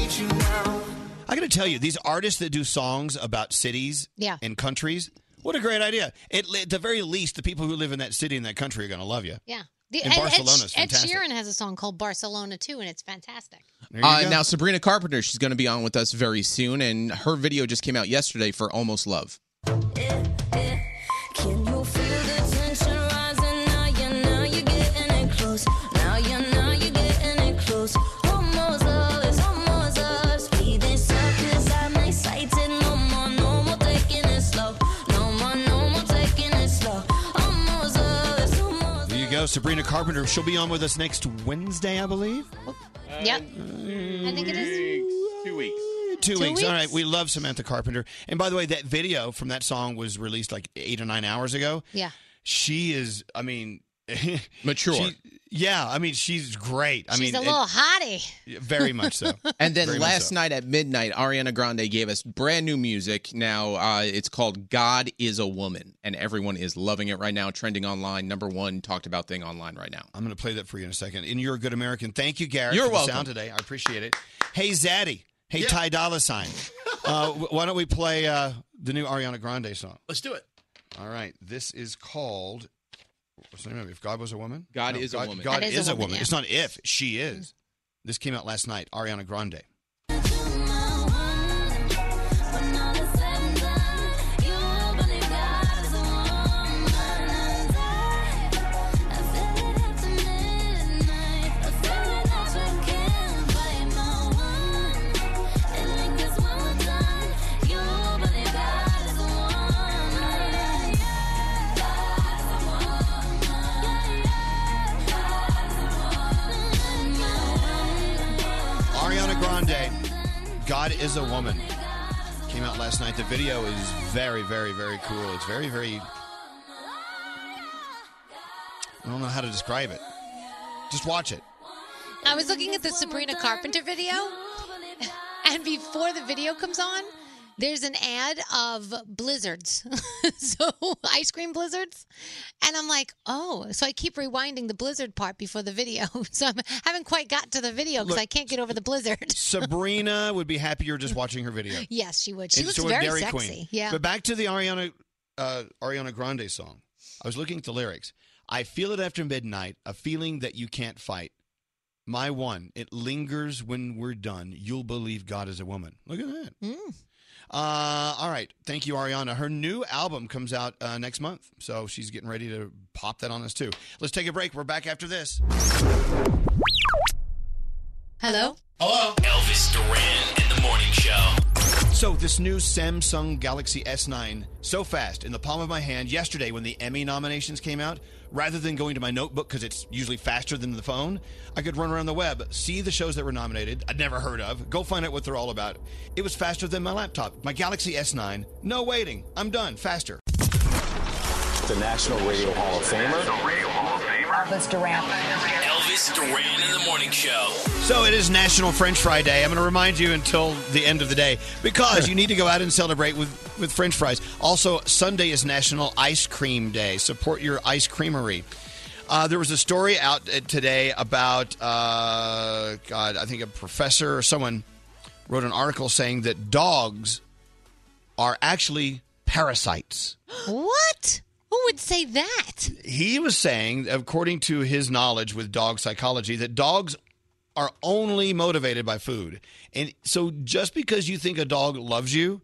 S3: I got to tell you, these artists that do songs about cities
S16: Yeah.
S3: and countries, what a great idea. It, at the very least, the people who live in that city and that country are going to love you.
S16: Yeah. The,
S3: And
S16: Ed- Ed-
S3: Barcelona's
S16: Ed,
S3: fantastic.
S16: Sheeran has a song called Barcelona too, and it's fantastic.
S34: Uh, now, Sabrina Carpenter, she's going to be on with us very soon, and her video just came out yesterday for Almost Love.
S31: Can you feel the tension rising now? You're now you're getting it close. Now you're now you're getting it close. Almost love is almost us. Breathing soft 'cause I'm excited. No more, no more taking it slow. No more, no more taking it slow. Almost love is almost.
S3: There you go, Sabrina Carpenter. She'll be on with us next Wednesday, I believe.
S16: yep. I think it is.
S8: Two weeks.
S3: Two,
S16: Two
S3: weeks. All right,
S16: weeks.
S3: we love Samantha Carpenter. And by the way, that video from that song was released like eight or nine hours ago.
S16: Yeah.
S3: She is, I mean,
S34: mature.
S3: yeah, I mean, she's great. I
S16: She's
S3: mean, eh,
S16: a
S3: it-
S16: little hottie.
S3: very much so.
S34: And then
S3: Very much
S34: last night at midnight, Ariana Grande gave us brand new music. Now uh, it's called "God Is a Woman," and everyone is loving it right now. Trending online, number one talked about thing online right now.
S3: I'm going to play that for you in a second. And you're a good American. Thank you, Garrett.
S34: You're
S3: for the
S34: welcome.
S3: Sound today. I appreciate it. Hey, Zaddy. Hey, Ty Dolla Sign. uh, wh- why don't we play uh, the new Ariana Grande song?
S19: Let's do it.
S3: All right. This is called. What's the name of it? If God was a woman?
S34: God is a woman.
S3: God, is, a woman.
S34: yeah.
S3: It's not if, she is. This came out last night, Ariana Grande. Ariana Grande, God is a Woman. Came out last night. The video is very, very, very cool. It's very, very. I don't know how to describe it. Just watch it.
S16: I was looking at the Sabrina Carpenter video, and before the video comes on, there's an ad of blizzards. so, ice cream blizzards. And I'm like, oh, so I keep rewinding the blizzard part before the video. So, I'm, I haven't quite got to the video because
S3: Look,
S16: I can't get over the blizzard.
S3: Sabrina would be happier just watching her video.
S16: Yes, she would. She
S3: And
S16: looks
S3: so would
S16: very
S3: Dairy
S16: sexy.
S3: Queen.
S16: Yeah.
S3: But back to the Ariana uh, Ariana Grande song. I was looking at the lyrics. I feel it after midnight, a feeling that you can't fight. My one, it lingers when we're done. You'll believe God is a woman. Look at that.
S16: Hmm.
S3: Uh, all right. Thank you, Ariana. Her new album comes out uh, next month. So she's getting ready to pop that on us, too. Let's take a break. We're back after this.
S16: Hello?
S19: Hello? Elvis Duran in the morning show.
S3: So this new Samsung Galaxy S9 so fast in the palm of my hand yesterday when the Emmy nominations came out, rather than going to my notebook cuz it's usually faster than the phone, I could run around the web, see the shows that were nominated, I'd never heard of, go find out what they're all about. It was faster than my laptop. My Galaxy S9, no waiting. I'm done, faster.
S25: The National Radio Hall of
S27: Elvis Duran.
S11: Elvis Duran in the morning show.
S3: So it is National French Fry Day. I'm going to remind you until the end of the day because you need to go out and celebrate with, with French fries. Also, Sunday is National Ice Cream Day. Support your ice creamery. Uh, there was a story out uh, today about, uh, God, I think a professor or someone wrote an article saying that dogs are actually parasites
S16: What? Who would say that?
S3: he was saying, according to his knowledge with dog psychology, that dogs are only motivated by food. And so just because you think a dog loves you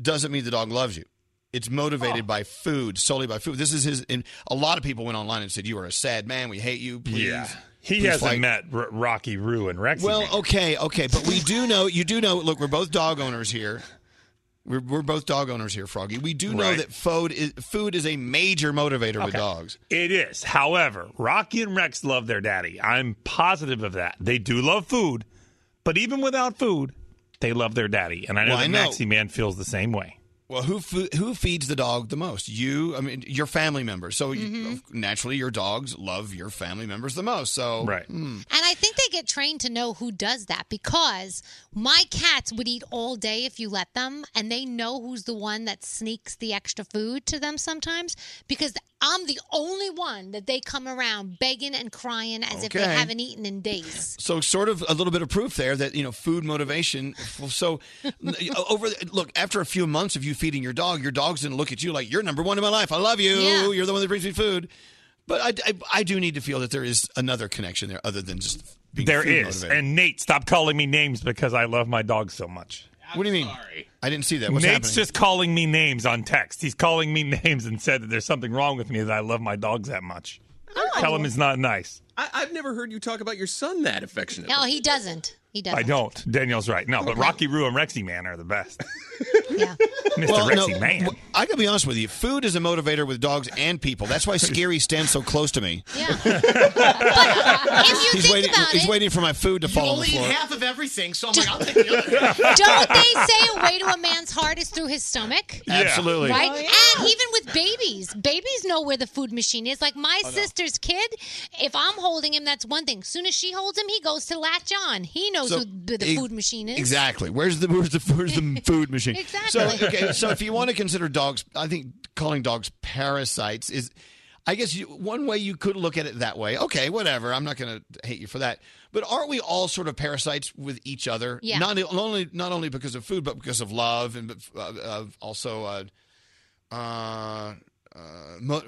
S3: doesn't mean the dog loves you. It's motivated by food, solely by food. This is his. And a lot of people went online and said, "You are a sad man. We hate you. Please."
S15: Yeah. He
S3: please
S15: hasn't
S3: fight."
S15: met R- Rocky Rue and Rex.
S3: Well, okay, okay, but we do know you do know. Look, we're both dog owners here. We're, we're both dog owners here, Froggy. We do know
S15: Right.
S3: that food is, food is a major motivator with
S15: Okay.
S3: dogs.
S15: It is. However, Rocky and Rex love their daddy. I'm positive of that. They do love food, but even without food, they love their daddy. And I know
S3: Well, I
S15: that
S3: know.
S15: Maxie Man feels the same way.
S3: Well, who fo- who feeds the dog the most? You, I mean, your family members. So you, naturally, your dogs love your family members the most. So hmm. right.
S16: And I think they get trained to know who does that because my cats would eat all day if you let them, and they know who's the one that sneaks the extra food to them sometimes because I'm the only one that they come around begging and crying as if they
S3: Okay.
S16: haven't eaten in days.
S3: So sort of a little bit of proof there that you know food motivation. So over look after a few months of you feeding your dog, your dog's gonna look at you like you're number one in my life. I love you.
S16: Yeah.
S3: You're the one that brings me food. But I, I, I do need to feel that there is another connection there other than just being
S15: There
S3: food
S15: is.
S3: motivated.
S15: And Nate, stop calling me names because I love my dog so much.
S3: what do you mean? I didn't see that. What's
S15: Nate's
S3: happening?
S15: just calling me names on text. He's calling me names and said that there's something wrong with me that I love my dogs that much. Tell him it's not nice.
S8: I, I've never heard you talk about your son that affectionately.
S16: No, he doesn't. He doesn't.
S15: I don't. Daniel's right. No, but Rocky Roo and Rexy Man are the best. Mr.
S3: Well,
S15: Rexy
S3: no,
S15: Man.
S3: w- I gotta be honest with you. Food is a motivator with dogs and people. That's why Scary stands so close to me. Yeah. he's waiting. he's waiting for my food to
S19: You
S3: fall on the
S19: only eat
S3: floor.
S19: half of everything, so I'm like, I'll take the other.
S16: Don't they say a way to a man's heart is through his stomach?
S3: Yeah. Absolutely.
S16: Right?
S3: Oh,
S16: And even with babies, babies know where the food machine is. Like my
S3: Oh, no.
S16: sister's kid, if I'm holding him, that's one thing. Soon as she holds him, he goes to latch on. He knows
S3: So,
S16: who the, the
S3: e-
S16: food machine is.
S3: Exactly. Where's the where's the where's the food machine?
S16: Exactly.
S3: So okay. So if you want to consider dogs, I think calling dogs parasites is, I guess you, one way you could look at it that way. Okay, whatever. I'm not going to hate you for that. But aren't we all sort of parasites with each other?
S19: Yeah.
S3: Not only not only because of food, but because of love and uh, uh, also. Uh, uh, uh, mo-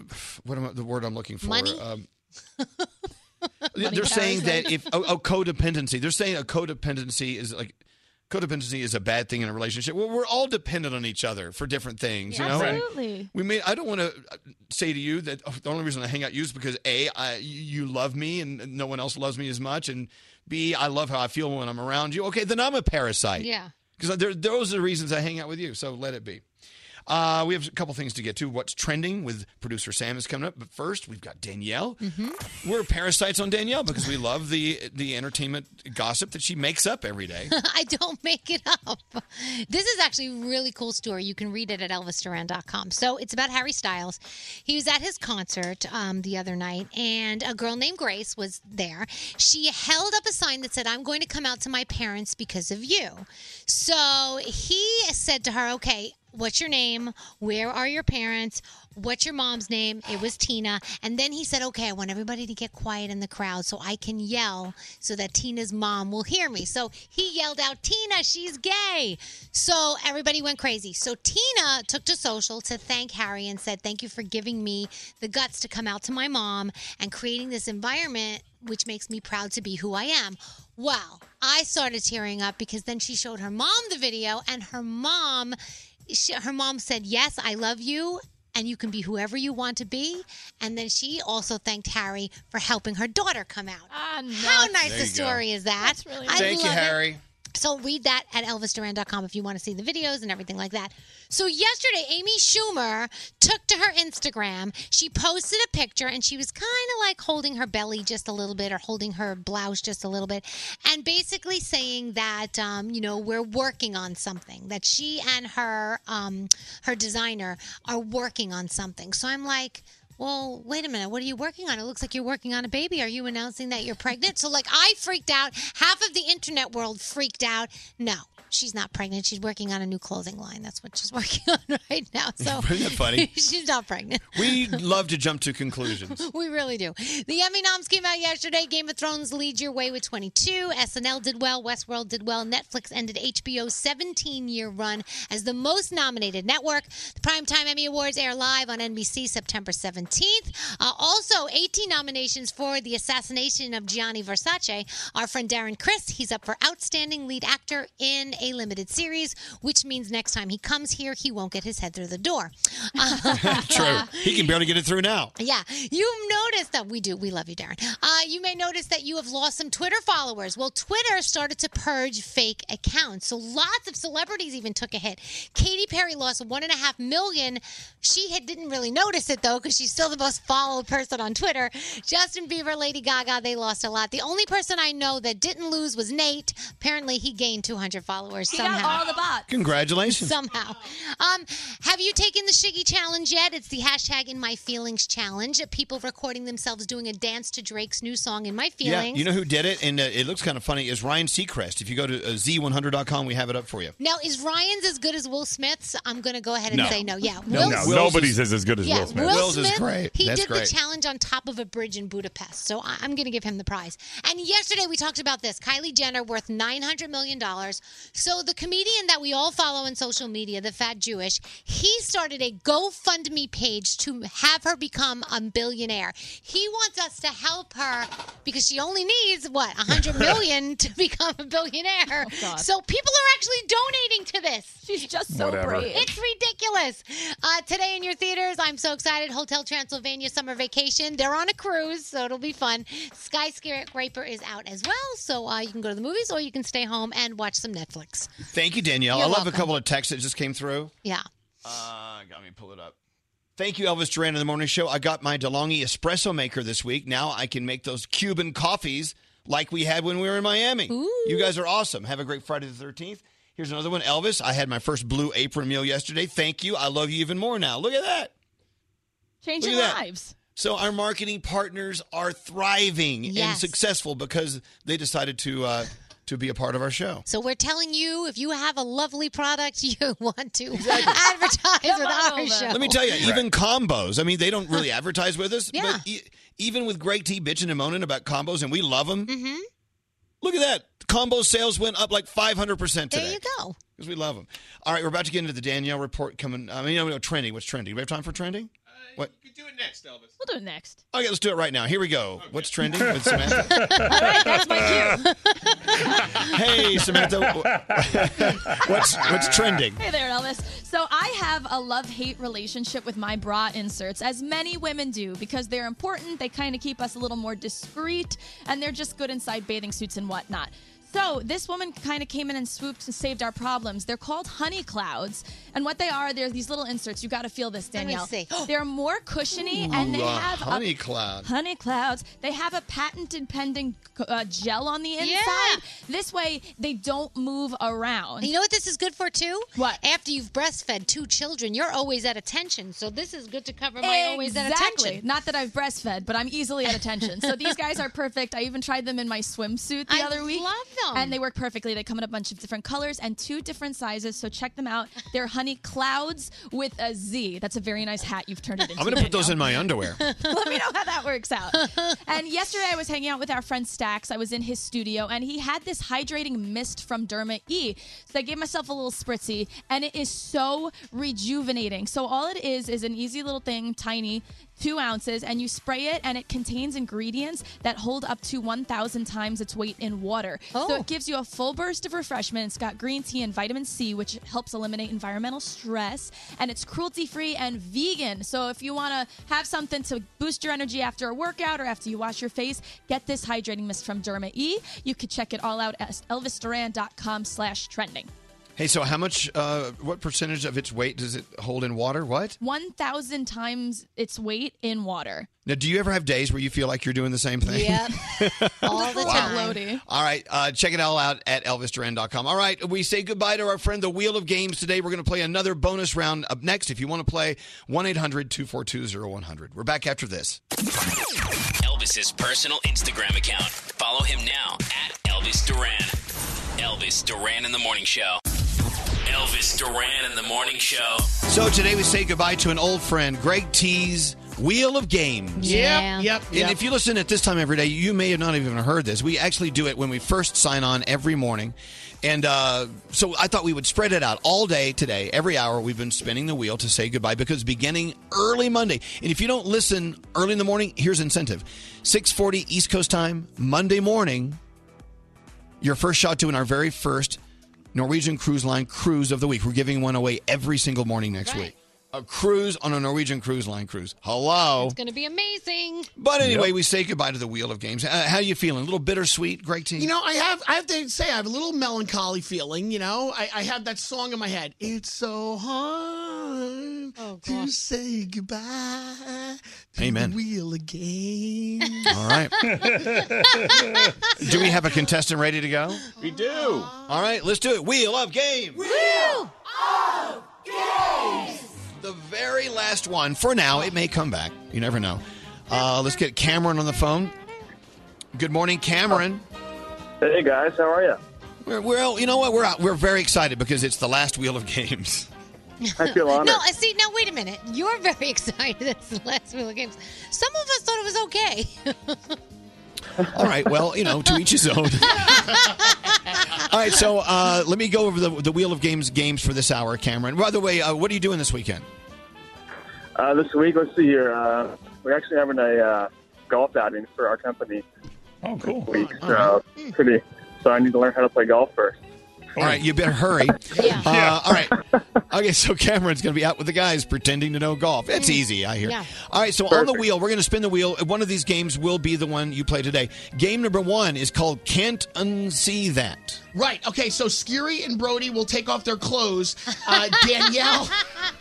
S3: what am I, the word I'm looking for?
S16: Money?
S3: Um,
S16: Money
S3: they're saying
S16: parasite?
S3: that if oh, oh, codependency, they're saying a codependency is like codependency is a bad thing in a relationship. Well, we're all dependent on each other for different things. you know,
S18: Absolutely.
S3: we may. I don't want to say to you that oh, the only reason I hang out with you is because a I, you love me and no one else loves me as much, and b I love how I feel when I'm around you. Okay, then I'm a parasite.
S16: Yeah.
S3: Because those are the reasons I hang out with you. So let it be. Uh, we have a couple things to get to. What's trending with producer Sam is coming up. But first, we've got Danielle.
S16: Mm-hmm.
S3: We're parasites on Danielle because we love the the entertainment gossip that she makes up every day.
S16: I don't make it up. This is actually a really cool story. You can read it at elvisduran.com. So it's about Harry Styles. He was at his concert um, the other night, and a girl named Grace was there. She held up a sign that said, I'm going to come out to my parents because of you. So he said to her, Okay, what's your name? Where are your parents? What's your mom's name? It was Tina. And then he said, Okay, I want everybody to get quiet in the crowd so I can yell so that Tina's mom will hear me. So he yelled out, Tina, she's gay. So everybody went crazy. So Tina took to social to thank Harry and said, Thank you for giving me the guts to come out to my mom and creating this environment which makes me proud to be who I am. Wow. I started tearing up because then she showed her mom the video, and her mom, she, her mom said, "Yes, I love you." And you can be whoever you want to be. And then she also thanked Harry for helping her daughter come out.
S18: Ah,
S16: How nice
S19: There you
S16: a
S19: go.
S16: story is that? That's really
S19: Thank you, Harry.
S16: so read that at elvisduran.com if you want to see the videos and everything like that. So yesterday, Amy Schumer took to her Instagram. She posted a picture and she was kind of like holding her belly just a little bit or holding her blouse just a little bit and basically saying that, um, you know, we're working on something, that she and her, um, her designer are working on something. So I'm like, well, wait a minute. What are you working on? It looks like you're working on a baby. Are you announcing that you're pregnant? So, like, I freaked out. Half of the internet world freaked out. No, she's not pregnant. She's working on a new clothing line. That's what she's working on right now. So,
S3: Isn't that funny?
S16: she's not pregnant.
S3: We love to jump to conclusions.
S16: We really do. The Emmy noms came out yesterday. Game of Thrones leads your way with 22. SNL did well. Westworld did well. Netflix ended HBO's 17 year run as the most nominated network. The Primetime Emmy Awards air live on NBC September 17th. 17th. Uh, also, 18 nominations for The Assassination of Gianni Versace. Our friend Darren Chris, he's up for Outstanding Lead Actor in a Limited Series, which means next time he comes here, he won't get his head through the door.
S3: True. He can barely get it through now.
S16: Yeah, you've noticed that we do. We love you, Darren. Uh, you may notice that you have lost some Twitter followers. Well, Twitter started to purge fake accounts, so lots of celebrities even took a hit. Katy Perry lost one and a half million. She had, didn't really notice it though, because she's still the most followed person on Twitter. Justin Bieber, Lady Gaga, they lost a lot. The only person I know that didn't lose was Nate. Apparently, he gained 200 followers
S18: He got
S16: somehow.
S18: all the bots.
S3: Congratulations.
S16: Somehow. Um, have you taken the Shiggy challenge yet? It's the hashtag In My Feelings challenge. People recording themselves doing a dance to Drake's new song In My Feelings.
S3: Yeah, you know who did it, and uh, it looks kind of funny. Is Ryan Seacrest? If you go to uh, z100.com, we have it up for you.
S16: now, is Ryan's as good as Will Smith's? I'm going to go ahead and
S3: No.
S16: say no. Yeah.
S3: No,
S16: Will
S3: no,
S16: Smith-
S3: nobody's as- as good as
S16: yeah,
S3: Will Smith. Will's is great.
S16: He
S3: That's
S16: did
S3: great.
S16: the challenge on top of a bridge in Budapest. So I- I'm going to give him the prize. And yesterday we talked about this Kylie Jenner worth $900 million. So the comedian that we all follow on social media, the fat Jewish, he started a GoFundMe page to have her become a billionaire. He wants us to help her because she only needs, what, 100 million to become a billionaire.
S12: God.
S16: so people are actually donating to this. Oh, She's just
S12: so Whatever. brave.
S16: it's ridiculous. Uh, today in your theaters, I'm so excited. Hotel Transylvania summer vacation. They're on a cruise, so it'll be fun. Skyscraper is out as well, so uh, you can go to the movies or you can stay home and watch some Netflix.
S3: Thank you, Danielle.
S16: You're
S3: I love
S16: welcome.
S3: a couple of texts that just came through.
S16: Yeah.
S3: Uh, got me pull it up. Thank you, Elvis Duran of the Morning Show. I got my DeLonghi espresso maker this week. Now I can make those Cuban coffees like we had when we were in Miami. You guys are awesome. Have a great Friday the 13th. Here's another one. Elvis, I had my first blue apron meal yesterday. Thank you. I love you even more now. Look at that.
S18: Changing
S3: Look at that.
S18: lives.
S3: So our marketing partners are thriving and
S16: Yes.
S3: successful because they decided to uh, to be a part of our show.
S16: So we're telling you, if you have a lovely product you want to advertise with our show,
S3: Let me tell you, even combos. I mean, they don't really advertise with us, but e- even with Greg T bitching and moaning about combos, and we love them. Look at that. Combo sales went up like 500% today. There you
S16: go.
S3: Because we love them. All right, we're about to get into the Danielle report coming. I mean, no, no, trending. What's trending? Do we have time for trending? what?
S8: Do it next, Elvis.
S18: We'll do it next.
S3: Okay, let's do it right now. Here we go. What's trending with Samantha?
S18: All right, that's my cue.
S3: hey, Samantha. what's, what's trending?
S18: Hey there, Elvis. So I have a love-hate relationship with my bra inserts, as many women do, because they're important. They kind of keep us a little more discreet, and they're just good inside bathing suits and whatnot. So this woman kind of came in and swooped and saved our problems. They're called honey clouds, and what they are, they're these little inserts. You got to feel this,
S16: Let me
S18: Danielle.
S16: see.
S18: They're more cushiony, and they
S3: Ooh, uh,
S18: have a-
S3: honey cloud.
S18: Honey clouds. They have a patented pending uh, gel on the inside. This way, they don't move around.
S16: You know what this is good for too? What? After you've breastfed two children, you're always at attention. So this is good to cover my always at
S18: Exactly.
S16: attention.
S18: Not that I've breastfed, but I'm easily at attention. So these guys are perfect. I even tried them in my swimsuit the
S16: I
S18: other week.
S16: love them.
S18: And they work perfectly. They come in a bunch of different colors and two different sizes. So check them out. They're honey clouds with a Z. That's a very nice hat you've turned it into.
S3: I'm going to put those in my underwear.
S18: Let me know how that works out. And yesterday I was hanging out with our friend Stax. I was in his studio and he had this hydrating mist from Derma E. So I gave myself a little spritzy and it is so rejuvenating. So all it is is an easy little thing, tiny, two ounces, and you spray it and it contains ingredients that hold up to 1,000 times its weight in water. So it gives you a full burst of refreshment. It's got green tea and vitamin C, which helps eliminate environmental stress, and it's cruelty free and vegan. So if you want to have something to boost your energy after a workout or after you wash your face, get this hydrating mist from Derma E. You could check it all out at elvisduran.com slash trending.
S3: Hey, so how much, uh, what percentage of its weight does it hold in water? What?
S18: 1,000 times its weight in water.
S3: Now, do you ever have days where you feel like you're doing the same thing?
S18: all the
S3: time.
S18: Bloaty.
S3: All right, uh, check it all out at elvisduran.com. All right, we say goodbye to our friend The Wheel of Games today. We're going to play another bonus round up next. If you want to play, 1 800 242 0100. We're back after this.
S11: Elvis's personal Instagram account. Follow him now at Elvis Duran. Elvis Duran in the Morning Show. Elvis Duran in the Morning Show.
S3: So today we say goodbye to an old friend, Greg T's Wheel of Games.
S6: Yeah. Yep, yep, yep.
S3: And if you listen at this time every day, you may have not even heard this. We actually do it when we first sign on every morning. And uh, so I thought we would spread it out all day today. Every hour, we've been spinning the wheel to say goodbye because beginning early Monday. And if you don't listen early in the morning, here's incentive: six forty East Coast time Monday morning. Your first shot to win our very first Norwegian Cruise Line cruise of the week. We're giving one away every single morning next week. A cruise on a Norwegian Cruise Line cruise. Hello.
S16: It's going to be amazing.
S3: But anyway, we say goodbye to the Wheel of Games. Uh, how you feeling? A little bittersweet, Greg T?
S6: You know, I have I have to say I have a little melancholy feeling. You know, I, I have that song in my head. It's so hard
S16: Oh,
S6: to say goodbye. To
S3: Amen.
S6: The wheel again.
S3: All right. do we have a contestant ready to go?
S8: We do. All
S3: right, let's do it. Wheel of Games.
S31: Wheel
S3: of Games. The very last one for now. It may come back. You never know. Uh, let's get Cameron on the phone. Good morning, Cameron.
S12: Hey guys, how are you?
S3: We're, well, you know what? We're out. We're very excited because it's the last Wheel of Games.
S12: I feel honored.
S16: No, I see, now wait a minute. You're very excited. That's the last Wheel of Games. Some of us thought it was okay.
S3: All right. Well, you know, to each his own. All right. So uh, let me go over the, the Wheel of Games games for this hour, Cameron. By the way, uh, what are you doing this weekend?
S12: Uh, this week, let's see here. Uh, we're actually having a uh, golf outing for our company.
S15: Oh,
S12: cool! This week, so Uh, pretty. So I need to learn how to play golf first.
S3: All right. You better hurry. Uh, All right. Okay. So Cameron's going to be out with the guys pretending to know golf. That's easy, I hear.
S12: Yeah.
S3: All right. So on the wheel, we're going to spin the wheel. One of these games will be the one you play today. Game number one is called Can't Unsee That.
S6: Right. Okay. So Skiri and Brody will take off their clothes. Uh, Danielle,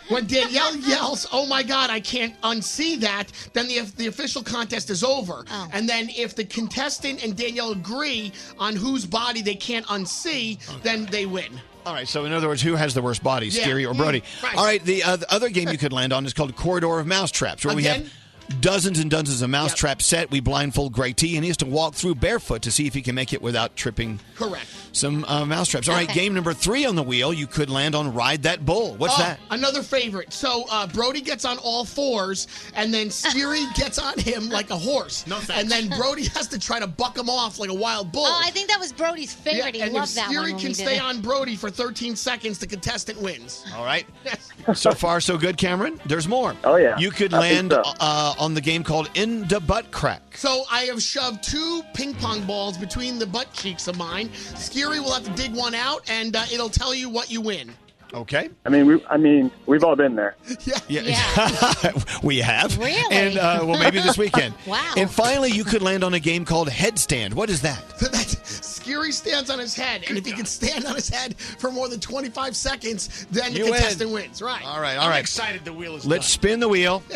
S6: when Danielle yells, "Oh my God, I can't unsee that!" Then the the official contest is over. And then if the contestant and Danielle agree on whose body they can't unsee, then they win.
S3: All right. So in other words, who has the worst body,
S6: Yeah.
S3: Scary or Brody?
S6: Mm, right.
S3: All right. The, uh, the other game you could land on is called Corridor of Mousetraps, where
S6: Again?
S3: we have dozens and dozens of mousetrap set. We blindfold Grey T, and he has to walk through barefoot to see if he can make it without tripping
S6: Correct.
S3: some uh, mousetraps. All right.
S6: Okay.
S3: Game number three on the wheel. You could land on Ride That Bull. What's
S6: Oh,
S3: that?
S6: Another favorite. So uh, Brody gets on all fours, and then Skiri gets on him like a horse. No thanks. And then Brody has to try to buck him off like a wild bull.
S16: Oh, I think that was Brody's favorite.
S6: Yeah,
S16: he
S6: and
S16: loved
S6: if
S16: that one.
S6: Skiri
S16: when we
S6: can
S16: did
S6: stay
S16: it.
S6: on Brody for 13 seconds, the contestant wins.
S3: All right. so far, so good, Cameron. There's more. Oh
S12: yeah.
S3: You could
S12: I
S3: land
S12: think so.
S3: uh, on the game called In the Butt Crack.
S6: So I have shoved two ping pong balls between the butt cheeks of mine. Skiri will have to dig one out, and uh, it'll tell you what you win.
S3: Okay.
S12: I mean, we, I mean, we've all been there.
S3: Yeah, we have.
S12: Really?
S3: And uh, well, maybe this weekend.
S12: Wow.
S3: And finally, you could land on a game called Headstand. What is that?
S6: Skiri stands on his head, and if he can stand on his head for more than 25 seconds, then the
S3: You win.
S6: contestant wins. Right. All
S3: right, all I'm right. excited
S6: the wheel is
S3: Let's spin the wheel.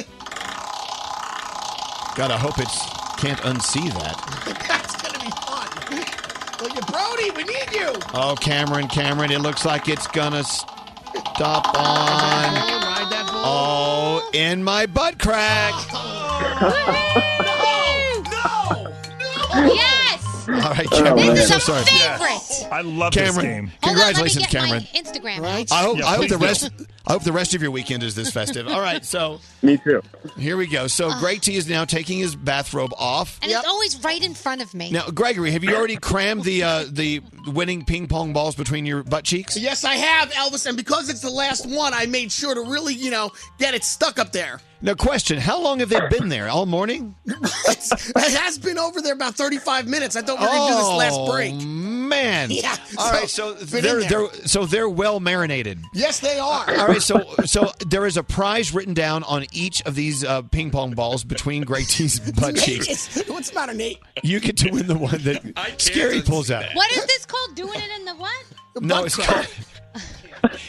S3: Gotta hope it's can't unsee that.
S6: That's going to be fun. Look at Brody, we need you.
S3: Oh, Cameron, Cameron, it looks like it's gonna stop on.
S6: Ride that bull.
S3: Oh, in my butt crack.
S16: Yes!
S3: All right, Cameron, I'm
S16: this
S3: so
S16: is
S3: sorry.
S16: our favorite.
S15: I love
S3: Cameron,
S15: this game.
S3: congratulations,
S16: Hold on,
S3: Cameron.
S16: let me get my Instagram.
S3: I hope,
S15: Yeah,
S3: I hope
S15: please
S3: the
S15: do.
S3: rest. I hope the rest of your weekend is this festive. All right, so
S12: me too.
S3: Here we go.
S6: Ah.
S3: So Greg T is now taking his bathrobe off.
S16: And it's always right in front of me.
S3: Now, Gregory, have you already crammed the uh, the winning ping pong balls between your butt cheeks?
S6: Yes, I have, Elvis, and because it's the last one, I made sure to really, you know, get it stuck up there.
S3: Now, question: How long have they been there? All morning?
S6: It has been over there about 35 minutes. I thought we were going to do this last break.
S3: Oh, man!
S6: Yeah.
S3: All right, so
S6: it's been
S3: they're,
S6: in there.
S3: they're so they're well marinated.
S6: Yes, they are.
S3: All right, so so there is a prize written down on each of these uh, ping pong balls between Greg T's butt
S6: Nate,
S3: cheeks.
S6: it's- what's the matter, Nate?
S3: You get to win the one that Scary pulls out.
S16: What is this called? Doing it in the what?
S3: No, it's called,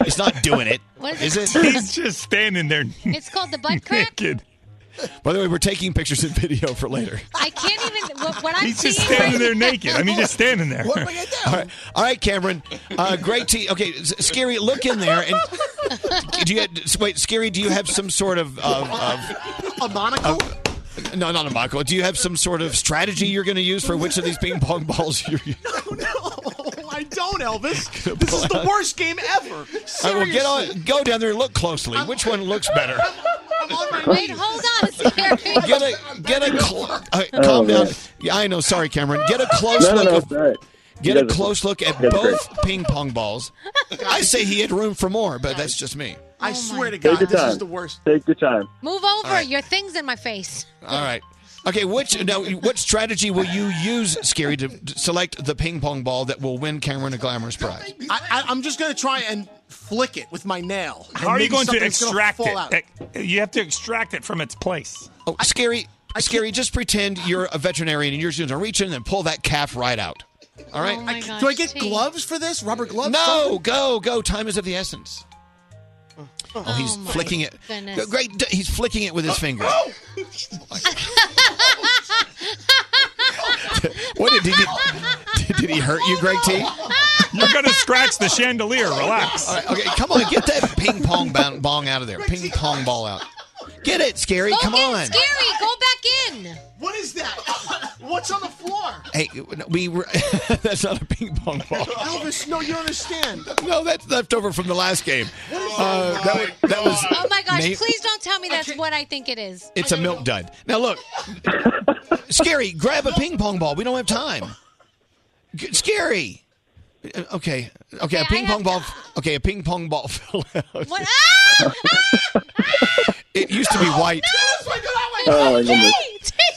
S3: it's not doing it.
S16: What
S3: Is
S16: is
S3: it?
S16: it?
S15: He's just standing there.
S16: It's called the butt crack.
S3: By the way, we're taking pictures and video for later.
S16: I can't even. What, what I'm
S15: He's just
S16: seeing right
S15: standing there
S16: now-
S15: naked. I mean, just standing there.
S3: What am I gonna do? All right, all right Cameron. Uh, great tea. Okay, S- Scary, look in there and do you wait? Scary, do you have some sort of, of, of
S6: a monocle?
S3: no, not a monocle. Do you have some sort of strategy you're going to use for which of these ping pong balls you're?
S9: Oh, I don't, Elvis. This is the worst game ever.
S3: I will get on. Go down there and look closely. Which one looks better?
S9: I'm on
S16: Wait, hold on a
S3: get a get a cl- all right,
S6: Oh,
S3: calm down.
S6: man.
S3: Yeah, I know. Sorry, Cameron. Get a close
S6: No, no,
S3: look.
S6: no,
S3: of-
S6: it's all right.
S3: Get
S6: You
S3: a
S6: guys are-
S3: close look at
S6: you guys are
S3: both ping pong balls. I say he had room for more, but that's just me.
S19: I swear to
S3: Take
S19: God,
S3: your
S19: this is
S3: time.
S19: the worst.
S3: Take your time.
S16: Oh Move over.
S3: All right.
S16: Your thing's in my face.
S3: All right. Okay. Which now? What strategy will you use, Scary, to to select the ping pong ball that will win Cameron a glamorous prize?
S19: I, I, I'm just gonna try and flick it with my nail.
S15: How are you
S19: Maybe
S15: going to
S19: something's gonna
S15: extract
S19: fall
S15: it?
S19: out.
S15: Eh, You have to extract it from its place.
S3: Oh, scary, scary. Just pretend you're a veterinarian and you're just gonna reach in and pull that calf right out. All
S16: Oh
S3: right.
S19: I- do I get gloves for this? Rubber gloves?
S3: No,
S19: Something?
S3: go, go. Time is of the essence. Oh, he's
S19: my
S3: flicking it.
S19: goodness.
S3: Great. d- He's flicking it
S19: Uh,
S3: with his finger.
S19: oh!
S3: what did he did, did he hurt you, Greg T?
S15: You're going to scratch the chandelier. Relax.
S3: All right, okay, come on, get that ping pong bon- bong out of there. Ping pong ball out. Get it, Scary.
S16: Go
S3: Come
S16: get
S3: on.
S16: Scary, go back in.
S19: What is that? What's on the floor?
S3: Hey, we were. that's not a ping pong ball.
S19: Elvis, no, you don't understand.
S3: No, that's left over from the last game. Uh, that, wa- that was.
S16: Oh my gosh,
S3: Nate-
S16: please don't tell me that's what I think it is.
S3: It's a milk dud. Now look, scary. Grab a ping pong ball. We don't have time. G- Scary. Uh, Okay. Okay. A ping pong ball. Okay. A ping pong ball fell out.
S16: What? Ah!
S3: it used to be white.
S16: Oh,
S3: my goodness.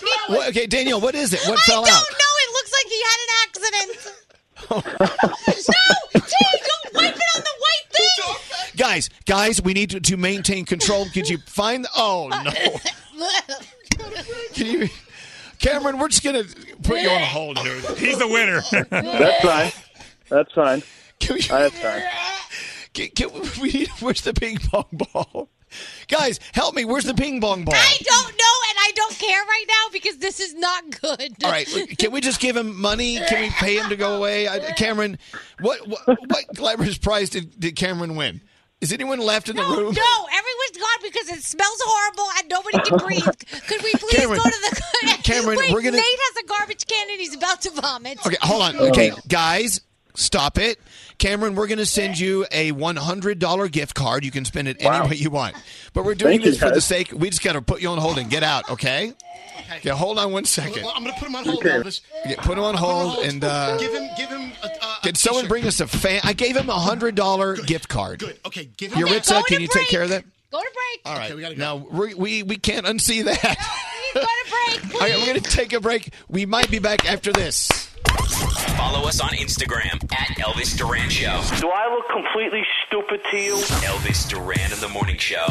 S16: What?
S3: What, okay, Daniel. What is it? What
S16: I
S3: fell
S16: don't
S3: out?
S16: know. It looks like he had an accident.
S3: Oh.
S16: no, Dave, don't wipe it on the white thing.
S3: Guys, guys, we need to, to maintain control. Could you find? The, oh
S16: Uh,
S3: no. Can you, Cameron? We're just gonna put you on hold, dude.
S15: He's the winner.
S12: That's fine. That's fine. I have time.
S3: uh, Can, can, we need, where's the ping pong ball? Guys, help me. Where's the ping pong ball?
S16: I don't know, and I don't care right now because this is not good.
S3: All right, can we just give him money? Can we pay him to go away? I, Cameron, what what, what glamorous prize did, did Cameron win? Is anyone left in the
S16: No,
S3: room?
S16: everyone's gone because it smells horrible and nobody can breathe. Could we please
S3: Cameron,
S16: go to the
S3: Cameron,
S16: Wait,
S3: we're gonna-
S16: Nate has a garbage can and he's about to vomit.
S3: Okay, hold on. Okay, guys, stop it. Cameron, we're going to send you a $100 gift card. You can spend it any way you want. But we're doing
S19: Thank you,
S3: this for the
S19: guys.
S3: sake, we just got to put you on hold and get out, okay? Okay, hold on one second.
S19: Well, I'm gonna put him on hold,
S3: Okay.
S19: Elvis.
S3: Okay, put him on hold and uh,
S19: give him, give him. A, a,
S3: Can someone bring us a fan? I gave him a hundred dollar gift card. Good.
S19: Okay, give him.
S3: Yuritsa,
S19: Go to
S3: can you take care of that?
S16: Go to break.
S3: All right. we gotta go. Now we, we we can't unsee that.
S16: Go to break.
S3: All right, we're gonna take a break. We might be back after this.
S11: Follow us on Instagram at Elvis Duran Show.
S20: Do I look completely stupid to you?
S11: Elvis Duran in the Morning Show.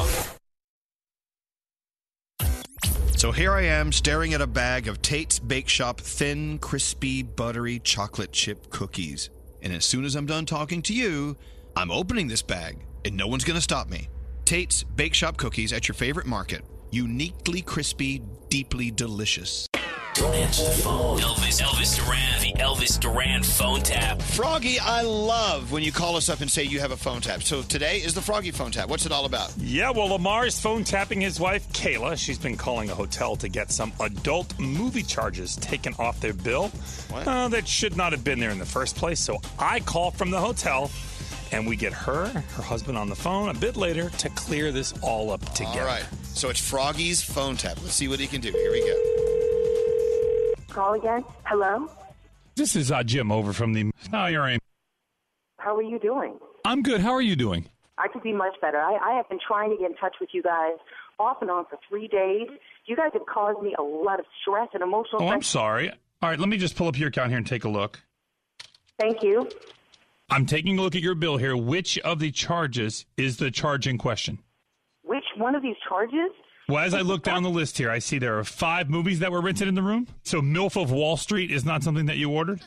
S2: So here I am staring at a bag of Tate's Bake Shop thin, crispy, buttery chocolate chip cookies. And as soon as I'm done talking to you, I'm opening this bag and no one's going to stop me. Tate's Bake Shop cookies at your favorite market. Uniquely crispy, deeply delicious.
S11: Don't answer the phone. Elvis, Elvis Duran, the Elvis Duran phone tap.
S3: Froggy, I love when you call us up and say you have a phone tap. So today is the Froggy phone tap. What's it all about?
S15: Yeah, well, Lamar's phone tapping his wife, Kayla. She's been calling a hotel to get some adult movie charges taken off their bill. Uh, that should not have been there in the first place. So I call from the hotel, and we get her, her husband on the phone a bit later to clear this all up together.
S3: All right. So it's Froggy's phone tap. Let's see what he can do. Here we go.
S24: Call again. Hello.
S15: This is uh, Jim over from the. Now you're in.
S24: How are you doing?
S15: I'm good. How are you doing?
S24: I could be much better. I, I have been trying to get in touch with you guys off and on for three days. You guys have caused me a lot of stress and emotional.
S15: Oh, I'm
S24: stress.
S15: sorry. All right, let me just pull up your account here and take a look.
S24: Thank you.
S15: I'm taking a look at your bill here. Which of the charges is the charge in question?
S24: Which one of these charges?
S15: Well, as I look down the list here, I see there are five movies that were rented in the room. So MILF of Wall Street is not something that you ordered?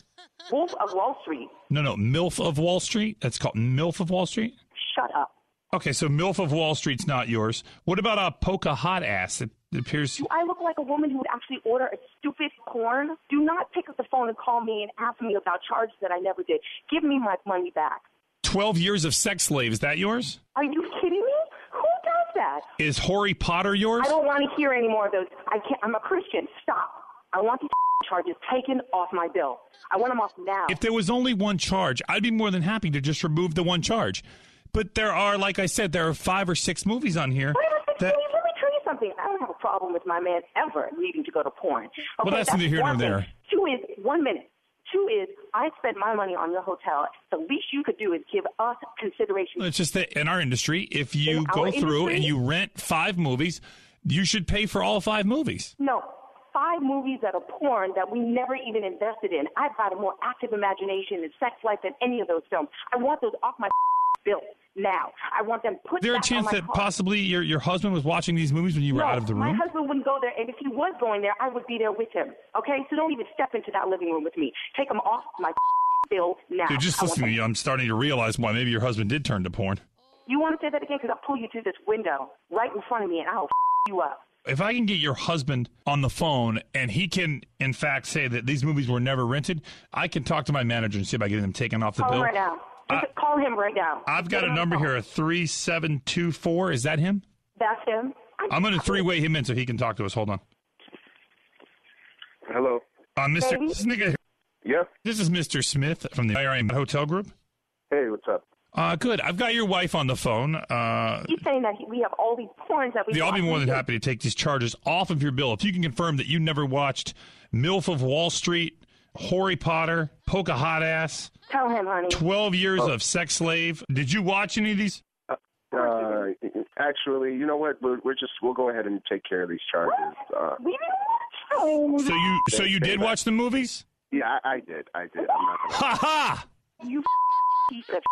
S24: Wolf of Wall Street.
S15: No, no, MILF of Wall Street. That's called MILF of Wall Street.
S24: Shut up.
S15: Okay, so MILF of Wall Street's not yours. What about uh, Polka Hot Ass? It, it appears.
S24: Do I look like a woman who would actually order a stupid porn? Do not pick up the phone and call me and ask me about charges that I never did. Give me my money back.
S15: 12 Years of Sex Slave, is that yours?
S24: Are you kidding me? Who does that?
S15: Is Harry Potter yours?
S24: I don't want to hear any more of those. I can't. I'm a Christian. Stop. I want these charges taken off my bill. I want them off now.
S15: If there was only one charge, I'd be more than happy to just remove the one charge. But there are, like I said, there are five or six movies on here. That
S24: Let me tell you something. I don't have a problem problem with my man ever needing to go to porn. Okay,
S15: well, that's neither here nor
S24: one thing.
S15: there.
S24: Two is one minute. Two is I spend my money on your hotel. The least you could do is give us consideration.
S15: It's just that in our industry, if you
S24: In
S15: go
S24: our
S15: through
S24: industry?
S15: and you rent five movies, you should pay for all five movies.
S24: No, five movies that are porn that we never even invested in. I've got a more active imagination and sex life than any of those films. I want those off my bill now. I want them put
S15: Is there a
S24: back on
S15: chance
S24: my
S15: that
S24: card.
S15: possibly your, your husband was watching these movies when you were out of the
S24: My
S15: room?
S24: husband wouldn't go there, and if he was going there, I would be there with him. Okay, so don't even step into that living room with me. Take him off my bill now.
S15: Dude, just
S24: I want
S15: listen to
S24: them-
S15: you. I'm starting to realize why maybe your husband did turn to porn.
S24: You want to say that again? Because I'll pull you through this window right in front of me, and I'll you up.
S15: If I can get your husband on the phone and he can, in fact, say that these movies were never rented, I can talk to my manager and see about getting them taken off the
S24: Call him
S15: bill.
S24: right now.
S15: I-
S24: Just call him right now.
S15: I've got a number here, 3724. Is that him?
S24: That's him.
S15: I'm going to three way him in so he can talk to us. Hold on.
S26: Hello.
S15: Uh, Mr.
S26: Baby?
S15: This, nigga,
S26: Yeah.
S15: this is Mr. Smith from the IRM Hotel Group.
S26: Hey, what's up?
S15: Uh, good. I've got your wife on the phone. Uh,
S24: He's saying that he, we have all these porns that we.
S15: I'll be
S24: watch.
S15: more than happy to take these charges off of your bill if you can confirm that you never watched MILF of Wall Street, Harry Potter, Poke a Hot Ass,
S24: Tell him, honey.
S15: 12 Years
S26: Oh.
S15: of Sex Slave. Did you watch any of these?
S26: Uh, actually, you know what? We're, we're just we'll go ahead and take care of these charges. Uh,
S24: We didn't
S26: Oh,
S24: watch
S15: So you so you did watch the movies?
S26: yeah, I, I did. I did. I'm not gonna.
S15: Ha ha!
S24: You piece of.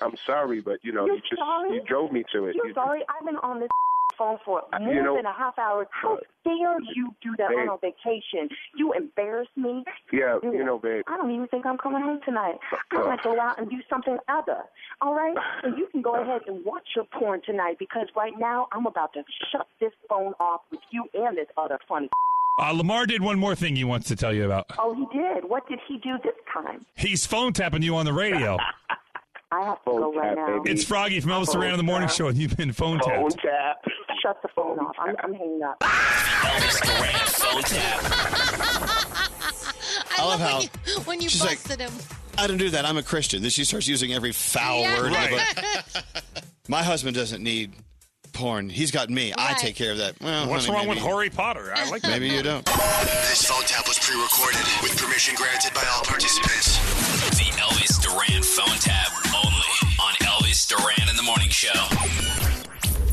S26: I'm sorry, but you know
S24: You're
S26: you just
S24: sorry?
S26: you drove me to it.
S24: You're
S26: You-
S24: sorry. I've been on this phone for
S26: Uh, you
S24: more
S26: know- uh,
S24: than a half hour. How dare you do that on
S26: Babe.
S24: a vacation? You embarrass me.
S26: yeah,
S24: Dude,
S26: you know, babe. Uh,
S24: I don't even think I'm coming home tonight. I'm gonna go out and do something other. All right? And you can go ahead and watch your porn tonight because right now I'm about to shut this phone off with you and this other funny.
S15: Uh, Lamar did one more thing he wants to tell you about.
S24: Oh, he did. What did he do this time?
S15: He's phone tapping you on the radio.
S24: I have to go right now.
S15: It's Froggy from Elvis Duran in the Morning Show, and you've been phone tapped.
S26: tap.
S24: Shut the phone off. I'm, I'm hanging up.
S11: Elvis Duran phone tap.
S3: I love how
S16: when you
S3: She's like-
S16: busted him.
S3: I don't do that. I'm a Christian. Then she starts using every foul
S16: Yeah.
S3: word. in the book. My husband doesn't need porn. He's got me. I
S16: Right.
S3: take care of that. Well,
S22: What's
S3: honey,
S22: wrong with
S3: maybe-
S22: Harry Potter? I like that.
S3: Maybe you don't.
S11: This phone tap was pre-recorded with permission granted by all participants. The Elvis Duran phone tap only on Elvis Duran in the Morning Show.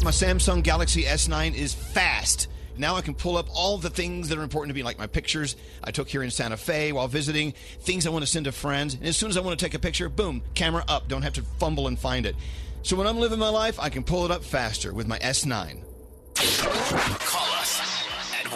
S3: My Samsung Galaxy S9 is fast. Now I can pull up all the things that are important to me, like my pictures I took here in Santa Fe while visiting, things I want to send to friends. And as soon as I want to take a picture, boom, camera up. Don't have to fumble and find it. So when I'm living my life, I can pull it up faster with my S9.
S11: Call us at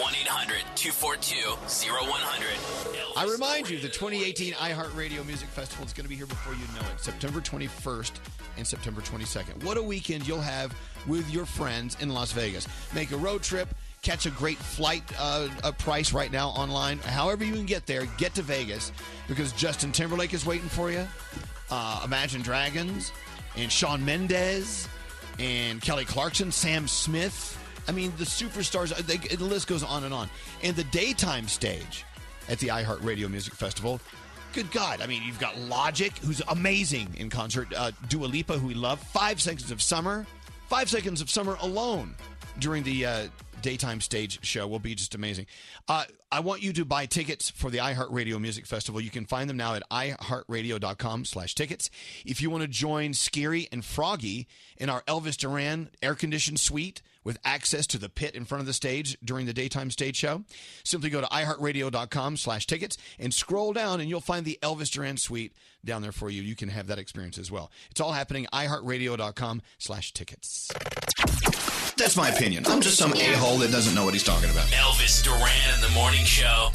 S11: 1-800-242-0100.
S3: I remind you, the 2018 iHeartRadio Music Festival is going to be here before you know it, September 21st and September 22nd. What a weekend you'll have with your friends in Las Vegas. Make a road trip, catch a great flight uh, a price right now online. However, you can get there, get to Vegas because Justin Timberlake is waiting for you, uh, Imagine Dragons, and Sean Mendez, and Kelly Clarkson, Sam Smith. I mean, the superstars, they, the list goes on and on. And the daytime stage at the iHeartRadio Music Festival. Good God. I mean, you've got Logic, who's amazing in concert, uh, Dua Lipa, who we love, Five Seconds of Summer. Five Seconds of Summer alone during the uh, daytime stage show will be just amazing. Uh, I want you to buy tickets for the iHeartRadio Music Festival. You can find them now at iHeartRadio.com slash tickets. If you want to join Scary and Froggy in our Elvis Duran air-conditioned suite, with access to the pit in front of the stage during the daytime stage show. Simply go to iHeartRadio.com slash tickets and scroll down and you'll find the Elvis Duran suite down there for you. You can have that experience as well. It's all happening iHeartRadio.com slash tickets. That's my opinion. I'm just some a-hole that doesn't know what he's talking about.
S11: Elvis Duran in the Morning Show.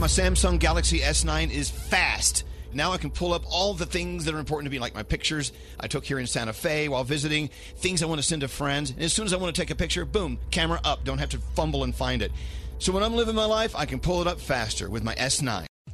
S3: My Samsung Galaxy S9 is fast. Now I can pull up all the things that are important to me, like my pictures I took here in Santa Fe while visiting, things I want to send to friends. And as soon as I want to take a picture, boom, camera up. Don't have to fumble and find it. So when I'm living my life, I can pull it up faster with my S9.